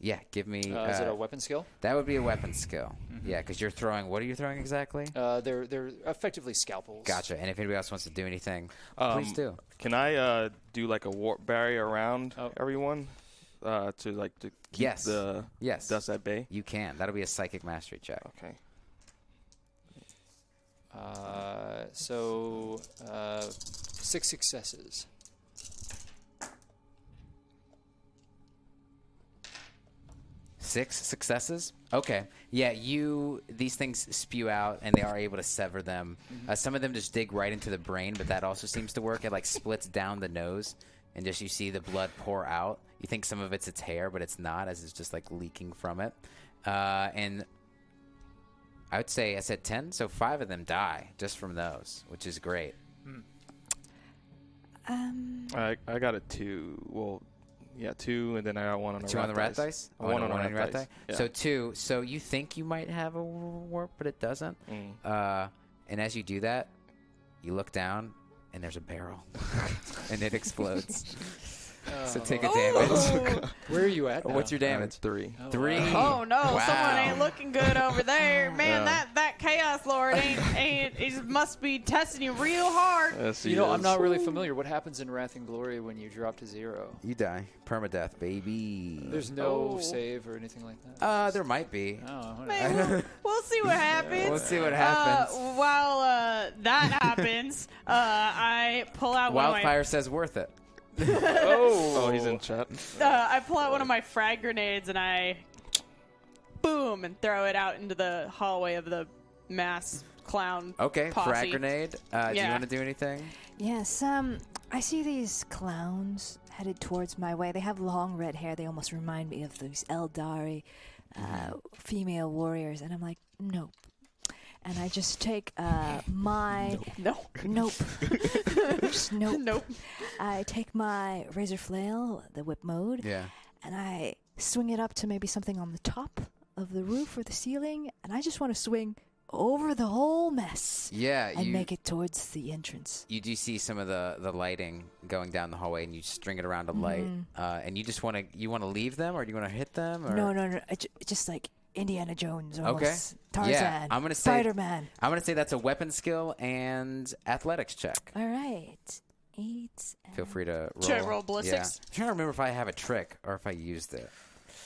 yeah, give me. Uh, is it uh, a weapon skill? That would be a weapon skill. Yeah, because you're throwing. What are you throwing exactly? Uh, they're they're effectively scalpels. Gotcha. And if anybody else wants to do anything, Um, please do. Can I uh, do like a warp barrier around Oh. everyone uh, to like to keep Yes. the Yes. dust at bay? You can. That'll be a psychic mastery check. Okay. Uh, so uh, six successes. Six successes. Okay. Yeah. You. These things spew out, and they are able to sever them. Uh, some of them just dig right into the brain, but that also seems to work. It like splits down the nose, and just you see the blood pour out. You think some of it's its hair, but it's not, as it's just like leaking from it. Uh, and I would say I said ten, so five of them die just from those, which is great. Um, I I got a two. Well, yeah, two, and then I got one on a Two rat on the rat dice. dice? A One and on a a rat, dice. Yeah. So two. So you think you might have a warp, but it doesn't. Uh, and as you do that, you look down, and there's a barrel, and it explodes. so take a damage. Ooh. Where are you at? What's your I got damage? three. Three. Oh no, Wow. someone ain't looking good over there. Man, Yeah. that, that chaos lord ain't ain't he must be testing you real hard. Uh, Yes, You he know, I'm is. not really familiar. What happens in Wrath and Glory when you drop to zero? You die. Permadeath, baby. There's no Oh. save or anything like that. Uh, there might be. oh, what- Man, we'll, we'll see what happens. We'll see what happens. Uh, while uh, that happens, uh, I pull out one Wildfire says worth it. Oh, he's in chat. of my uh, I pull out one of my frag grenades and I boom and throw it out into the hallway of the mass clown. Okay, posse. frag grenade. Uh, Do you Yeah. want to do anything? yes, um, I see these clowns headed towards my way. They have long red hair. They almost remind me of those Eldari uh, female warriors. And I'm like, nope. And I just take uh, my No, nope, Just nope. nope. I take my razor flail, the whip mode, Yeah. and I swing it up to maybe something on the top of the roof or the ceiling, and I just want to swing over the whole mess Yeah. and you, make it towards the entrance. you do see some of the the lighting going down the hallway, and you string it around a light, uh, and you just want to you want to leave them, or do you want to hit them? Or? Mm-hmm. No, no, no, I ju- just like Indiana Jones, Okay. almost. Tarzan, yeah, I'm gonna say Spider-Man. I'm gonna say that's a weapon skill and athletics check. All right, eight. Feel free to roll. Should I roll ballistics? Yeah. I'm trying to remember if I have a trick or if I used it.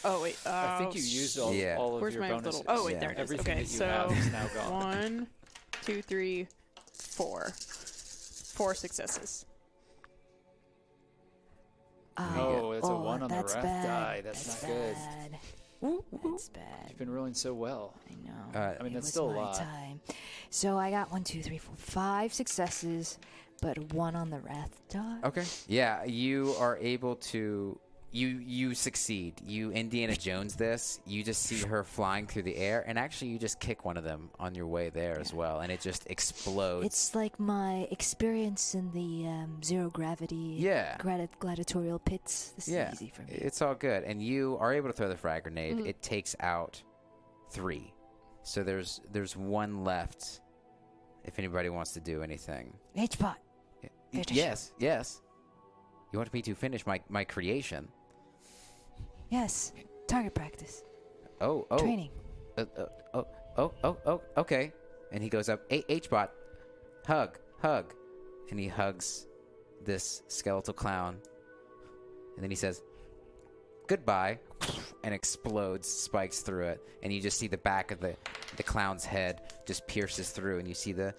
Oh wait, uh, I think you used all, Yeah. all of Where's your my bonuses. little? Oh wait, Yeah. there it is. Everything okay, that you so have is now gone. one, two, three, four, four successes. Oh, that's a Oh, one on that's the wrath bad. die. That's, not good. bad. That's bad. You've been rolling so well. I know. I mean, It that's was still a my lot. Time. So I got one, two, three, four, five successes, but one on the wrath die. Okay. Yeah, you are able to you you succeed. You Indiana Jones this. You just see her flying through the air, and actually you just kick one of them on your way there as well, and it just explodes. It's like my experience in the um, zero gravity Yeah. gladi- gladiatorial pits. This yeah, is easy for me. Mm-hmm. it's all good, and you are able to throw the frag grenade. It takes out three, so there's there's one left. If anybody wants to do anything, H pot. Finish. yes, yes. You want me to finish my my creation? Yes. Target practice. Oh, oh, Training. Uh, uh, oh, oh, oh, oh, okay. And he goes up, hey, H-Bot, hug, hug. And he hugs this skeletal clown. And then he says, goodbye, and explodes, spikes through it. And you just see the back of the, the clown's head just pierces through, and you see the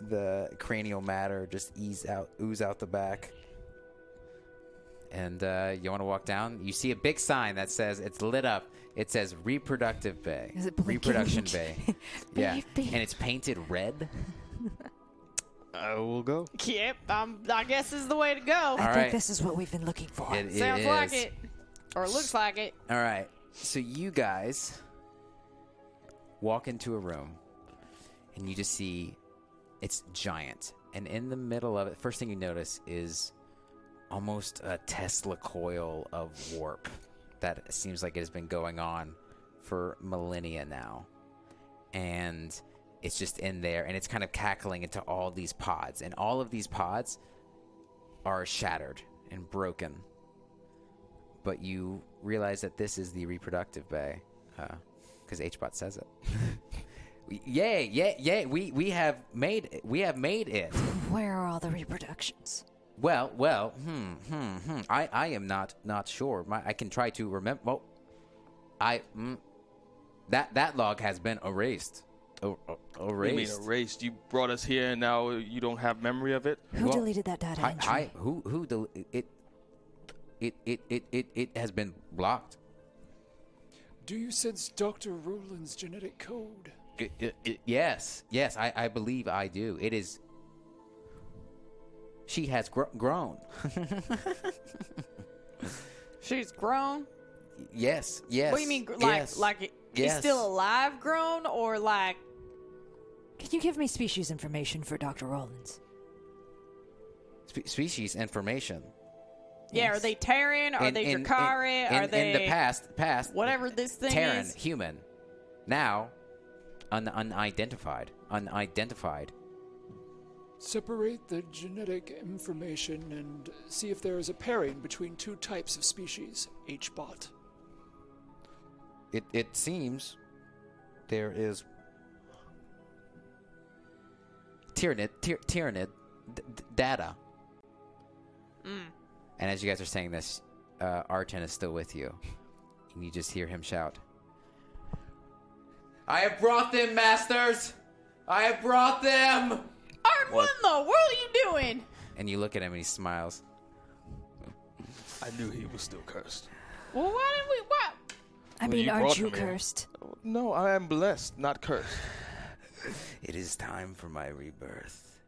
the cranial matter just ease out, ooze out the back. And uh, you want to walk down? You see a big sign that says it's lit up. It says reproductive bay, Is it blinking? reproduction bay. yeah, Beep, beep. and it's painted red. I will go. Yep, I'm, I guess is the way to go. I All think right. this is what we've been looking for. It- Sounds like is. it, or looks like it. All right. So you guys walk into a room and you just see it's giant. And in the middle of it, first thing you notice is almost a Tesla coil of warp that seems like it has been going on for millennia now. And it's just in there and it's kind of cackling into all these pods. And all of these pods are shattered and broken but you realize that this is the reproductive bay because HBot says it. We- yay, yay, yay! We we have made it. we have made it. Where are all the reproductions? Well, well, hmm, hmm, hmm. I I am not not sure. My, I can try to remember. Well, I mm, that that log has been erased. O- o- What do You mean erased. erased? You brought us here, and now you don't have memory of it. Who Well, deleted that data Hi, entry? hi, who who del- it, it it it it it has been blocked. Do you sense Dr. Roland's genetic code? I- I- I- yes, yes, I, I believe I do. It is. She has gr- grown. She's grown. Yes, yes. What do you mean, gr- like yes, like he's yes. still alive, grown, or like Can you give me species information for Dr. Rollins? Spe- species information? yeah? Are Yes. they Terran? Are In- they in- in- Drakari? in- Are they in the past? Past whatever this thing Terran, is? human. Now, un- unidentified, unidentified. Separate the genetic information and see if there is a pairing between two types of species, H-bot. It it seems there is Tyranid, tyr- Tyranid, d- d- data. And as you guys are saying this, uh, Arten is still with you, and you just hear him shout, "I have brought them, masters! I have brought them!" Art, what in the world are you doing? And you look at him, and he smiles. I knew he was still cursed. Well, why didn't we? Why? I mean, you aren't brought you them here. cursed? No, I am blessed, not cursed. It is time for my rebirth.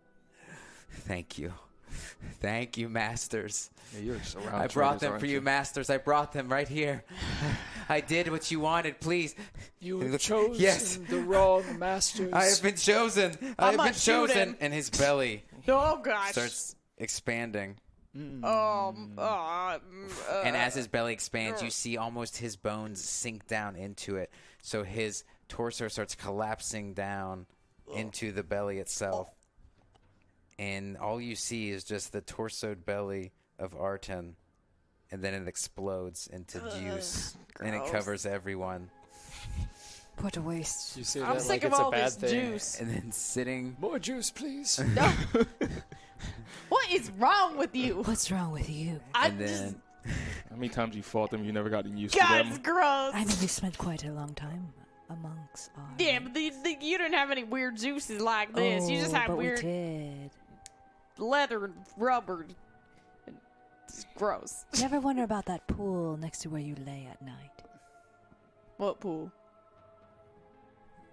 Thank you, thank you, masters. you're surrounded. I brought them for you, masters. I brought them right here. I did what you wanted. Please, You He have looks- chosen yes. the wrong masters. I have been chosen. I have I'ma been shoot chosen. him. And his belly Oh gosh. starts expanding. Um. Uh, mm, uh, and as his belly expands, you see almost his bones sink down into it. So his torso starts collapsing down into the belly itself. And all you see is just the torsoed belly of Arten. And then it explodes into juice. And it gross. covers everyone. What a waste. You say I'm that sick like of it's a all bad this thing. juice. And then sitting More juice, please. What is wrong with you? What's wrong with you? I and just then How many times you fought them? You never got used God, to it's them. gross. I mean, we spent quite a long time amongst our. yeah, but the, the, you didn't have any weird juices like this. you just Oh, had but weird We did. leather and rubber. It's gross. You ever wonder about that pool next to where you lay at night? What pool?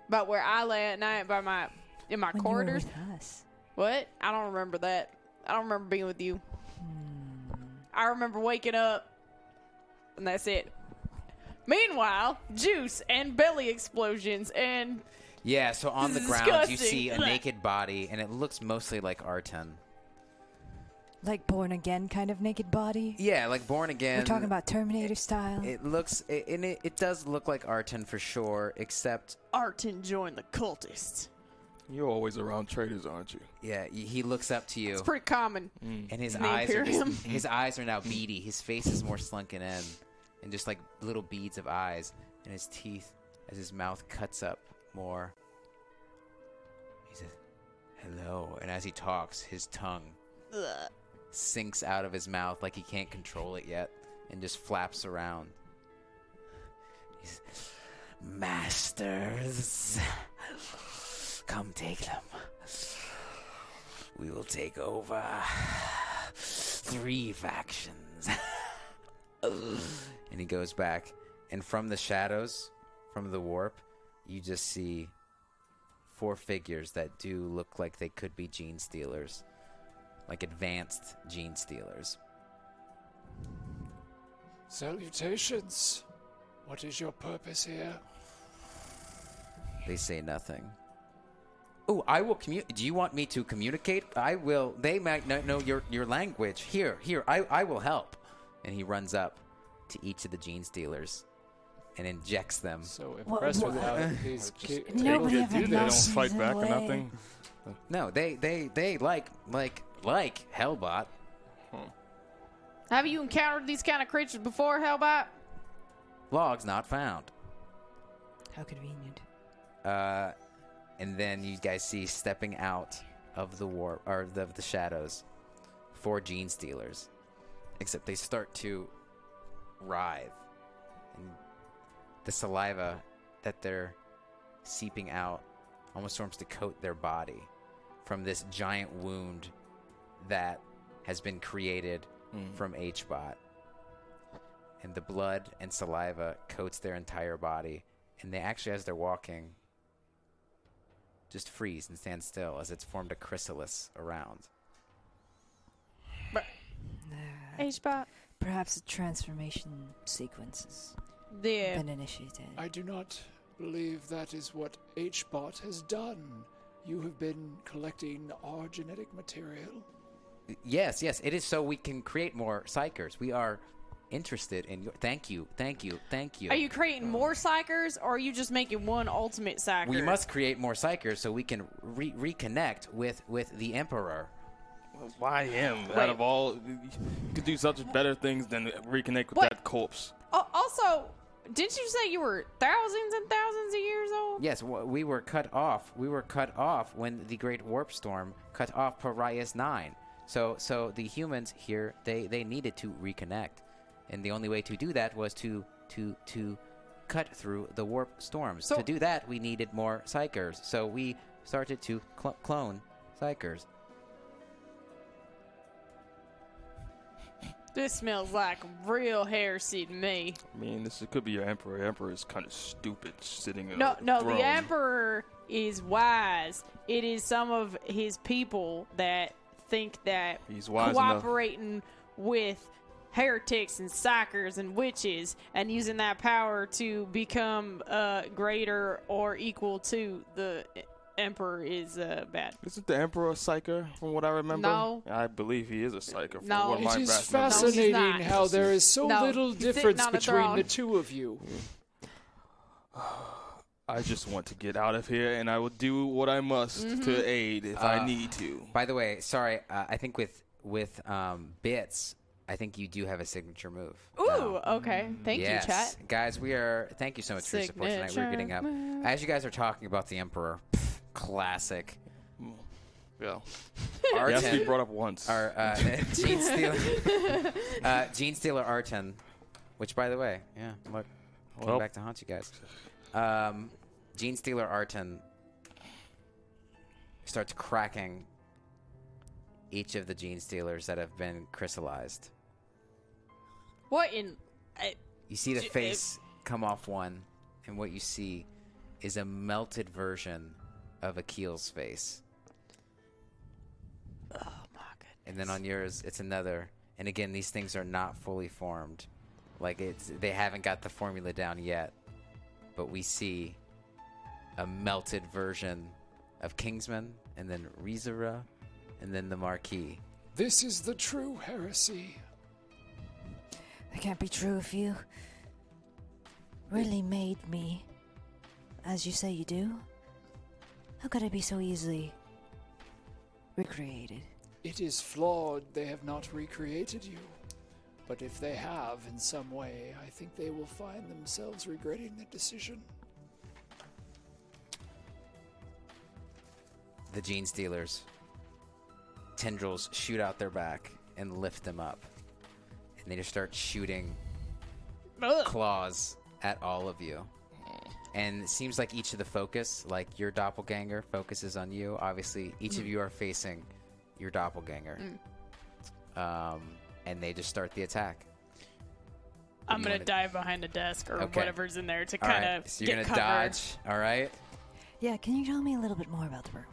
About where I lay at night by my in my When corridors. you were with us. What? I don't remember Hmm. that. I don't remember being with you. I remember waking up and that's it. Meanwhile, juice and belly explosions and Yeah, so on the This is ground you disgusting. see a Blech. naked body, and it looks mostly like Arten. Like born again kind of naked body. Yeah, like born again. We're talking about Terminator style. It looks, it, and it, it does look like Arten for sure, except Arton joined the cultists. You're always around traitors, aren't you? yeah, he he looks up to you, It's pretty common. and his the eyes are just, Imperium. his eyes are now beady. His face is more slunken in, and just like little beads of eyes, and his teeth as his mouth cuts up more. He says, "Hello," and as he talks, his tongue Ugh. sinks out of his mouth like he can't control it yet and just flaps around. He's, Masters, come take them. We will take over three factions. and he goes back, and from the shadows, from the warp, you just see four figures that do look like they could be gene stealers like advanced gene stealers. Salutations. What is your purpose here? They say nothing. Oh, I will communicate. Do you want me to communicate? I will. They might not know your, your language. Here, here, I, I will help. And he runs up to each of the gene stealers and injects them. So impressed what- with how these ki- Nobody They ever do. They don't knows fight back or way. nothing. No, they, they, they like, like, like Hellbot. Have you encountered these kind of creatures before, Hellbot? Logs not found. How convenient. Uh, And then you guys see stepping out of the war or of the shadows, four gene stealers. Except they start to writhe, and the saliva that they're seeping out almost forms to coat their body from this giant wound that has been created from HBot. And the blood and saliva coats their entire body, and they actually, as they're walking, just freeze and stand still as it's formed a chrysalis around. H-Bot? Perhaps the transformation sequences Yeah. been initiated. I do not believe that is what HBot has done. You have been collecting our genetic material. Yes, yes, it is so we can create more psychers. We are interested in your. Thank you, thank you, thank you. Are you creating more psychers, or are you just making one ultimate psyker? we must create more psychers so we can re- reconnect with with the emperor. Why him? Out of all, you could do such better things than reconnect with What? that corpse. Al- also, didn't you say you were thousands and thousands of years old? Yes, w- we were cut off. We were cut off when the great warp storm cut off Pariah's nine. So, so the humans here they they needed to reconnect, and the only way to do that was to to to cut through the warp storms. So- to do that, we needed more psychers. So we started to cl- clone psychers. This smells like real heresy to me. I mean, this could be your emperor. Emperor is kind of stupid, sitting in No, a no, throne. the emperor is wise. It is some of his people that think that He's wise enough. cooperating with heretics and psychers and witches and using that power to become uh, greater or equal to the emperor is uh, bad. Isn't the emperor a psyker? From what I remember, No. I believe he is a psyker. From No. Oh, what It my It is best memory. fascinating No, he's not. how there is so No, little he's sitting difference on the between the throne. two of you. I just want to get out of here, and I will do what I must to aid if I need to. By the way, sorry, uh, I think with with um, bits, I think you do have a signature move. Ooh, Um, okay. Thank you, chat. Guys, we are. Thank you so much for your support tonight. We're getting up. As you guys are talking about the Emperor, pff, classic. Yeah, Arten, yes, we brought up once. or, uh, Gene Stealer, uh, Gene Stealer Arten, which, by the way, yeah, look, came Well. back to haunt you guys. Um, Gene Stealer Arten starts cracking each of the Gene Stealers that have been crystallized. What in? I, You see the J- face come off one, and what you see is a melted version of Akil's face. oh my god. And then on yours, it's another. And again, these things are not fully formed. Like it's they haven't got the formula down yet, but we see a melted version of Kingsman, and then Rizura, and then the Marquis. This is the true heresy. It can't be true if you really made me as you say you do. How could I be so easily recreated? It is flawed they have not recreated you. But if they have in some way, I think they will find themselves regretting the decision. The gene stealers. Tendrils shoot out their back and lift them up, and they just start shooting Ugh. claws at all of you. And it seems like each of the focus, like your doppelganger focuses on you. Obviously, each of you are facing your doppelganger. Mm. Um, and they just start the attack. I'm you gonna wanna- dive behind a desk or Okay. whatever's in there to All kind of right, So you're going get to covered. dodge. All right. Yeah, can you tell me a little bit more about the room?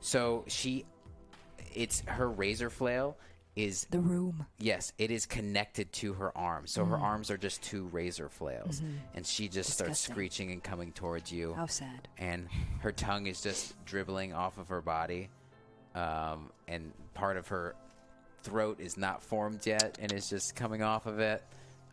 So she, it's her razor flail is The room. Yes, it is connected to her arm. So Mm. her arms are just two razor flails. And she just starts Mm-hmm. Disgusting. screeching and coming towards you. How sad. And her tongue is just dribbling off of her body. Um, and part of her throat is not formed yet and is just coming off of it.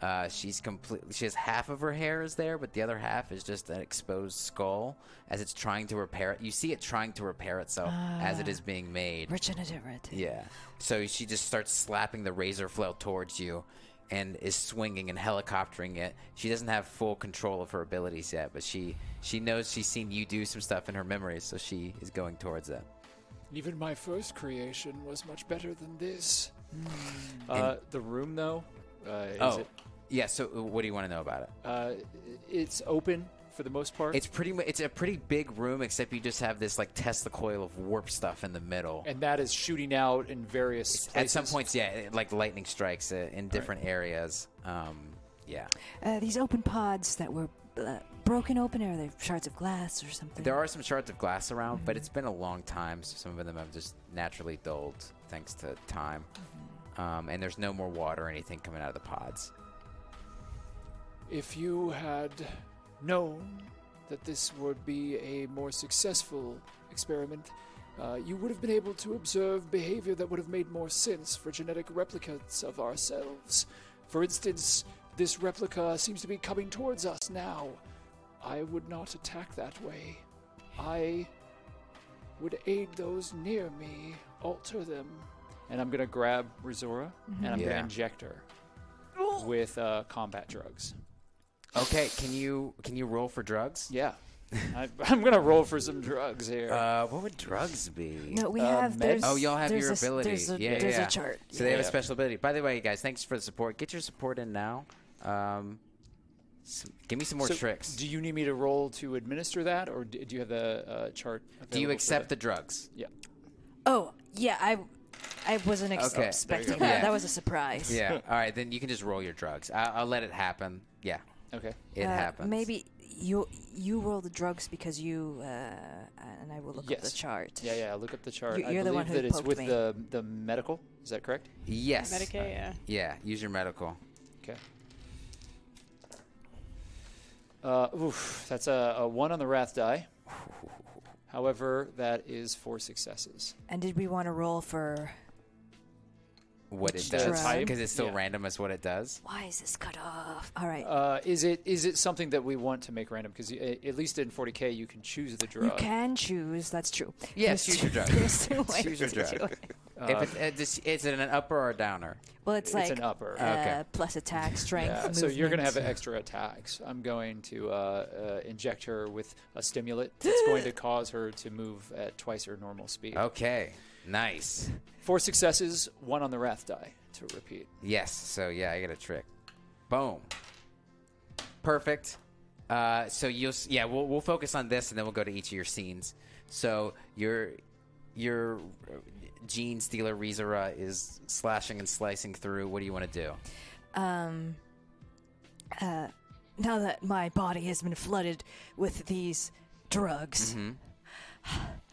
Uh, she's completely. She has half of her hair is there, but the other half is just an exposed skull as it's trying to repair it. You see it trying to repair itself Ah. as it is being made. Regenerative. Yeah. So she just starts slapping the razor flail towards you and is swinging and helicoptering it. She doesn't have full control of her abilities yet, but she she knows she's seen you do some stuff in her memories, so she is going towards it. Even my first creation was much better than this. Hmm. Uh, the room, though, uh, is oh. it, Yeah, so uh, what do you want to know about it? uh, it's open for the most part. It's pretty mu- it's a pretty big room except you just have this like Tesla coil of warp stuff in the middle. and that is shooting out in various At some places. points, yeah, it- like lightning strikes it in different areas. Um, yeah. Uh, these open pods that were uh, broken open, or they're shards of glass or something. There are some shards of glass around, but it's been a long time, so some of them have just naturally dulled thanks to time. Mm-hmm. Um, and there's no more water or anything coming out of the pods. If you had known that this would be a more successful experiment, uh, you would have been able to observe behavior that would have made more sense for genetic replicas of ourselves. For instance, this replica seems to be coming towards us now. I would not attack that way. I would aid those near me, alter them. and I'm gonna grab Rizora and I'm Yeah. gonna inject her with uh, combat drugs. Okay, can you can you roll for drugs? Yeah, I, I'm gonna roll for some drugs here. Uh, what would drugs be? No, we Uh, have. med- There's, Oh, y'all have there's your a, ability. There's a, yeah, there's yeah. a chart. So they have a Yeah. special ability. By the way, guys, thanks for the support. Get your support in now. Um, s- give me some more So, tricks. Do Do you need me to roll to administer that, or d- do you have the uh, chart? you, accept the drugs? Yeah. Oh, yeah, I, I wasn't ex- Okay, expecting go. that. Yeah. That was a surprise. Yeah. All right, then you can just roll your drugs. I- I'll let it happen. Yeah, Okay. it Uh, happens. Maybe you you roll the drugs because you uh, and I will look at Yes. the chart. Yeah, yeah. Look up the chart. You- I you're the believe one who that it's poked with me. the the medical. Is that correct? Yes. Medicaid, yeah. Yeah, use your medical. Okay. Uh, oof, that's a, a one on the wrath die. However, that is four successes. And did we want to roll for? What it Which does drug? because it's still Yeah. random as what it does. Why is this cut off? All right, Uh, is it is it something that we want to make random? Because at least in 40k, you can choose the drug. you can choose. That's true. Yes, There's choose your two- drug. There's two ways Choose your to drug. do it. Uh, if it, uh, it's, it's an upper or a downer. Well, it's It's like an upper. uh, Okay. plus attack, strength. Yeah, so you're gonna have movement. extra attacks. I'm going to uh, uh, inject her with a stimulant that's going to cause her to move at twice her normal speed. Oh. Okay, nice. Four successes, one on the wrath die. To repeat. Yes. So yeah, I got a trick. Boom. Perfect. Uh, so you'll s- yeah we'll we'll focus on this and then we'll go to each of your scenes. So your your uh, gene stealer Rizora is slashing and slicing through. What do you want to do? um, uh, now that my body has been flooded with these drugs,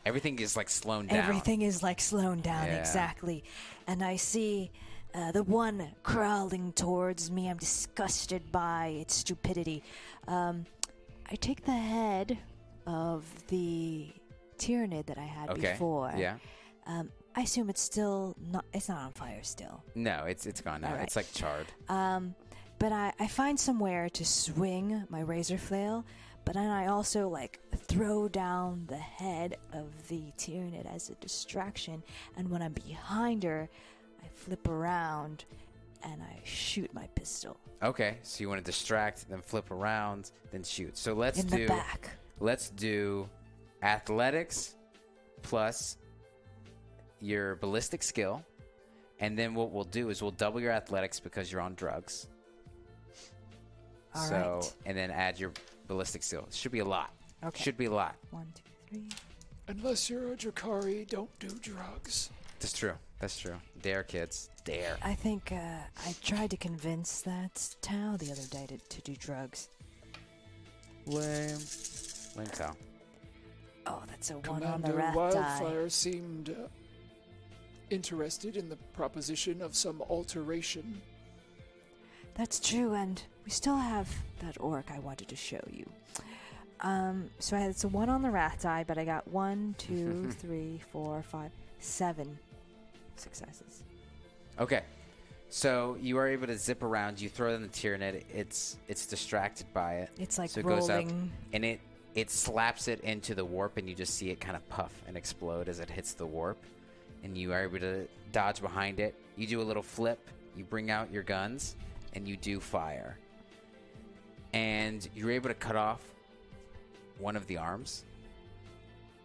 Everything is like slowing Mm-hmm, down. everything is like slowed down Yeah. exactly. And I see Uh, the one crawling towards me, I'm disgusted by its stupidity. Um, I take the head of the tyrannid that I had Okay. before. Yeah. Um, I assume it's still not. It's not on fire still. No, it's it's gone now. All right. It's like charred. Um, but I, I find somewhere to swing my razor flail, but then I also like throw down the head of the Tyranid as a distraction. And when I'm behind her, I flip around and I shoot my pistol Okay, so you want to distract, then flip around, then shoot. So let's in do the back. let's do athletics plus your ballistic skill. And then what we'll do is we'll double your athletics because you're on drugs. All right. so and then add your ballistic skill. It should be a lot. Okay. Should be a lot. One, two, three. Unless you're a Drakari, don't do drugs. That's true. That's true. Dare kids. Dare. I think uh, I tried to convince that Tao the other day to, to do drugs. Lame. Lame towel. Oh, that's a one on the Commander rat die. Wildfire seemed uh, interested in the proposition of some alteration. That's true, and we still have that orc I wanted to show you. Um, so I, it's a one on the rat die, but I got one, two, three, four, five, seven successes. Okay. So you are able to zip around. You throw it in the Tyranid. It's it's distracted by it. It's like so it goes up rolling. and it it slaps it into the warp, and you just see it kind of puff and explode as it hits the warp. And you are able to dodge behind it. You do a little flip. You bring out your guns, and you do fire. And you're able to cut off one of the arms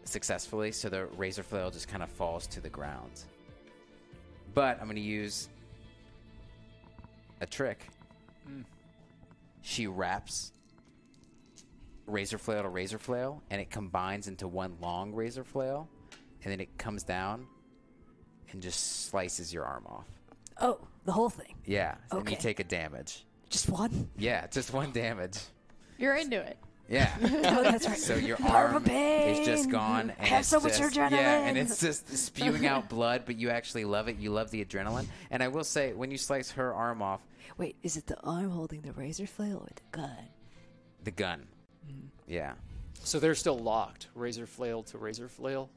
successfully, so the razor flail just kind of falls to the ground. But I'm going to use a trick. She wraps razor flail to razor flail, and it combines into one long razor flail, and then it comes down and just slices your arm off. Oh, the whole thing. Yeah, and you Okay. take a damage. Just one? Yeah, just one damage. You're into it. Yeah. Oh, that's right. So your Barb arm pain. is just gone. And Have it's so much just- adrenaline. Yeah, and it's just spewing out blood, but you actually love it. You love the adrenaline. And I will say, when you slice her arm off, Wait, is it the arm holding the razor flail or the gun? the gun. Yeah. So they're still locked, razor flail to razor flail.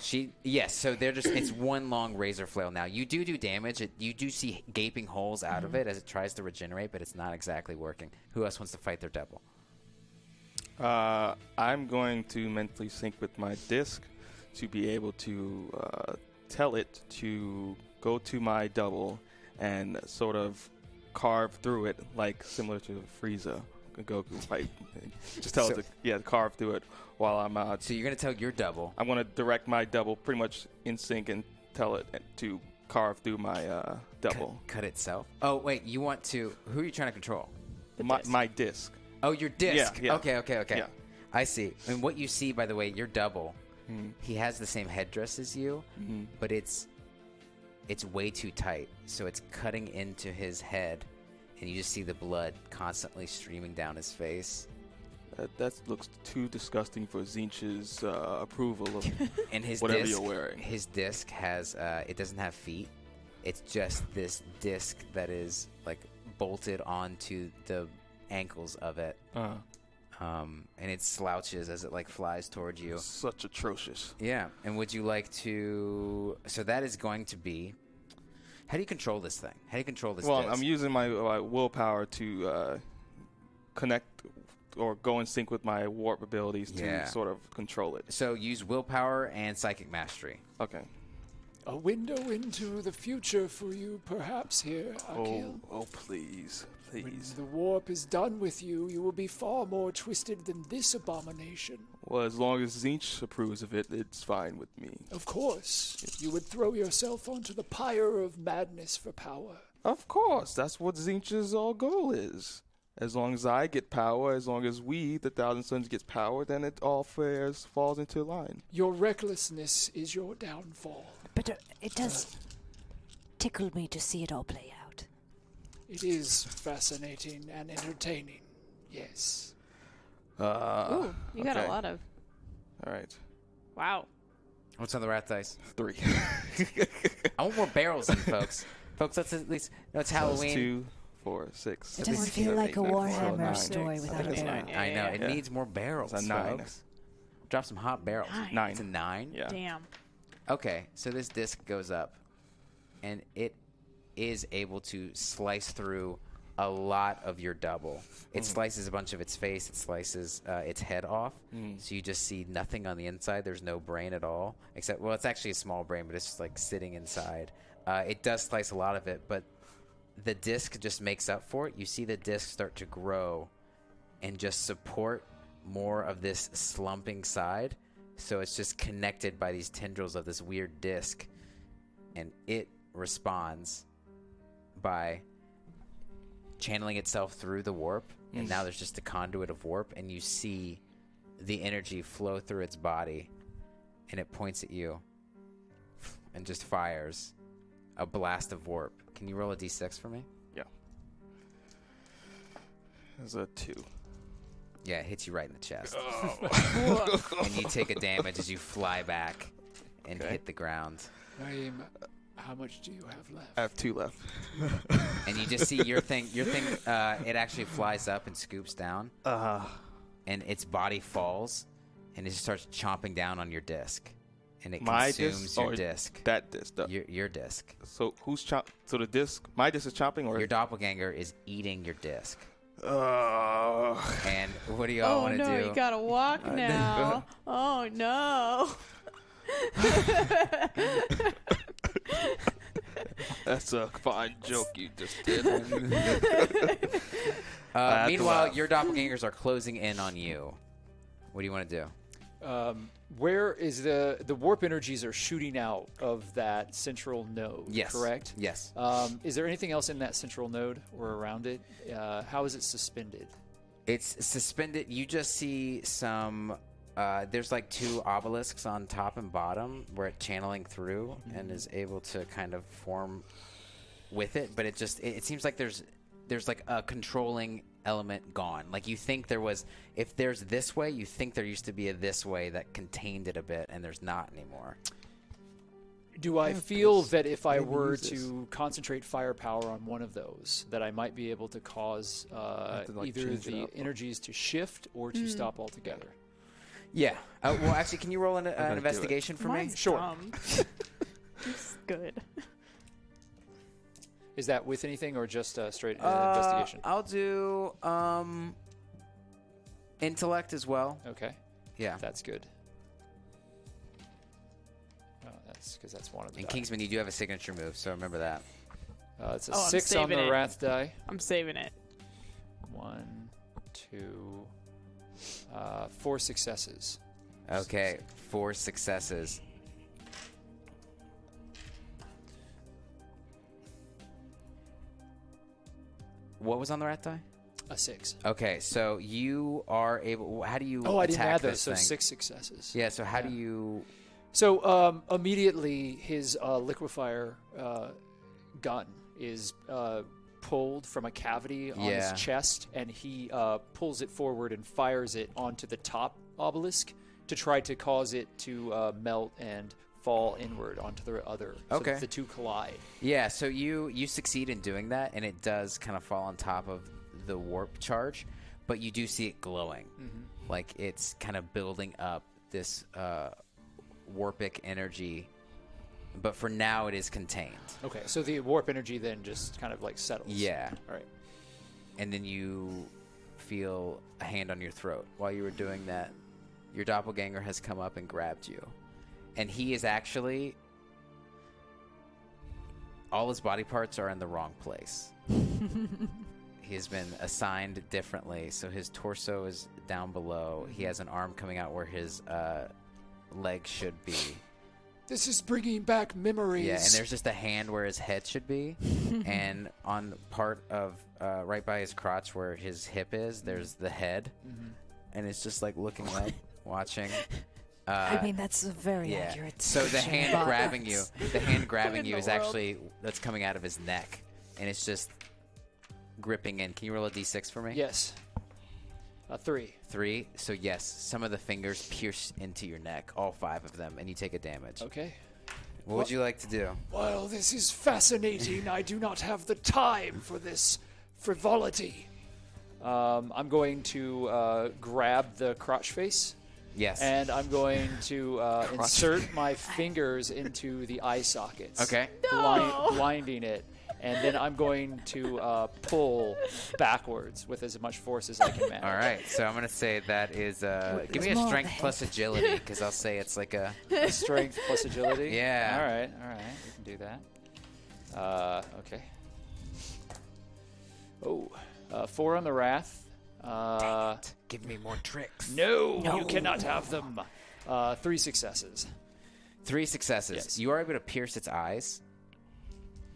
She yes, so they're just it's one long razor flail now. You do do damage. It, you do see gaping holes out of it as it tries to regenerate, but it's not exactly working. Who else wants to fight their double? Uh, I'm going to mentally sync with my disc to be able to uh, tell it to go to my double and sort of carve through it, like similar to Frieza Goku fight. Just tell So- it to yeah carve through it while I'm uh, So you're gonna tell your double. I'm gonna direct my double pretty much in sync and tell it to carve through my uh, double Cut itself. Oh wait, you want to who are you trying to control? my my disc. Oh, your disc. Yeah, yeah. Okay, okay, okay. Yeah. I see. And what you see, by the way, your double, Mm-hmm. he has the same headdress as you, but it's it's way too tight, so it's cutting into his head, and you just see the blood constantly streaming down his face. Uh, That, that looks too disgusting for Zinch's uh, approval of And his Whatever disc, you're wearing. his disc has uh, it doesn't have feet. It's just this disc that is like bolted onto the ankles of it, uh, um, and it slouches as it like flies towards you. such atrocious. Yeah, and would you like to? So that is going to be. How do you control this thing? How do you control this? Well, disc? I'm using my, my willpower to uh, connect or go in sync with my warp abilities to Yeah. sort of control it. So use willpower and psychic mastery. Okay. A window into the future for you, perhaps, here, Akil. Oh, oh, please, When please. the warp is done with you, you will be far more twisted than this abomination. Well, as long as Zinch approves of it, it's fine with me. Of course, you would throw yourself onto the pyre of madness for power. Of course, that's what Zinch's all goal is. As long as I get power, as long as we, the Thousand Sons, gets power, then it all fares falls into line. Your recklessness is your downfall. But uh, it does tickle me to see it all play out. It is fascinating and entertaining. Yes. Uh, Ooh, you got a okay. lot of. all right, Wow. What's on the rat dice? three. I want more barrels in, folks. Folks, let's at least no, it's Plus Halloween. Two, four, six. It seven, doesn't eight, feel nine, like a ten, eleven, Warhammer twelve, story nine. without a I think it's barrel. nine. I know it Yeah. needs more barrels. It's a nine. folks. Drop some hot barrels. Nine. It's a nine. Yeah. Damn. Okay, so this disc goes up, and it is able to slice through a lot of your double. It slices a bunch of its face. It slices uh, its head off. So you just see nothing on the inside. There's no brain at all, except well, it's actually a small brain, but it's just like sitting inside. Uh, it does slice a lot of it, but the disc just makes up for it. You see the disc start to grow and just support more of this slumping side. So it's just connected by these tendrils of this weird disc. And it responds by channeling itself through the warp. And now there's just a conduit of warp. And you see the energy flow through its body. And it points at you and just fires a blast of warp. Can you roll a d6 for me? Yeah. There's a two. Yeah, it hits you right in the chest. and you take a damage as you fly back and hit the ground. Naeem, how much do you have left? I Uh, have two left. And you just see your thing. Your thing. Uh, it actually flies up and scoops down. Uh And its body falls, and it just starts chomping down on your disc, and it My consumes disc your or disc. That disc. The, your, your disc. so who's chop? So the disc. My disc is chopping, or Your doppelganger is eating your disc. Uh, And what do y'all Oh want to no, do? you gotta walk now. oh no. that's a fine joke you just did. uh, to meanwhile, laugh. your doppelgangers are closing in on you. What do you want to do? Um, where is the the warp energies are shooting out of that central node? Yes. correct. Yes. Um, is there anything else in that central node or around it? Uh, how is it suspended? It's suspended. You just see some. Uh, there's like two obelisks on top and bottom where it's channeling through and is able to kind of form with it, but it just it, it seems like there's there's like a controlling element gone. Like you think there was if there's this way, you think there used to be a this way that contained it a bit, and there's not anymore. Do I feel that if I were to concentrate firepower on one of those, that I might be able to cause uh, to, like, either change it the up. energies to shift or Mm-hmm. to stop altogether? Yeah. Uh, well, actually, can you roll an, gonna do an it. investigation for me? Um, Mine's Sure. dumb. It's good. Is that with anything or just uh, straight uh, Uh, investigation? I'll do um intellect as well. Okay, Yeah. that's good. Oh, that's because that's one of the. And die. Kingsman, you do have a signature move, so remember that. Uh, it's a Oh, I'm six on saving the it. wrath die. I'm saving it. One, two, uh, four successes. Okay, four successes. What was on the rat die? A six. Okay, so you are able. How do you? Oh, I didn't attack add those. this So thing? six successes. Yeah. So how do you? So um, immediately, his uh, liquefier uh, gun is uh, pulled from a cavity on Yeah. his chest, and he uh, pulls it forward and fires it onto the top obelisk to try to cause it to uh, melt and fall inward onto the other. So Okay. that the two collide. Yeah. So you you succeed in doing that, and it does kind of fall on top of the warp charge, but you do see it glowing, like it's kind of building up this uh, warpic energy. But for now, it is contained. Okay. So the warp energy then just kind of like settles. Yeah, All right. and then you feel a hand on your throat. While you were doing that, your doppelganger has come up and grabbed you. And he is actually. All his body parts are in the wrong place. he has been assigned differently. So his torso is down below. He has an arm coming out where his uh, leg should be. This is bringing back memories. Yeah, and there's just a hand where his head should be, and on part of uh, right by his crotch where his hip is, there's the head, and it's just like looking up, watching. I mean, that's a very Uh, Yeah. accurate. So the description of hand violence. grabbing you, the hand grabbing in you the is world? actually that's coming out of his neck, and it's just gripping in. Can you roll a d6 for me? Yes. A three. Three. So yes, some of the fingers pierce into your neck, all five of them, and you take a damage. Okay. What would you like to do? Well, this is fascinating. I do not have the time for this frivolity. Um, I'm going to uh, grab the crotch face Yes. and I'm going to uh, insert my fingers into the eye sockets. Okay. Blind, blinding it. And then I'm going to uh, pull backwards with as much force as I can manage. All right, so I'm gonna say that is. Uh, give me a Small strength head. plus agility, because I'll say it's like a. Strength plus agility. Yeah. All right. All right. We can do that. Uh, okay. Oh, uh, four on the wrath. Uh, Give me more tricks. no, you cannot have them. Uh, three successes. Three successes. Yes. You are able to pierce its eyes,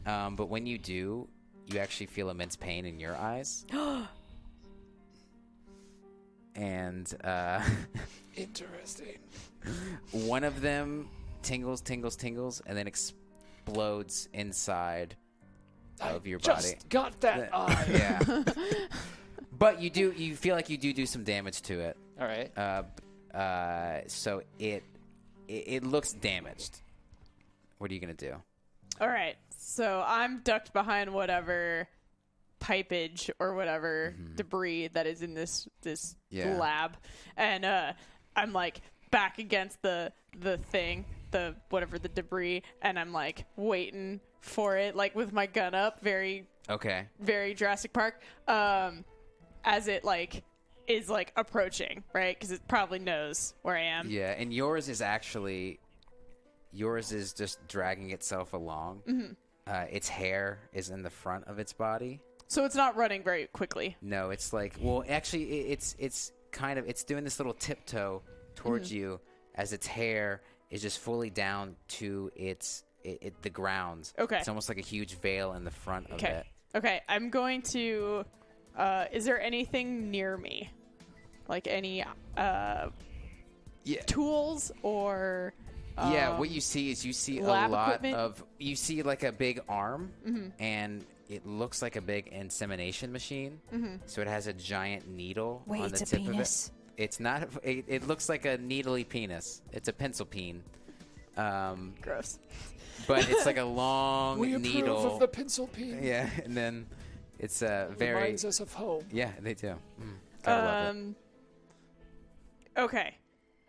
um, but when you do, you actually feel immense pain in your eyes. and uh, Interesting. one of them tingles, tingles, tingles, and then explodes inside of your body. Just got that eye. Yeah. but you do. You feel like you do do some damage to it. All right. Uh, b- uh, so it, it it looks damaged. What are you gonna do? All right. So I'm ducked behind whatever pipage or whatever debris that is in this this Yeah. lab, and uh, I'm like back against the the thing, the whatever the debris, and I'm like waiting for it, like with my gun up, very Okay. very Jurassic Park, um, as it like is like approaching, right? Because it probably knows where I am. Yeah, and yours is actually yours is just dragging itself along. Uh, its hair is in the front of its body. So it's not running very quickly. No, it's like well, actually, it, it's it's kind of it's doing this little tiptoe towards you as its hair is just fully down to its it, it the ground. Okay. it's almost like a huge veil in the front of Okay. it. Okay, I'm going to. Uh, is there anything near me? Like any uh, Yeah. tools or. Yeah, what you see is you see a lab lot equipment? of you see like a big arm, and it looks like a big insemination machine. So it has a giant needle Wait, on the it's a tip penis? of it. It's not. It, it looks like a needly penis. It's a pencil peen, um, Gross. but it's like a long We approve needle. of the pencil peen. yeah, and then it's a very Reminds us of home. yeah. They do. Mm, gotta love it. Um, okay.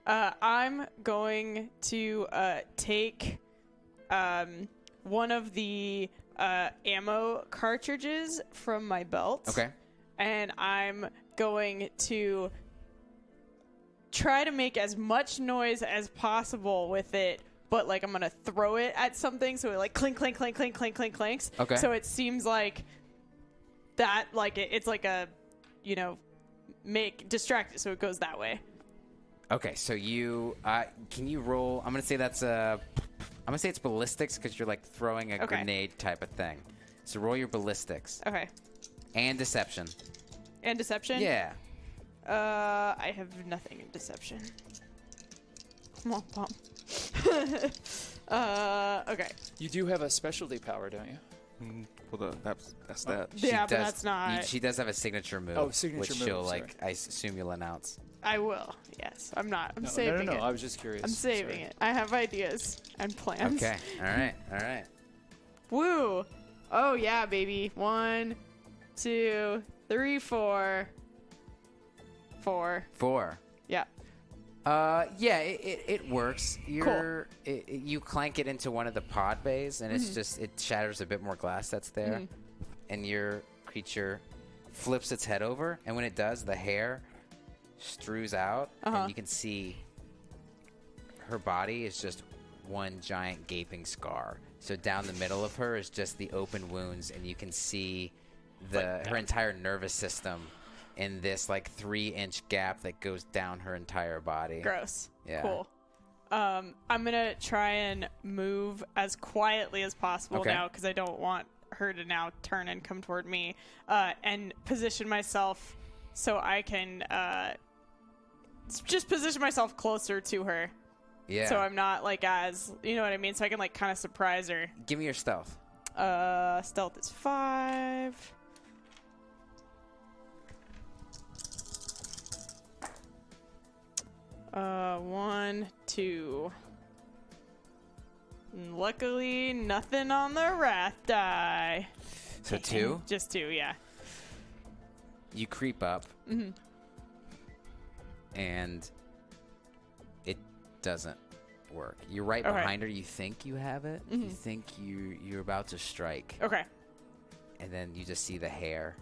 Uh, I'm going to uh, take um, one of the uh, ammo cartridges from my belt. Okay. and I'm going to try to make as much noise as possible with it. But like I'm gonna throw it at something, so it like clink, clink, clink, clink, clink, clink, clinks. Okay. So it seems like that, like it, it's like a, you know, make distract it, so it goes that way. Okay, so you uh, can you roll? I'm gonna say that's a. I'm gonna say it's ballistics because you're like throwing a Okay. grenade type of thing. So roll your ballistics Okay. and deception. And deception. Yeah. Uh, I have nothing in deception. Womp womp. uh, okay. You do have a specialty power, don't you? Mm, Well, the, that's Oh. that's that. yeah, but that's not. She does have a signature move. Oh, signature which move, she'll sorry. like. I assume you'll announce. I will. Yes, I'm not. I'm No, no, no, saving no. it. I was just curious. I'm saving Sorry. it. I have ideas and plans. Okay. All right. All right. Woo! Oh yeah, baby. One, two, three, four, four. Four. Yeah. Uh, yeah, it, it, it works. You're, it, it- you clank it into one of the pod bays, and it's just it shatters a bit more glass that's there, and your creature flips its head over, and when it does, the hair strews out, Uh-huh. and you can see her body is just one giant gaping scar. So down the middle of her is just the open wounds, and you can see the her entire nervous system in this like three inch gap that goes down her entire body. Gross. Yeah. Cool. Um, I'm gonna try and move as quietly as possible Okay. now because I don't want her to now turn and come toward me, uh, and position myself so I can uh, s- just position myself closer to her. Yeah. So I'm not like as you know what I mean. So I can like kind of surprise her. Give me your stealth. Uh, stealth is five. Uh, one, two, Luckily, nothing on the wrath die. So two, Just two, yeah. you creep up, Mm-hmm. and it doesn't work. You're right Okay. behind her. You think you have it. Mm-hmm. You think you you're about to strike, Okay. and then you just see the hair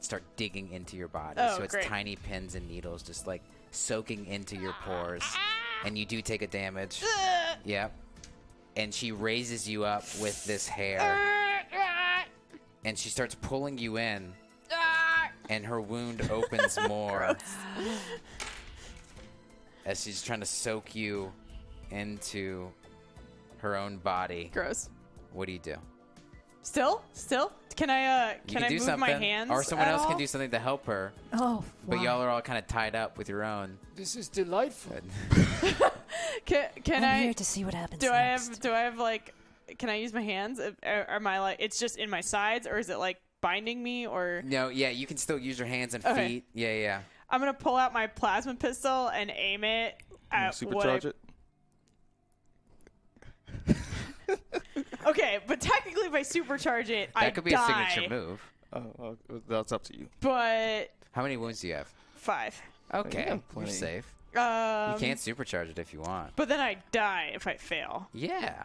start digging into your body. Oh, so it's great. tiny pins and needles just like soaking into your pores, Ah. and you do take a damage. Yep. And she raises you up with this hair, and she starts pulling you in, and her wound opens more as she's trying to soak you into her own body. Gross. What do you do? Still, still. Can I? uh Can, You can, I do move something, my hands? or someone at else all? can do something to help her. Oh, But wow. y'all are all kind of tied up with your own. This is delightful. Can, can I'm I? here to see what happens. Do I next. have? Do I have like? Can I use my hands? Uh, Are, are my like? It's just in my sides, or is it like binding me? Or No, yeah, you can still use your hands and Okay. feet. Yeah, yeah. I'm gonna pull out my plasma pistol and aim it at what I- Supercharge it. Okay, but technically, if I supercharge it, That I could be die, a signature move. Oh, oh, that's up to you. But How many wounds do you have? five. Okay, you're plenty. safe. Um, you can't supercharge it if you want. But then I die if I fail. Yeah.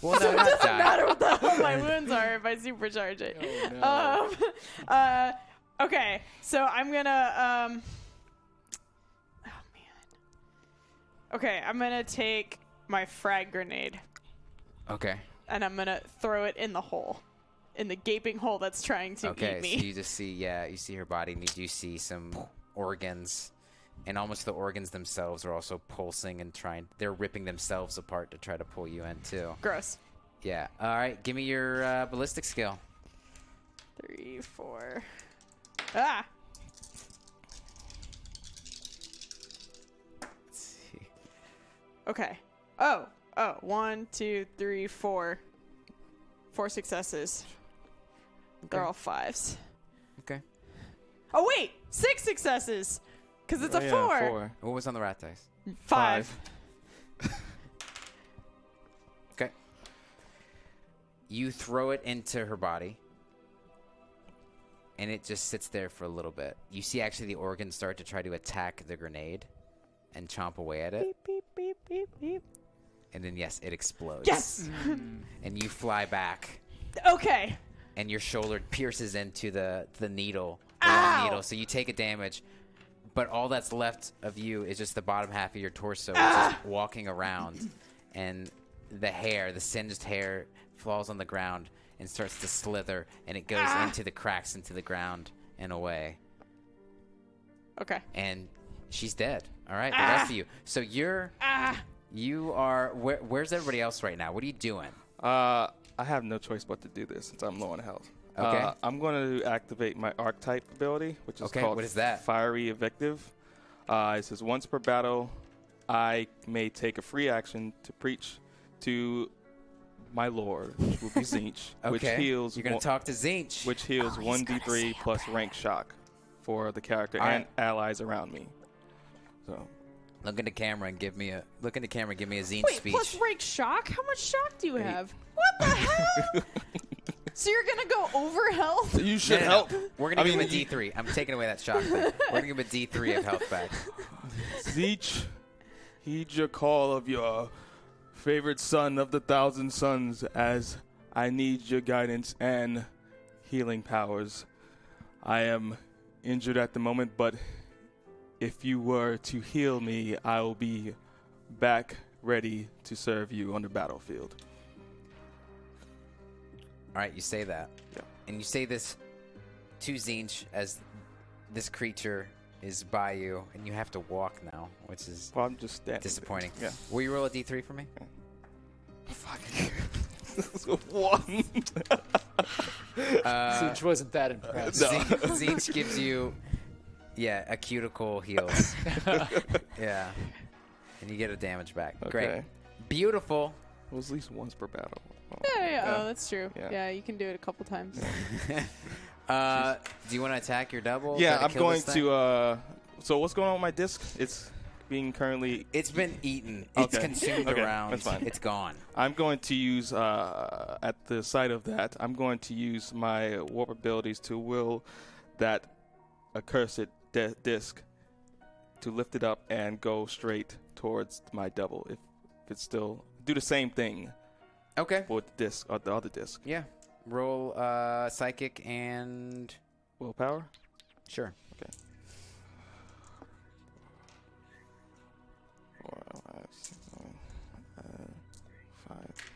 well, no, not die. I don't know what my wounds are if I supercharge it. Oh, Um, uh, okay, so I'm gonna. Um, oh man. Okay, I'm gonna take my frag grenade Okay. and I'm gonna throw it in the hole, in the gaping hole that's trying to Okay. eat So me. you just see, yeah, you see her body, and you do see some organs, and almost the organs themselves are also pulsing and trying. They're ripping themselves apart to try to pull you in too. Gross. Yeah. All right. Give me your uh, ballistic skill. Three, four. Ah, okay. Oh, oh, one, two, three, four. Four successes. They're all fives. Okay. Oh wait, six successes, because it's a Oh, Yeah, four. What was on the rat dice? Five. Okay. You throw it into her body. And it just sits there for a little bit. You see actually the organs start to try to attack the grenade and chomp away at it. And then yes, it explodes. Yes. And you fly back Okay. and your shoulder pierces into the the needle, the Ow! needle. So you take a damage, but all that's left of you is just the bottom half of your torso, just walking around, and the hair, the singed hair, falls on the ground and starts to slither, and it goes into the cracks into the ground and away, Okay. and she's dead. All right, the rest of you. So you're you are where, where's everybody else right now? What are you doing? Uh, I have no choice but to do this since I'm low on health. Okay. Uh, I'm going to activate my archetype ability, which is Okay, called what is that? Fiery Evictive. Uh, it says once per battle, I may take a free action to preach to my lord, which will be Zinch, Okay, which heals You're gonna one- talk to Zinch. which heals Oh, he's one gonna say a d3 plus prayer. rank shock for the character All and right. allies around me. So Look into camera and give me a look into camera. And give me a Zinch Wait, speech. plus rank shock. How much shock do you have? What the hell? so you're gonna go over health? you No, should no, no. help. We're gonna give him a D three. I'm taking away that shock thing. We're gonna give him a D three of health back. Zeech, heed your call of your favorite son of the thousand sons, as I need your guidance and healing powers. I am injured at the moment, but if you were to heal me, I will be back ready to serve you on the battlefield. All right, you say that, and you say this to Zinch as this creature is by you, and you have to walk now, which is Well, I'm just standing. disappointing. Yeah. Will you roll a D three for me? One. Uh, Zinch wasn't that impressed. Zinch, Zinch gives you, yeah, a cuticle heals. yeah, and you get a damage back. Great, Okay. beautiful. It was at least once per battle. Oh, Yeah, yeah, yeah. Oh, that's true. Yeah. Yeah. you can do it a couple times. Uh, do you want to attack your double? Yeah, Try to I'm kill going uh, this thing? to. Uh, so what's going on with my disc? It's being currently. It's been eaten. It's Okay. consumed Okay, around. that's fine. It's gone. I'm going to use uh, at the side of that. I'm going to use my warp abilities to will that accursed de- disc to lift it up and go straight towards my double. If, if it's still do the same thing Okay. for the disc or the other disc. Yeah. Roll uh, psychic and Willpower. sure. Four, five, six, seven, uh, five.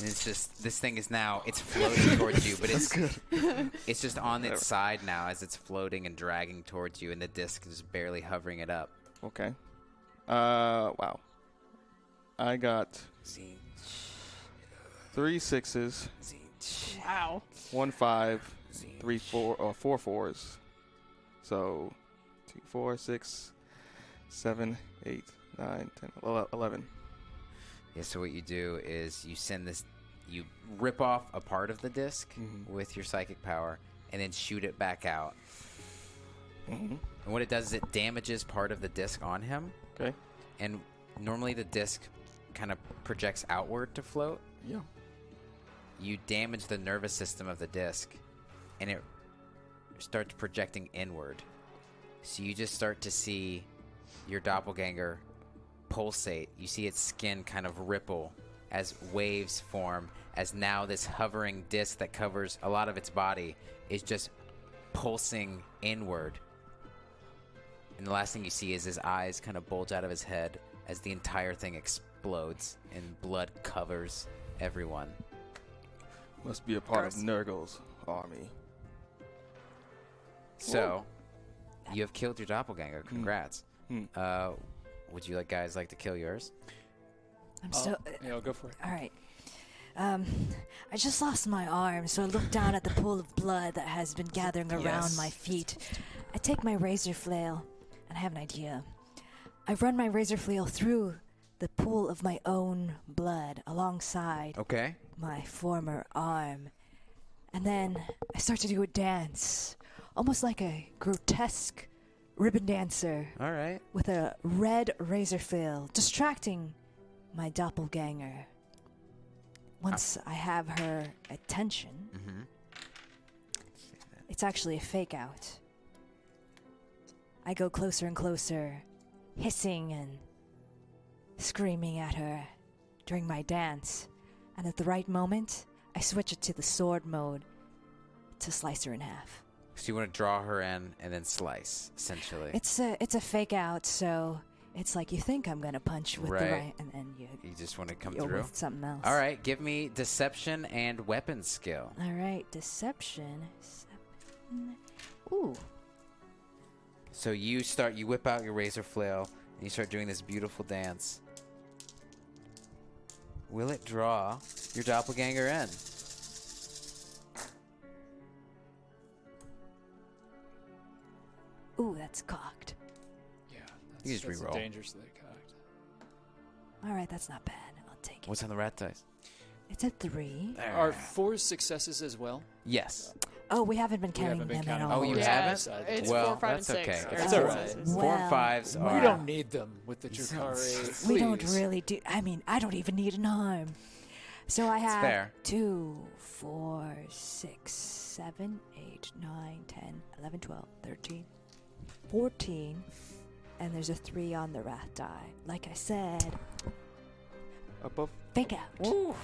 And it's just this thing is now it's floating towards you, but it's it's just on its side now as it's floating and dragging towards you, and the disc is barely hovering it up. Okay. Uh, wow. I got three sixes, Wow. one five, three four or four fours. So, two, four, six, seven, eight, nine, ten, ele- eleven. Yeah, so what you do is you send this, you rip off a part of the disk with your psychic power, and then shoot it back out. And what it does is it damages part of the disk on him, Okay. and normally the disk kind of projects outward to float. Yeah. You damage the nervous system of the disk, and it starts projecting inward. So you just start to see your doppelganger pulsate. You see its skin kind of ripple as waves form, as now this hovering disc that covers a lot of its body is just pulsing inward. And the last thing you see is his eyes kind of bulge out of his head as the entire thing explodes and blood covers everyone. Must be a part Gross. of Nurgle's army. So, you have killed your doppelganger. Congrats. Uh, would you like guys like to kill yours? I'm so. Uh, Oh. Yeah, I'll go for it. All right. Um, I just lost my arm, so I look down at the pool of blood that has been gathering around Yes. my feet. I take my razor flail, and I have an idea. I run my razor flail through the pool of my own blood alongside Okay. my former arm. And then I start to do a dance, almost like a grotesque ribbon dancer All right. with a red razor fill, distracting my doppelganger. Once I have her attention, it's actually a fake out. I go closer and closer, hissing and screaming at her during my dance, and at the right moment, I switch it to the sword mode to slice her in half. So you want to draw her in and then slice, essentially. It's a it's a fake out, so it's like you think I'm gonna punch with Right. the right, and then you you just want to come you're through. with something else. All right. Give me deception and weapon skill. all right. Deception. Deception. Ooh, So you start. You whip out your razor flail and you start doing this beautiful dance. Will it draw your doppelganger in? ooh, that's cocked. Yeah, that's, You just that's reroll. dangerously cocked. All right, that's not bad. I'll take it. What's on the rat dice? It's a three. Ah. Are four successes as well? Yes. Oh, we haven't been We counting haven't been them counting at all. Oh, you Yeah, haven't? it's- It's well, four, five, that's and six. okay. or That's four all and right. six. Well, Four and fives are. We don't need them with the Jurkari. We don't please. really do. I mean, I don't even need an arm. So I have fair. two, four, six, seven, eight, nine, 10, 11, 12, 13, 14, and there's a three on the wrath die. Like I said, Above fake out.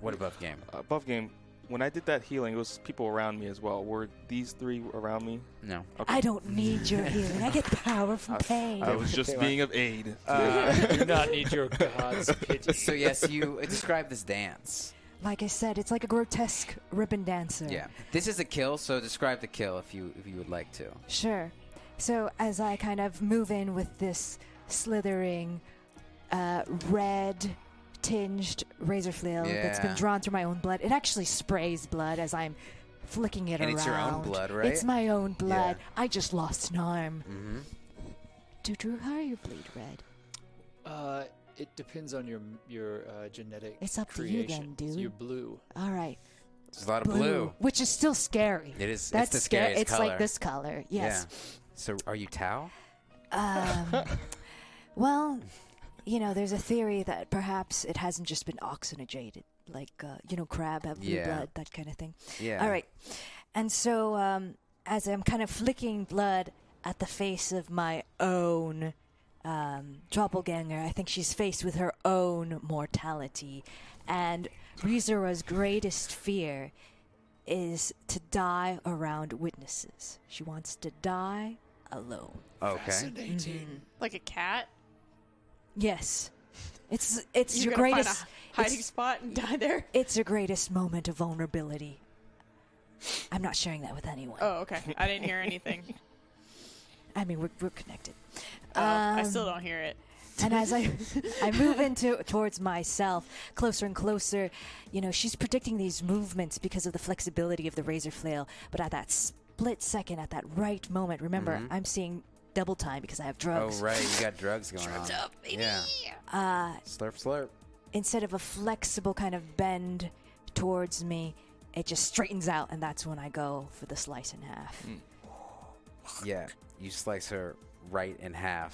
What above game? above game. When I did that healing, it was people around me as well. Were these three around me? No. I don't need your healing. I get power from pain. I was just being of aid. Uh, do not need your god's pity. So yes, you uh, describe this dance. like I said, it's like a grotesque ribbon dancer. Yeah. This is a kill, so describe the kill if you if you would like to. Sure. So as I kind of move in with this slithering, uh, red tinged razor flail that's Yeah. been drawn through my own blood, it actually sprays blood as I'm flicking it And around. it's your own blood, right? It's my own blood. Yeah. I just lost an arm. Mm-hmm. Do Druhari bleed red? Uh, it depends on your your uh, genetic. It's up to you creation. then, dude. You're blue. All right. There's a lot of blue. Which is still scary. It is- it's That's the scary. scariest It's color. like this color. Yes. Yeah. So are you Tau? Um, Well, you know, there's a theory that perhaps it hasn't just been oxygenated, like uh, you know, crab have blue Yeah. blood, that kind of thing. Yeah. All right. And so, um, as I'm kind of flicking blood at the face of my own um, doppelganger, I think she's faced with her own mortality, and Rizura's greatest fear is to die around witnesses. She wants to die alone. Oh, Okay. Mm-hmm. Fascinating. Like a cat? Yes. It's it's You're your gonna greatest find a hiding it's, spot and die there? it's your greatest moment of vulnerability. I'm not sharing that with anyone. Oh, okay. I didn't hear anything. I mean, we're, we're connected. Oh, I Um, still don't hear it. and as I I move into towards myself, closer and closer, you know, she's predicting these movements because of the flexibility of the razor flail. But at that split second, at that right moment, remember, I'm seeing double time because I have drugs. Oh right, you got drugs going on. up, baby. Yeah. Uh, slurp, slurp. Instead of a flexible kind of bend towards me, it just straightens out, and that's when I go for the slice in half. Yeah, you slice her right in half.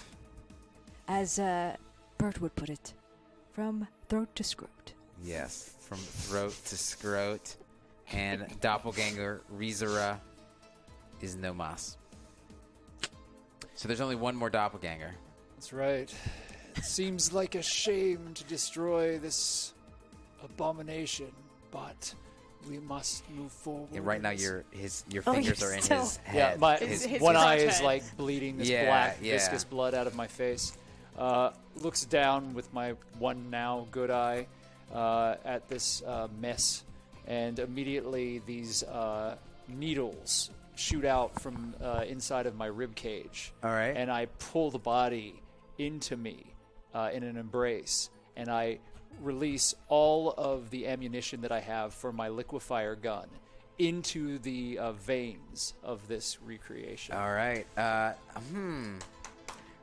As uh, Bert would put it, from throat to scrot. Yes, from throat to scrot, and doppelganger Rizura is no mas. So there's only one more doppelganger. That's right. It seems like a shame to destroy this abomination, but we must move forward. And right now, your his your Oh, fingers you're are in still- his head. Yeah, my His- his one crotch eye is head. like bleeding this Yeah, black yeah. viscous blood out of my face. Uh, looks down with my one now good eye uh, at this uh, mess, and immediately these uh, needles shoot out from uh, inside of my rib cage. All right. and I pull the body into me uh, in an embrace, and I release all of the ammunition that I have for my liquefier gun into the uh, veins of this recreation. All right. Uh, hmm.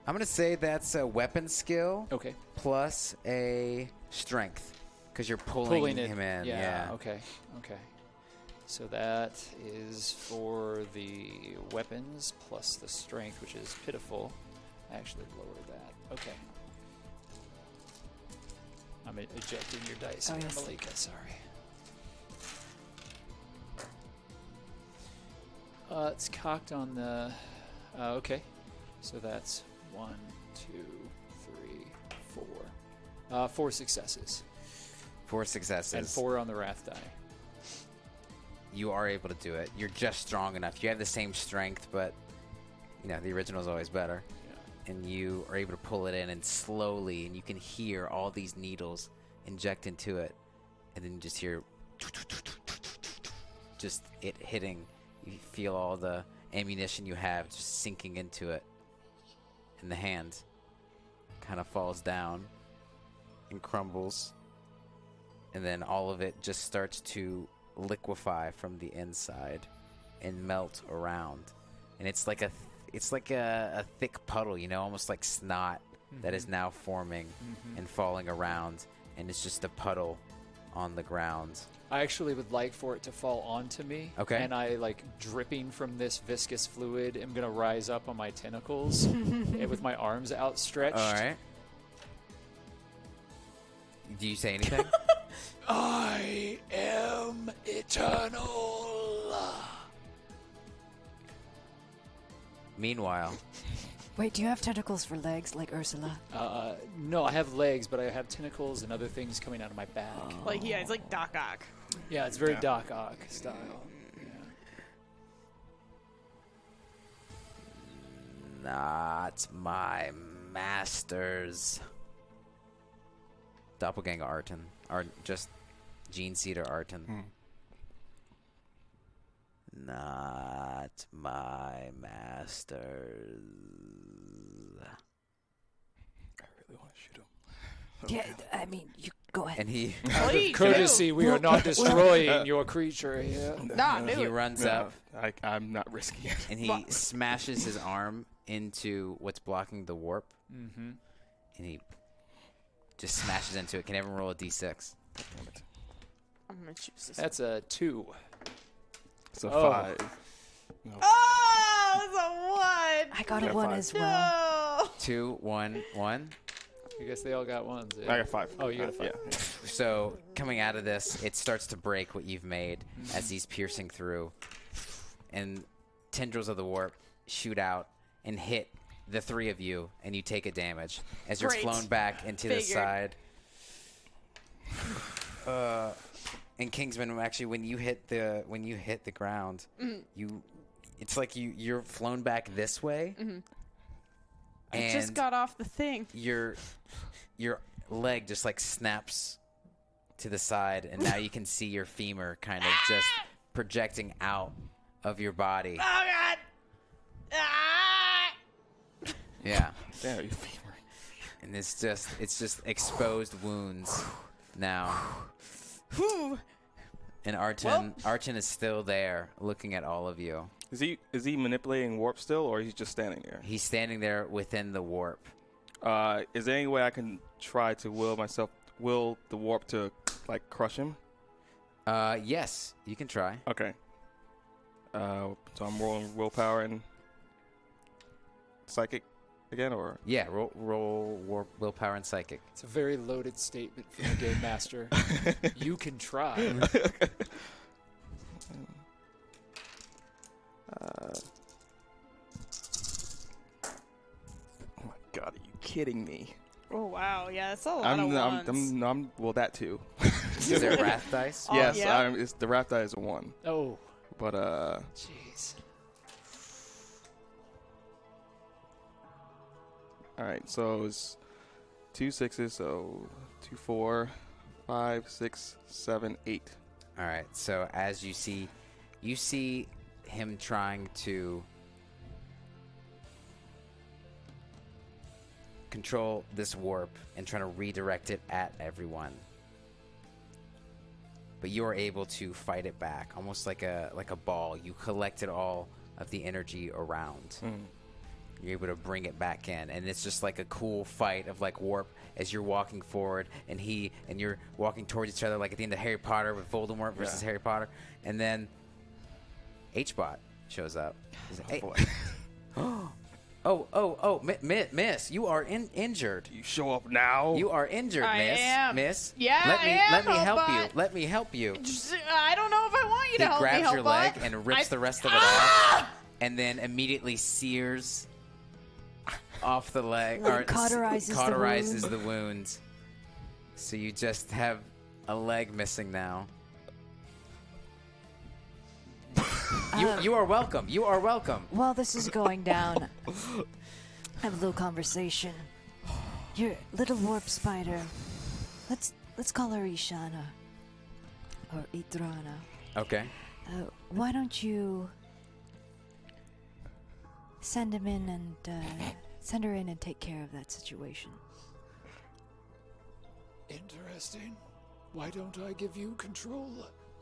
I'm gonna say that's a weapon skill Okay. plus a strength because you're pulling, Pulling it. him in. Yeah. Okay. Okay. So that is for the weapons plus the strength, which is pitiful. I actually lowered that. Okay. I'm e- ejecting your dice Oh, here, yes. Malika. Sorry. Uh, it's cocked on the. Uh, okay. So that's one, two, three, four. Uh, four successes. Four successes. And four on the wrath die. You are able to do it. You're just strong enough. You have the same strength, but you know the original is always better. And you are able to pull it in and slowly, and you can hear all these needles inject into it, and then you just hear just it hitting. You feel all the ammunition you have just sinking into it, and the hand kind of falls down and crumbles, and then all of it just starts to liquefy from the inside and melt around, and it's like a th- it's like a, a thick puddle, you know, almost like snot that is now forming and falling around, and it's just a puddle on the ground. I actually would like for it to fall onto me. Okay. And I, like, dripping from this viscous fluid, am going to rise up on my tentacles eh, with my arms outstretched. All right. Do you say anything? I am eternal. Meanwhile, Wait, do you have tentacles for legs like Ursula? Uh, no, I have legs, but I have tentacles and other things coming out of my back. Like, yeah, it's like Doc Ock. Yeah, it's very Doc Ock style. not my masters. Doppelganger Arton, or just Gene Cedar Arton. Not my masters. I really want to shoot Yeah, him. I mean, you go ahead. And he Please Courtesy, do. we are not destroying your creature here. Nah, do he it. runs up I, I'm not risking it. and he smashes his arm into what's blocking the warp, mm-hmm. and he just smashes into it. Can everyone roll a d6? Damn it. I'm gonna choose this. That's a two. It's a Oh. five. Oh, it's a one. I got a Yeah, one fine. as well. Oh. two, one, one. I guess they all got ones. yeah. I got five. Oh, you got a five. Yeah. So coming out of this, it starts to break what you've made as he's piercing through, and tendrils of the warp shoot out and hit the three of you, and you take a damage as you're Great. flown back into the Figured. side. and Kingsman, actually, when you hit the when you hit the ground, Mm-hmm. you it's like you you're flown back this way. And Mm-hmm. Just got off the thing. your your leg just like snaps to the side and now you can see your femur kind of just projecting out of your body. Oh god! Ah! Yeah. Damn, you femur. And it's just it's just exposed wounds now. Whew. And Artin Artin is still there looking at all of you. Is he is he manipulating warp still, or he's just standing there? He's standing there within the warp. Uh, is there any way I can try to will myself will the warp to like crush him? Uh yes, you can try. Okay. Uh, so I'm rolling willpower and psychic again, or Yeah, roll roll warp willpower and psychic. It's a very loaded statement from the game master. you can try. Uh, oh my god, are you kidding me? Oh wow, yeah, that's a lot I'm of I'm, ones. I'm I'm well that too. Is there wrath dice? Oh, yes, yeah? I'm, it's the raft die is a one, Oh, but uh, jeez. all right. So it's two sixes, so two four, five six seven eight. All right. So as you see, you see him trying to control this warp and trying to redirect it at everyone. But you are able to fight it back, almost like a like a ball. You collected all of the energy around. You're able to bring it back in, and it's just like a cool fight of like warp as you're walking forward, and he and you're walking towards each other, like at the end of Harry Potter with Voldemort versus Harry Potter, and then HBot shows up. He's like, "Hey." oh, oh, oh, mi- mi- miss, you are in- injured. You show up now. You are injured, I miss. am. Miss. Yeah, let me I am, let me help Hellbot. you. Let me help you. Just- I don't know if I want you He to help me grabs help your leg Bot. and rips I- the rest of it Ah! off and then immediately sears off the leg Like s- cauterizes the cauterizes wound. the wound. So you just have a leg missing now. Um. you, you are welcome. You are welcome. While this is going down, have a little conversation. Your little warp spider. Let's let's call her Ishana or Idrana. Okay. Uh, why don't you send him in and uh, send her in and take care of that situation? Interesting. Why don't I give you control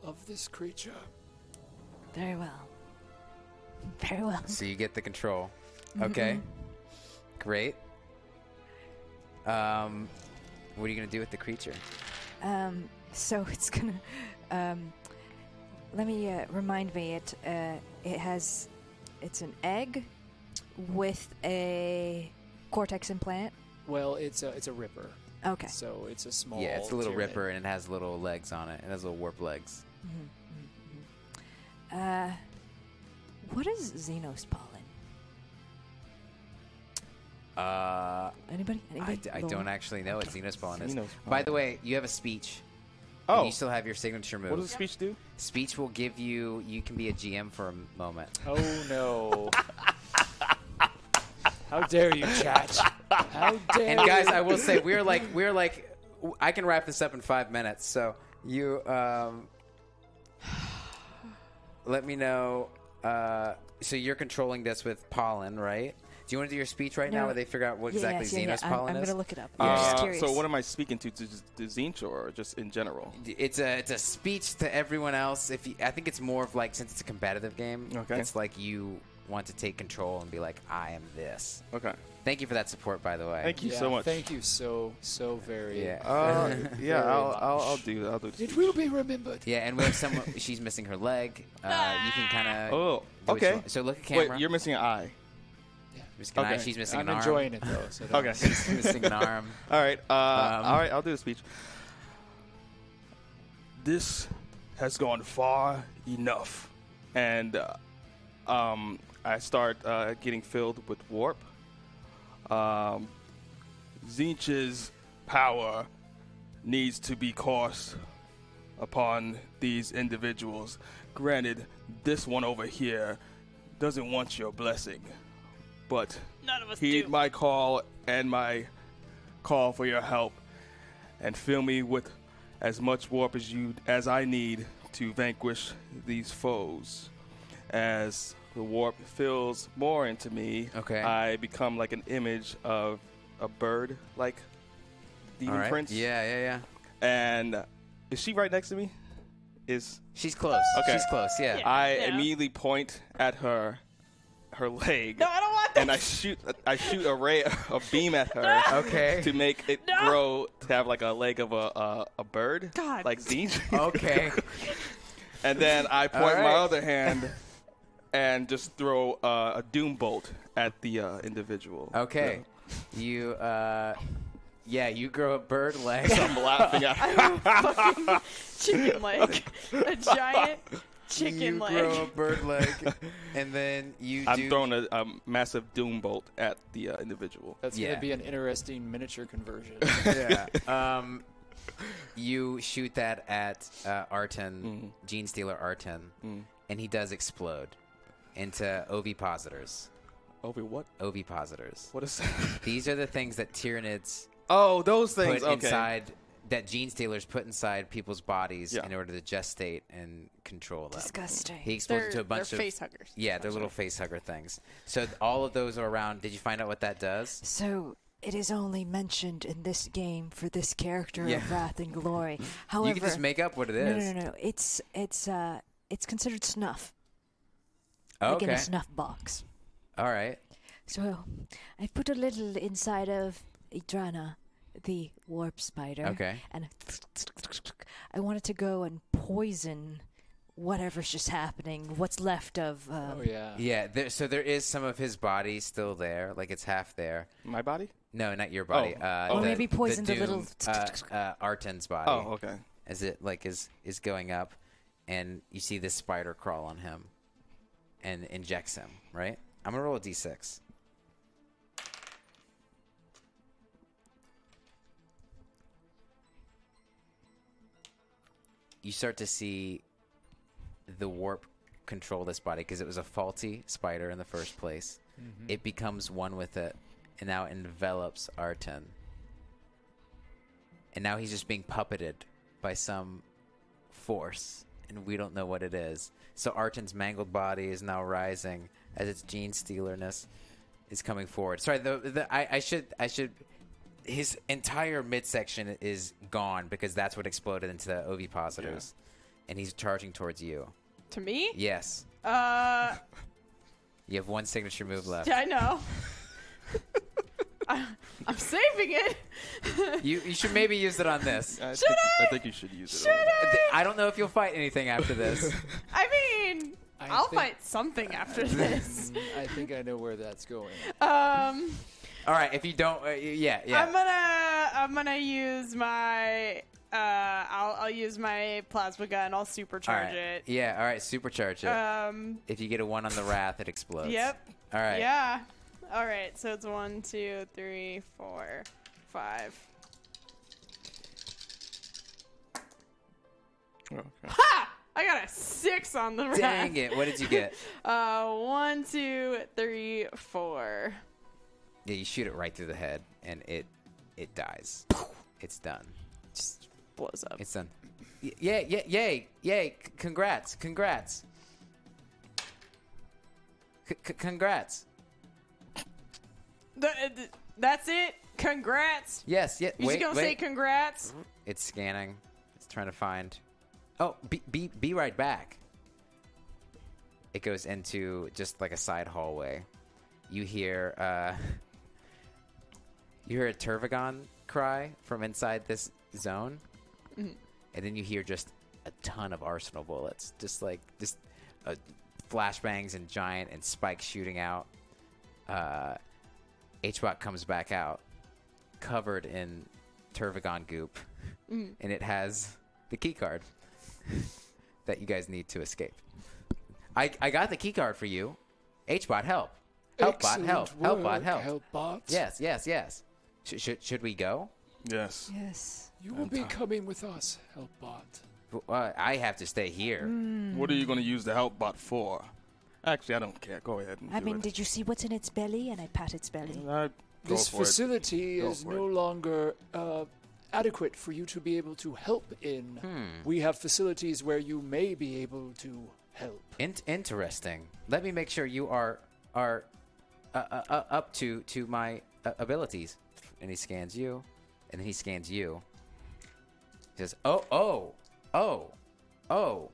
of this creature? Very well. Very well. So you get the control. Okay. Mm-hmm. Great. Um, what are you gonna do with the creature? Um, so it's gonna. Um, let me uh, remind me. It uh, it has. It's an egg with a cortex implant. Well, it's a it's a ripper, Okay. so it's a small. yeah, it's a little pyramid. ripper, and it has little legs on it. It has little warp legs. Uh, what is Xenos pollen? Uh, Anybody? I, Anybody? d- I don't actually know what Xenospawn is. Xenospawn. By the way, you have a speech. and oh, you still have your signature move. what does the speech do? speech will give you. You can be a GM for a m- moment. Oh no! How dare you, chat? How dare And guys, I will say we're like we're like w- I can wrap this up in five minutes. So you um, let me know. Uh, so you're controlling this with pollen, right? Do you want to do your speech right now, No. where they figure out what Yeah, exactly yes, yeah, yeah. Xenos I'm- pollen I'm, is? gonna look it up. Yeah. I'm just Uh, curious. so what am I speaking to? To, to Zinch or just in general? it's a it's a speech to everyone else. If you, I think it's more of like since it's a competitive game, Okay. it's like you want to take control and be like, I am this. Okay. Thank you for that support, by the way. Thank you Yeah, so much. Thank you so so very. Yeah. Uh, yeah, very I'll, much. I'll, I'll do that. I'll do It the will be remembered. Yeah, and we have someone. she's missing her leg. Uh, you can kind of. Oh, okay. So look at Wait, camera. you're missing an eye. Yeah. missing an eye. Okay. She's missing I'm an enjoying it though. So don't- Okay. arm. missing an arm. All right. Uh, Um, all right. I'll do a speech. This has gone far enough, and uh, um, I start uh, getting filled with warp. Um, Zinch's power needs to be cast upon these individuals. Granted, this one over here doesn't want your blessing, but None of us heed do. my call and my call for your help and fill me with as much warp as you as I need to vanquish these foes. As the warp fills more into me, Okay. I become like an image of a bird like demon All right. prince. Yeah, yeah, yeah. And is she right next to me? Is She's close. Okay. She's close. Yeah. Yeah. I immediately point at her her leg. No, I don't want that. and I shoot, I shoot a ray, a beam at her Okay. to make it No. grow to have like a leg of a a, a bird, God. like these. Okay. and then I point my right. other hand and just throw uh, a doom bolt at the uh, individual. Okay. You. uh Yeah, you grow a bird leg. Yeah. I'm laughing at her. chicken leg, a giant chicken you leg. grow a bird leg, and then you I'm do. throwing a, a massive doom bolt at the uh, individual. That's Yeah. gonna be an interesting miniature conversion. yeah. Um, you shoot that at uh, Arten, Mm. Gene Stealer Arten, and he does explode into ovipositors. Obi, oh, what? Ovipositors. What is that? These are the things that Tyranids Oh, those put things. okay. inside, that Gene Stealers put inside people's bodies Yeah. in order to gestate and control them. Disgusting. He explodes They're, into a bunch they're of face huggers. Yeah, they're little face hugger things. So th- all of those are around. Did you find out what that does? So it is only mentioned in this game for this character Yeah. of Wrath and Glory. However, you can just make up what it no, is. no, no, no. It's it's uh it's considered snuff, like Oh, in Okay. a snuff box. All right. So I put a little inside of Idrana, the warp spider. Okay. And I wanted to go and poison whatever's just happening, what's left of. Uh, Oh yeah. Yeah, there, so there is some of his body still there, like it's half there. My body? No, not your body. Oh. Uh, Or the- maybe poison the the little- Doom, uh, uh, Arten's body. Oh, okay. As it like is is going up, and you see this spider crawl on him, and injects him. Right. I'm gonna roll a d6. You start to see the warp control this body because it was a faulty spider in the first place. It becomes one with it and now envelops Arten. And now he's just being puppeted by some force, and we don't know what it is. So Arten's mangled body is now rising as its gene stealerness is coming forward. Sorry, the, the I, I should I should his entire midsection is gone because that's what exploded into the ovipositors. And he's charging towards you. To me? Yes. Uh, You have one signature move left. yeah, I know. I, I'm saving it. You, you should maybe use it on this. I Should think, I? think you should use it. Should on that. Th- I don't know if you'll fight anything after this. I mean, I I'll think- fight something after this. Mm, I think I know where that's going. Um, All right, if you don't, uh, yeah, yeah. I'm gonna I'm gonna use my uh I'll I'll use my plasma gun. I'll supercharge all right. it. Yeah, all right, supercharge it. Um. if you get a one on the wrath, it explodes. Yep. All right. Yeah. All right. So it's one, two, three, four, five. Ha! I got a six on the wrath. Dang it! What did you get? Uh, one, two, three, four. yeah, you shoot it right through the head, and it it dies. It's done. Just blows up. It's done. Y- Yeah, yeah, yay, yay! C- Congrats, congrats, C- c- congrats. Th- th- that's it. Congrats. Yes, yeah. You wait, just gonna wait. say congrats? It's scanning. It's trying to find. Oh, be, be be right back. It goes into just like a side hallway. You hear uh, you hear a Turvagon cry from inside this zone, and then you hear just a ton of arsenal bullets, just like just uh, flashbangs and giant and spikes shooting out. Uh, HBot comes back out covered in Turvagon goop, and it has the key card that you guys need to escape. I, I got the key card for you. HBot, help. Help, bot, Excellent help. Help, bot, work, help. Hellbot. Yes, yes, yes. Sh- should, should we go? Yes. Yes. You will be coming with us, Hellbot. W- Uh, I have to stay here. What are you going to use the help bot for? Actually, I don't care. Go ahead. And I do mean, it. did you see what's in its belly? And I pat its belly. I, go This for it. facility Go is for no it. longer uh, adequate for you to be able to help in. Hmm. We have facilities where you may be able to help. In- interesting. Let me make sure you are are uh, uh, uh, up to to my uh, abilities. And he scans you, and then he scans you. He says, "Oh, oh, oh, oh."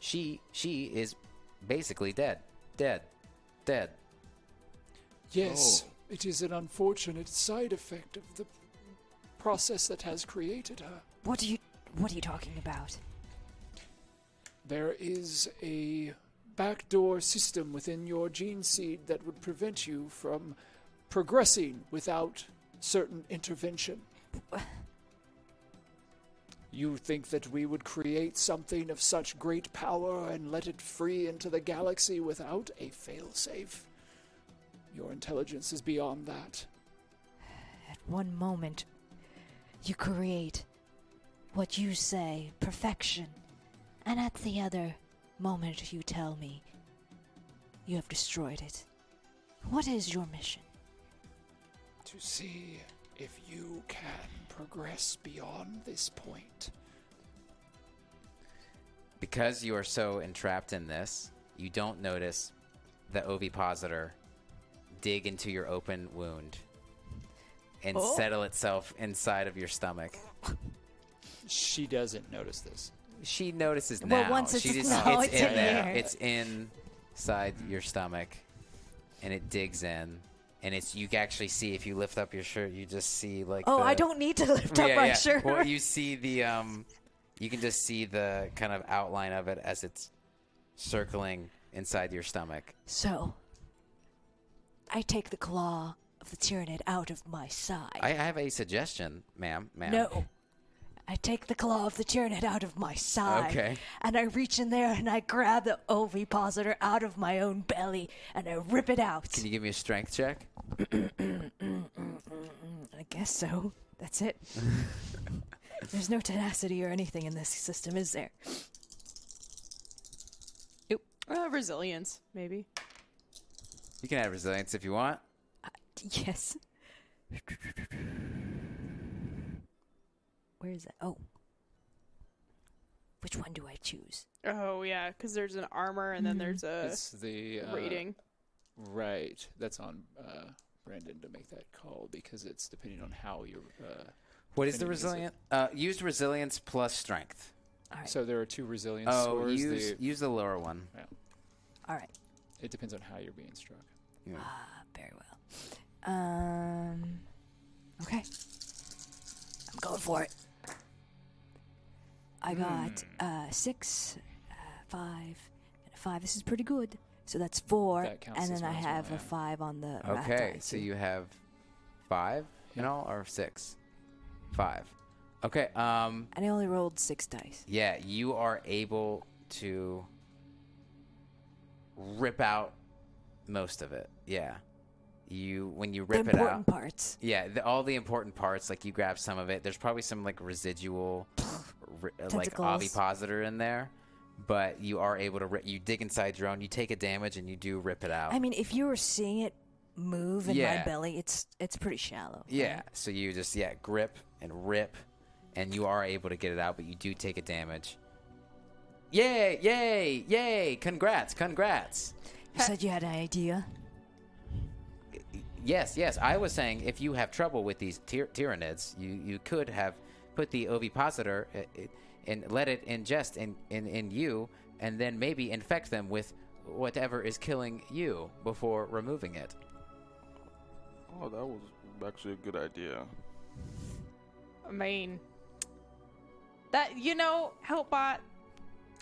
She she is basically dead, dead, dead. Yes, Oh. it is an unfortunate side effect of the process that has created her. What are you? What are you talking about? There is a backdoor system within your gene seed that would prevent you from progressing without certain intervention. You think that we would create something of such great power and let it free into the galaxy without a failsafe? Your intelligence is beyond that. At one moment, you create what you say perfection, and at the other moment, you tell me you have destroyed it. What is your mission? to see if you can progress beyond this point. Because you are so entrapped in this, you don't notice the ovipositor dig into your open wound and Oh. settle itself inside of your stomach. She doesn't notice this. She notices Well, now. once it's- she just, no, it's, it's in in there. there. It's inside your stomach, and it digs in, and it's you can actually see if you lift up your shirt, you just see like. Oh, the- I don't need to lift up my shirt. Uh, Well, you see the um, you can just see the kind of outline of it as it's circling inside your stomach. So, I take the claw of the tyrannid out of my side. I have a suggestion, ma'am. Ma'am. No. I take the claw of the tyrannid out of my side. Okay. And I reach in there and I grab the ovipositor out of my own belly and I rip it out. Can you give me a strength check? I guess so. That's it. There's no tenacity or anything in this system, is there? Uh, resilience, maybe. You can add resilience if you want. Yes. Where is that? Oh. Which one do I choose? Oh yeah, because there's an armor and Mm-hmm. then there's a It's the uh, rating. Right. That's on uh, Brandon to make that call because it's depending on how you're. Uh, What is the Infinity, is it? resilient? Uh, used resilience plus strength. All right. so there are two resilience Oh, scores. use The- use the lower one. well, All right. it depends on how you're being struck. Ah, Uh, Very well. Um. Okay. I'm going for it. I got Hmm. uh, six, uh, five, and a five. This is pretty good. So that's four, That counts and as then I well as well, have a yeah. five on the. math Okay, dice. so you have five in all, or six? Five. Okay. Um. And I only rolled six dice. Yeah, you are able to rip out most of it. Yeah. You when you rip the it important out. parts. Yeah, the, all the important parts. Like you grab some of it. There's probably some like residual, ri- uh, like Tentacles. ovipositor in there, but you are able to. Ri- you dig inside your own. You take a damage and you do rip it out. I mean, if you were seeing it move in Yeah. my belly, it's it's pretty shallow. yeah. So you just yeah grip and rip, and you are able to get it out, but you do take a damage. Yay! Yay! Yay! Congrats! Congrats! You said you had an idea. Yes, yes. I was saying if you have trouble with these tyr- tyrannids, you, you could have put the ovipositor uh, uh, and let it ingest in, in, in you and then maybe infect them with whatever is killing you before removing it. Oh, that was actually a good idea. I mean, that you know, help bot.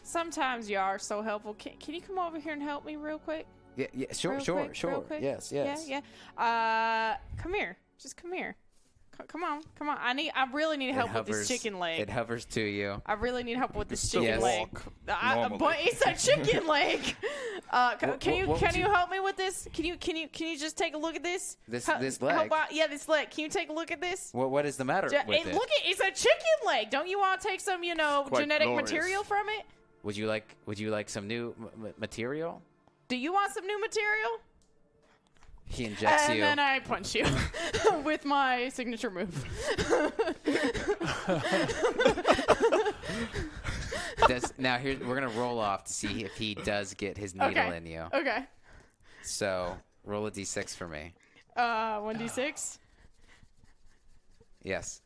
Sometimes you are so helpful. Can, can you come over here and help me real quick? Yeah, yeah, sure, real sure, quick, sure. real quick? Yes, yes. Yeah, yeah. Uh, come here. Just come here. C- come on, come on. I need. I really need help with this chicken leg. It hovers to you. I really need help with this still chicken Yes. leg. walk I, normally. but it's a chicken leg. Uh, c- What- can what- you what can would you, you- help me with this? Can you can you can you just take a look at this? This- How- this how leg? about- yeah, this leg. Can you take a look at this? What what is the matter Ja- with it- it? Look at it's a chicken leg. Don't you want to take some you know quite genetic glorious. material from it? Would you like would you like some new m- m- material? Do you want some new material? He Uh, injects and you. then I punch you with my signature move. Does- now here we're gonna roll off to see if he does get his needle Okay. in you. Okay. So roll a d6 for me. Uh, one d six, Yes,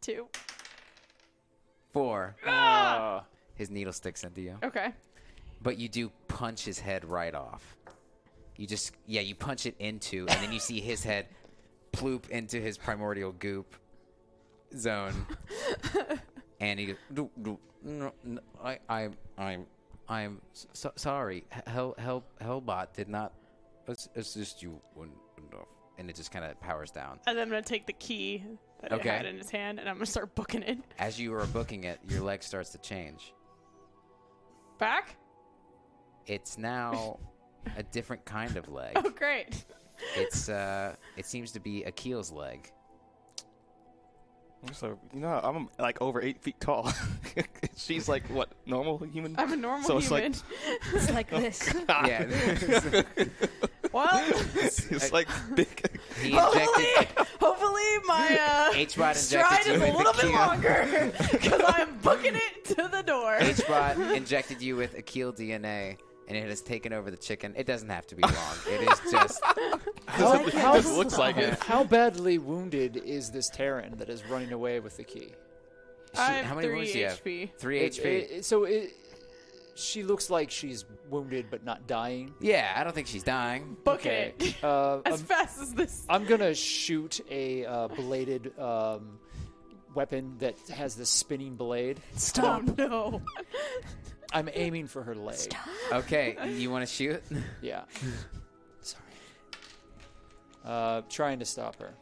two. four. His needle sticks into you, Okay. but you do punch his head right off. You just yeah, you punch it into, and then you see his head ploop into his primordial goop zone, and he goes, "Do- do- no, no, I, I, I'm, I'm so, sorry. Hell, Hell, Hellbot did not ass- assist you enough, and it just kind of powers down. And then I'm gonna take the key that Okay. I had in his hand, and I'm gonna start booking it As you are booking it, your leg starts to change. back. It's now a different kind of leg. Oh, great. It's uh, it seems to be Akil's leg. I'm so you know I'm like over eight feet tall. She's like what normal human? I'm a normal So it's human. like- It's like this. Yeah, well, it's like big. he Oh, injected. hopefully my uh, H bot stride injected is you a with little bit Akil. longer because I'm booking it to the door. H bot injected you with Akil DNA, and it has taken over the chicken. It doesn't have to be long. It is just How, how, This looks like it. how badly wounded is this Terran that is running away with the key? I Shoot, have how many three wounds do you have? HP. Three It- HP. it- it- so it, she looks like she's wounded but not dying. yeah, I don't think she's dying. Booking it Uh, as um, fast as this. I'm gonna shoot a uh, bladed um, weapon that has this spinning blade. Oh Stop. no! I'm aiming for her leg. Okay, you want to shoot? Yeah. Sorry. Uh, trying to stop her.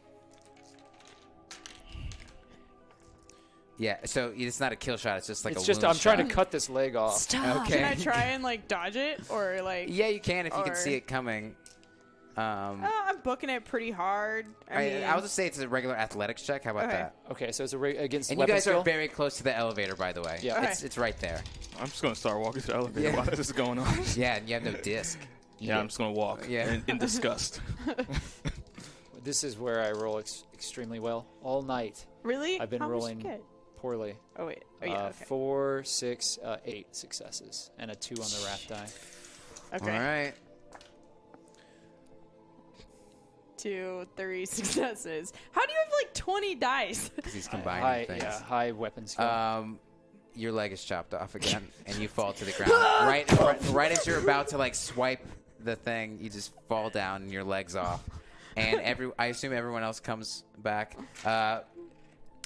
Yeah. So it's not a kill shot. It's just like it's a just wound I'm trying shot. to cut this leg off. Stop. Okay. Can I try and like dodge it or like? Yeah, you can if you can Or- see it coming. Um, Uh, I'm booking it pretty hard. Oh, I I, mean, I will just say it's a regular athletics check. How about Okay. that? Okay, so it's a ra- against And you weapon guys skill? are very close to the elevator, by the way. Yeah. It's, it's right there. I'm just gonna start walking to the elevator while this is going on. Yeah, and you have no disc. Yeah, I'm just gonna walk. Yeah. in, in disgust. This is where I roll ex- extremely well all night. really. I've been How much you rolling get? poorly. Oh wait. Oh yeah. uh, okay. Four, six, uh, eight successes, and a two on the wrath die. okay. All right. Two, three successes. How do you have like twenty dice? Because he's high, combining things. yeah, high weapon skill. Um, your leg is chopped off again, and you fall to the ground. right, right, right as you're about to like swipe the thing, you just fall down, and your legs off. And every, I assume everyone else comes back. Uh,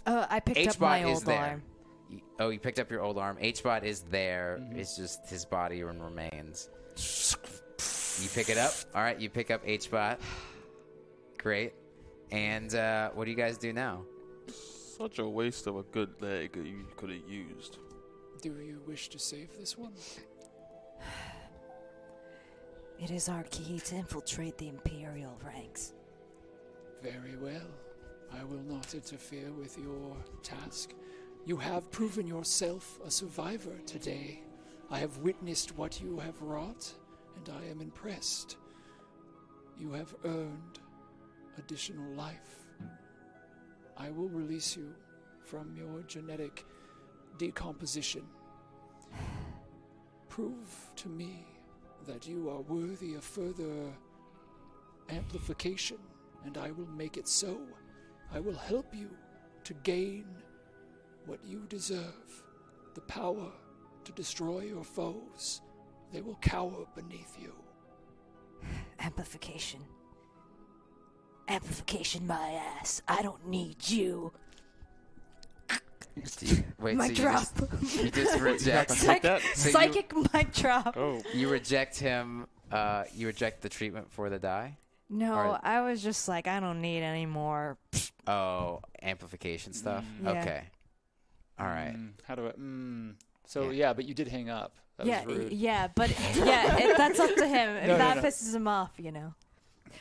Uh, I picked up my H-Bot is old there. arm. You- Oh, you picked up your old arm. H-Bot is there. Mm-hmm. It's just his body and remains. You pick it up. All right, you pick up H-Bot. Great. And uh, what do you guys do now? Such a waste of a good leg that you could have used. Do you wish to save this one? It is our key to infiltrate the Imperial ranks. Very well. I will not interfere with your task. You have proven yourself a survivor today. I have witnessed what you have wrought, and I am impressed. You have earned additional life. I will release you from your genetic decomposition. Prove to me that you are worthy of further amplification, and I will make it so. I will help you to gain what you deserve the power to destroy your foes. They will cower beneath you. Amplification. Amplification, my ass. I don't need you. Do you- Wait, Mic so you drop. just, you just reject Like that? So you- Psychic mic drop. Oh, you reject him. Uh, you reject the treatment for the die. No, Alright. I was just like, I don't need any more. Oh, amplification stuff. Mm-hmm. Yeah. Mm-hmm. Okay. All right. Mm, how do I? Mm. So Yeah. yeah. but you did hang up. That yeah, was rude. yeah, but yeah, it, that's up to him. If No, no, that no. pisses him off, you know.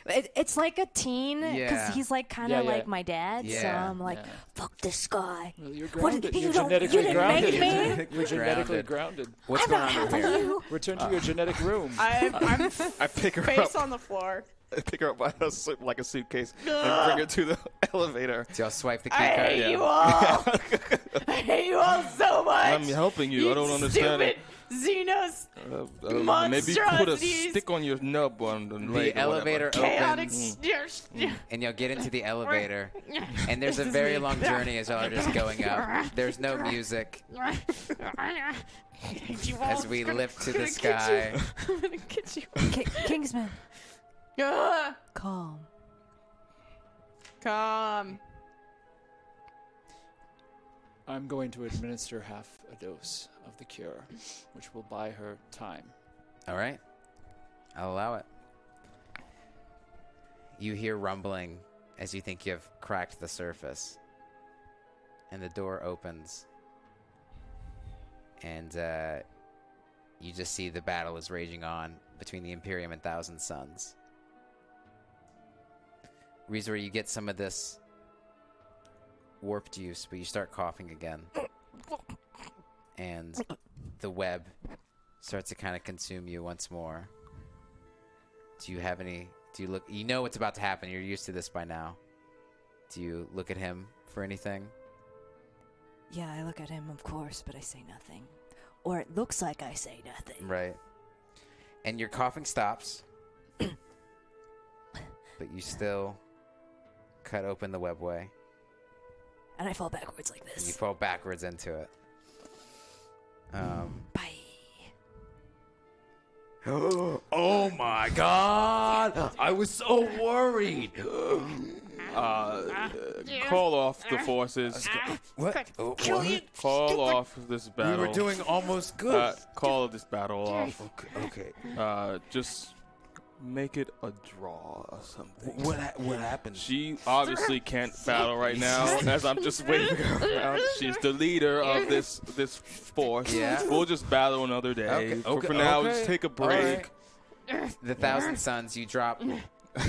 It, it's like a teen because Yeah. he's like kind Yeah, of yeah. like my dad, so Yeah. I'm like, Yeah. fuck this guy. Well, you're What grounded. did- you're you don't- you genetically didn't make grounded. me? You're genetically Grounded. grounded. What's I'm going not on helping over here? you. Return to your genetic room. I, I'm I pick her face up. on the floor. I pick her up by a, suit- like a suitcase and bring her to the elevator. So y'all swipe the key I card. hate you all. I hate you all so much. I'm helping you. I don't understand it. stupid Xenos Uh, uh, maybe put a monstrosities. stick on your nub on the, The elevator Mm. chaotic. opens, and y'all get into the elevator, and there's a very long journey as y'all are just going up. There's no music you all. as we I'm gonna- lift to I'm the gonna get sky. you. I'm gonna get you. Ki- Kingsman, Ah, calm. Calm. I'm going to administer half a dose of the cure, which will buy her time. All right, I'll allow it. You hear rumbling as you think you have cracked the surface, and the door opens, and uh, you just see the battle is raging on between the Imperium and Thousand Suns. Rizor, you get some of this warped use, but you start coughing again, and the web starts to kind of consume you once more. Do you have any? Do you look? You know what's about to happen. You're used to this by now. Do you look at him for anything? Yeah, I look at him, of course, but I say nothing. Or it looks like I say nothing. Right. And your coughing stops, but you still cut open the webway And I fall backwards like and you this. fall backwards into it. Um. Bye. Oh my God! I was so worried. Call off the forces. What? Oh, what? Call off this We battle. were doing almost good. Uh, call this battle off. okay. Uh, just make it a draw or something. What ha- what happened? She obviously can't battle right now, as I'm just waving her around. She's the leader of this this force. Yeah. We'll just battle another day. Okay, For, okay, for now, okay. just take a break. The Thousand Sons. You drop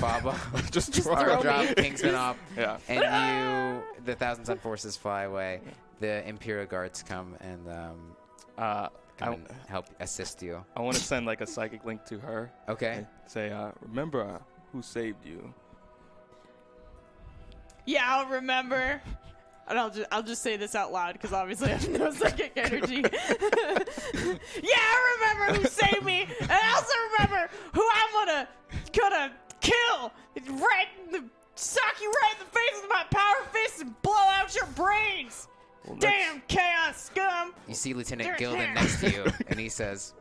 Baba. Just, or draw. drop Kingsman off, Yeah. and you the Thousand Sun forces fly away. The Imperial guards come and um, Uh, come I, and help assist you. I want to send like a psychic link to her. Okay. Say, uh, remember uh, who saved you. Yeah, I'll remember. And I'll just, I'll just say this out loud because obviously I have no psychic energy. yeah, I remember who saved me, and I also remember who I'm gonna gonna kill. Right, in the, sock you right in the face with my power fist and blow out your brains. Damn chaos scum! You see Lieutenant They're Gilden here. next to you, and he says,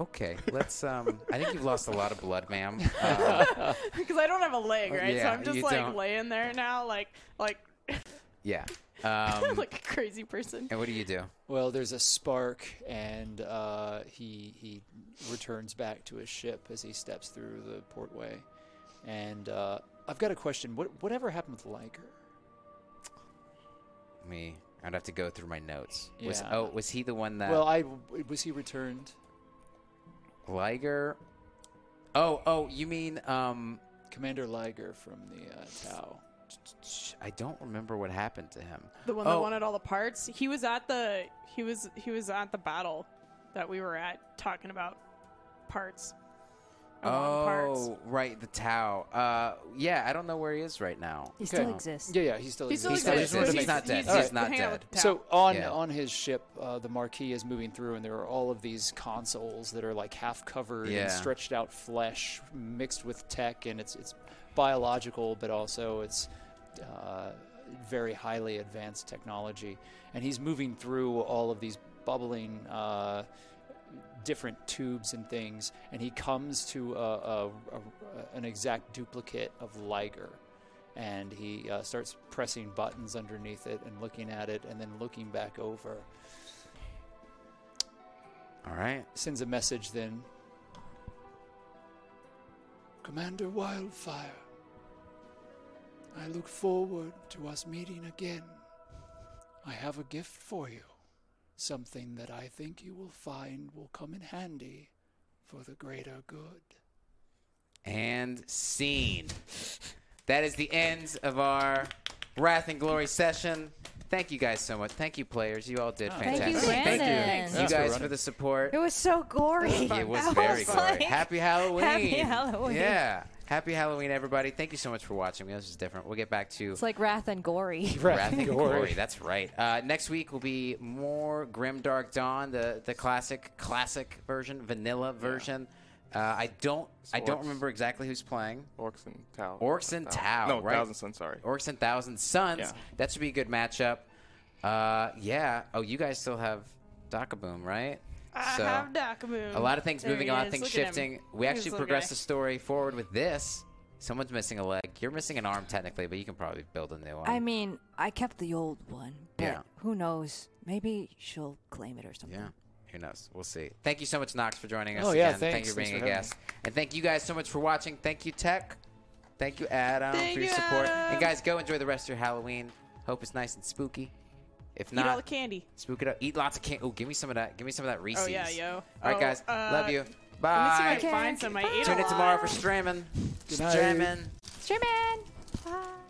"Okay, let's. Um, I think you've lost a lot of blood, ma'am. Uh, Because I don't have a leg, right? yeah, so I'm just you like don't. laying there now, like like yeah. Um, like a crazy person. and what do you do? Well, there's a spark, and uh, he he returns back to his ship as he steps through the portway. And uh, I've got a question. What whatever happened with Liger? Me." I'd have to go through my notes. Was Yeah. oh was he the one that Well, I was he returned? Liger? Oh oh you mean um Commander Liger from the uh, Tau. sh- I don't remember what happened to him. The one Oh. that wanted all the parts. He was at the he was he was at the battle that we were at talking about parts. I Oh, want parts. right, the Tau. Uh, yeah, I don't know where he is right now. He Okay. still exists. Yeah, yeah, he's still He still He exists. still exists. exists. but He's not dead. He's, He's not hanging out dead. with the town. So on Yeah. on his ship, uh, the Marquis is moving through, and there are all of these consoles that are like half covered Yeah. in stretched out flesh mixed with tech, and it's it's biological, but also it's uh, very highly advanced technology. And he's moving through all of these bubbling. Uh, different tubes and things and he comes to a, a, a, an exact duplicate of liger and he uh, starts pressing buttons underneath it and looking at it and then looking back over. All right. Sends a message then Commander Wildfire, I look forward to us meeting again. I have a gift for you, something that I think you will find will come in handy for the greater good. And scene. That is the end of our Wrath and Glory session. Thank you guys so much. Thank you, players. You all did Thank you, fantastic. Brandon. you guys for the support. It was so gory. It was I very was gory. like- Happy Halloween. Happy Halloween. Yeah. Happy Halloween, everybody. Thank you so much for watching. This is different. We'll get back to It's like Wrath and Gory. Wrath and Glory. That's right. Uh, next week will be more Grim Dark Dawn, the the classic classic version, vanilla version. Uh, I don't I don't orcs. remember exactly who's playing. Orcs and Tau. Orcs and Tau. No, right? Thousand Sun, sorry. Orcs and Thousand Suns. Yeah. That should be a good matchup. Uh, yeah. Oh, you guys still have Doka Boom, right? I So- have Doc Moon. a lot of things There moving, he a lot is. of things Look at him. shifting. We Look at actually this little progressed the guy. story forward with this. Someone's missing a leg. You're missing an arm, technically, but you can probably build a new one. I mean, I kept the old one, but Yeah. who knows? Maybe she'll claim it or something. yeah. Who knows? We'll see. Thank you so much, Knox, for joining us Oh, yeah, again. Thank thanks. you for being Thanks a for having guest. And thank you guys so much for watching. Thank you, Tech. Thank you, Adam, Thank for your you, support. Adam. And guys, go enjoy the rest of your Halloween. Hope it's nice and spooky. If Eat not, all the candy. spook it up. Eat lots of candy. Oh, give me some of that. Give me some of that Reese's. yeah, yo. All right, Oh, guys. uh, love you. Let me see Bye. if I can find some. I ate a Tune in lot. tomorrow for Stramming. night. Stramming. Streaming! Bye.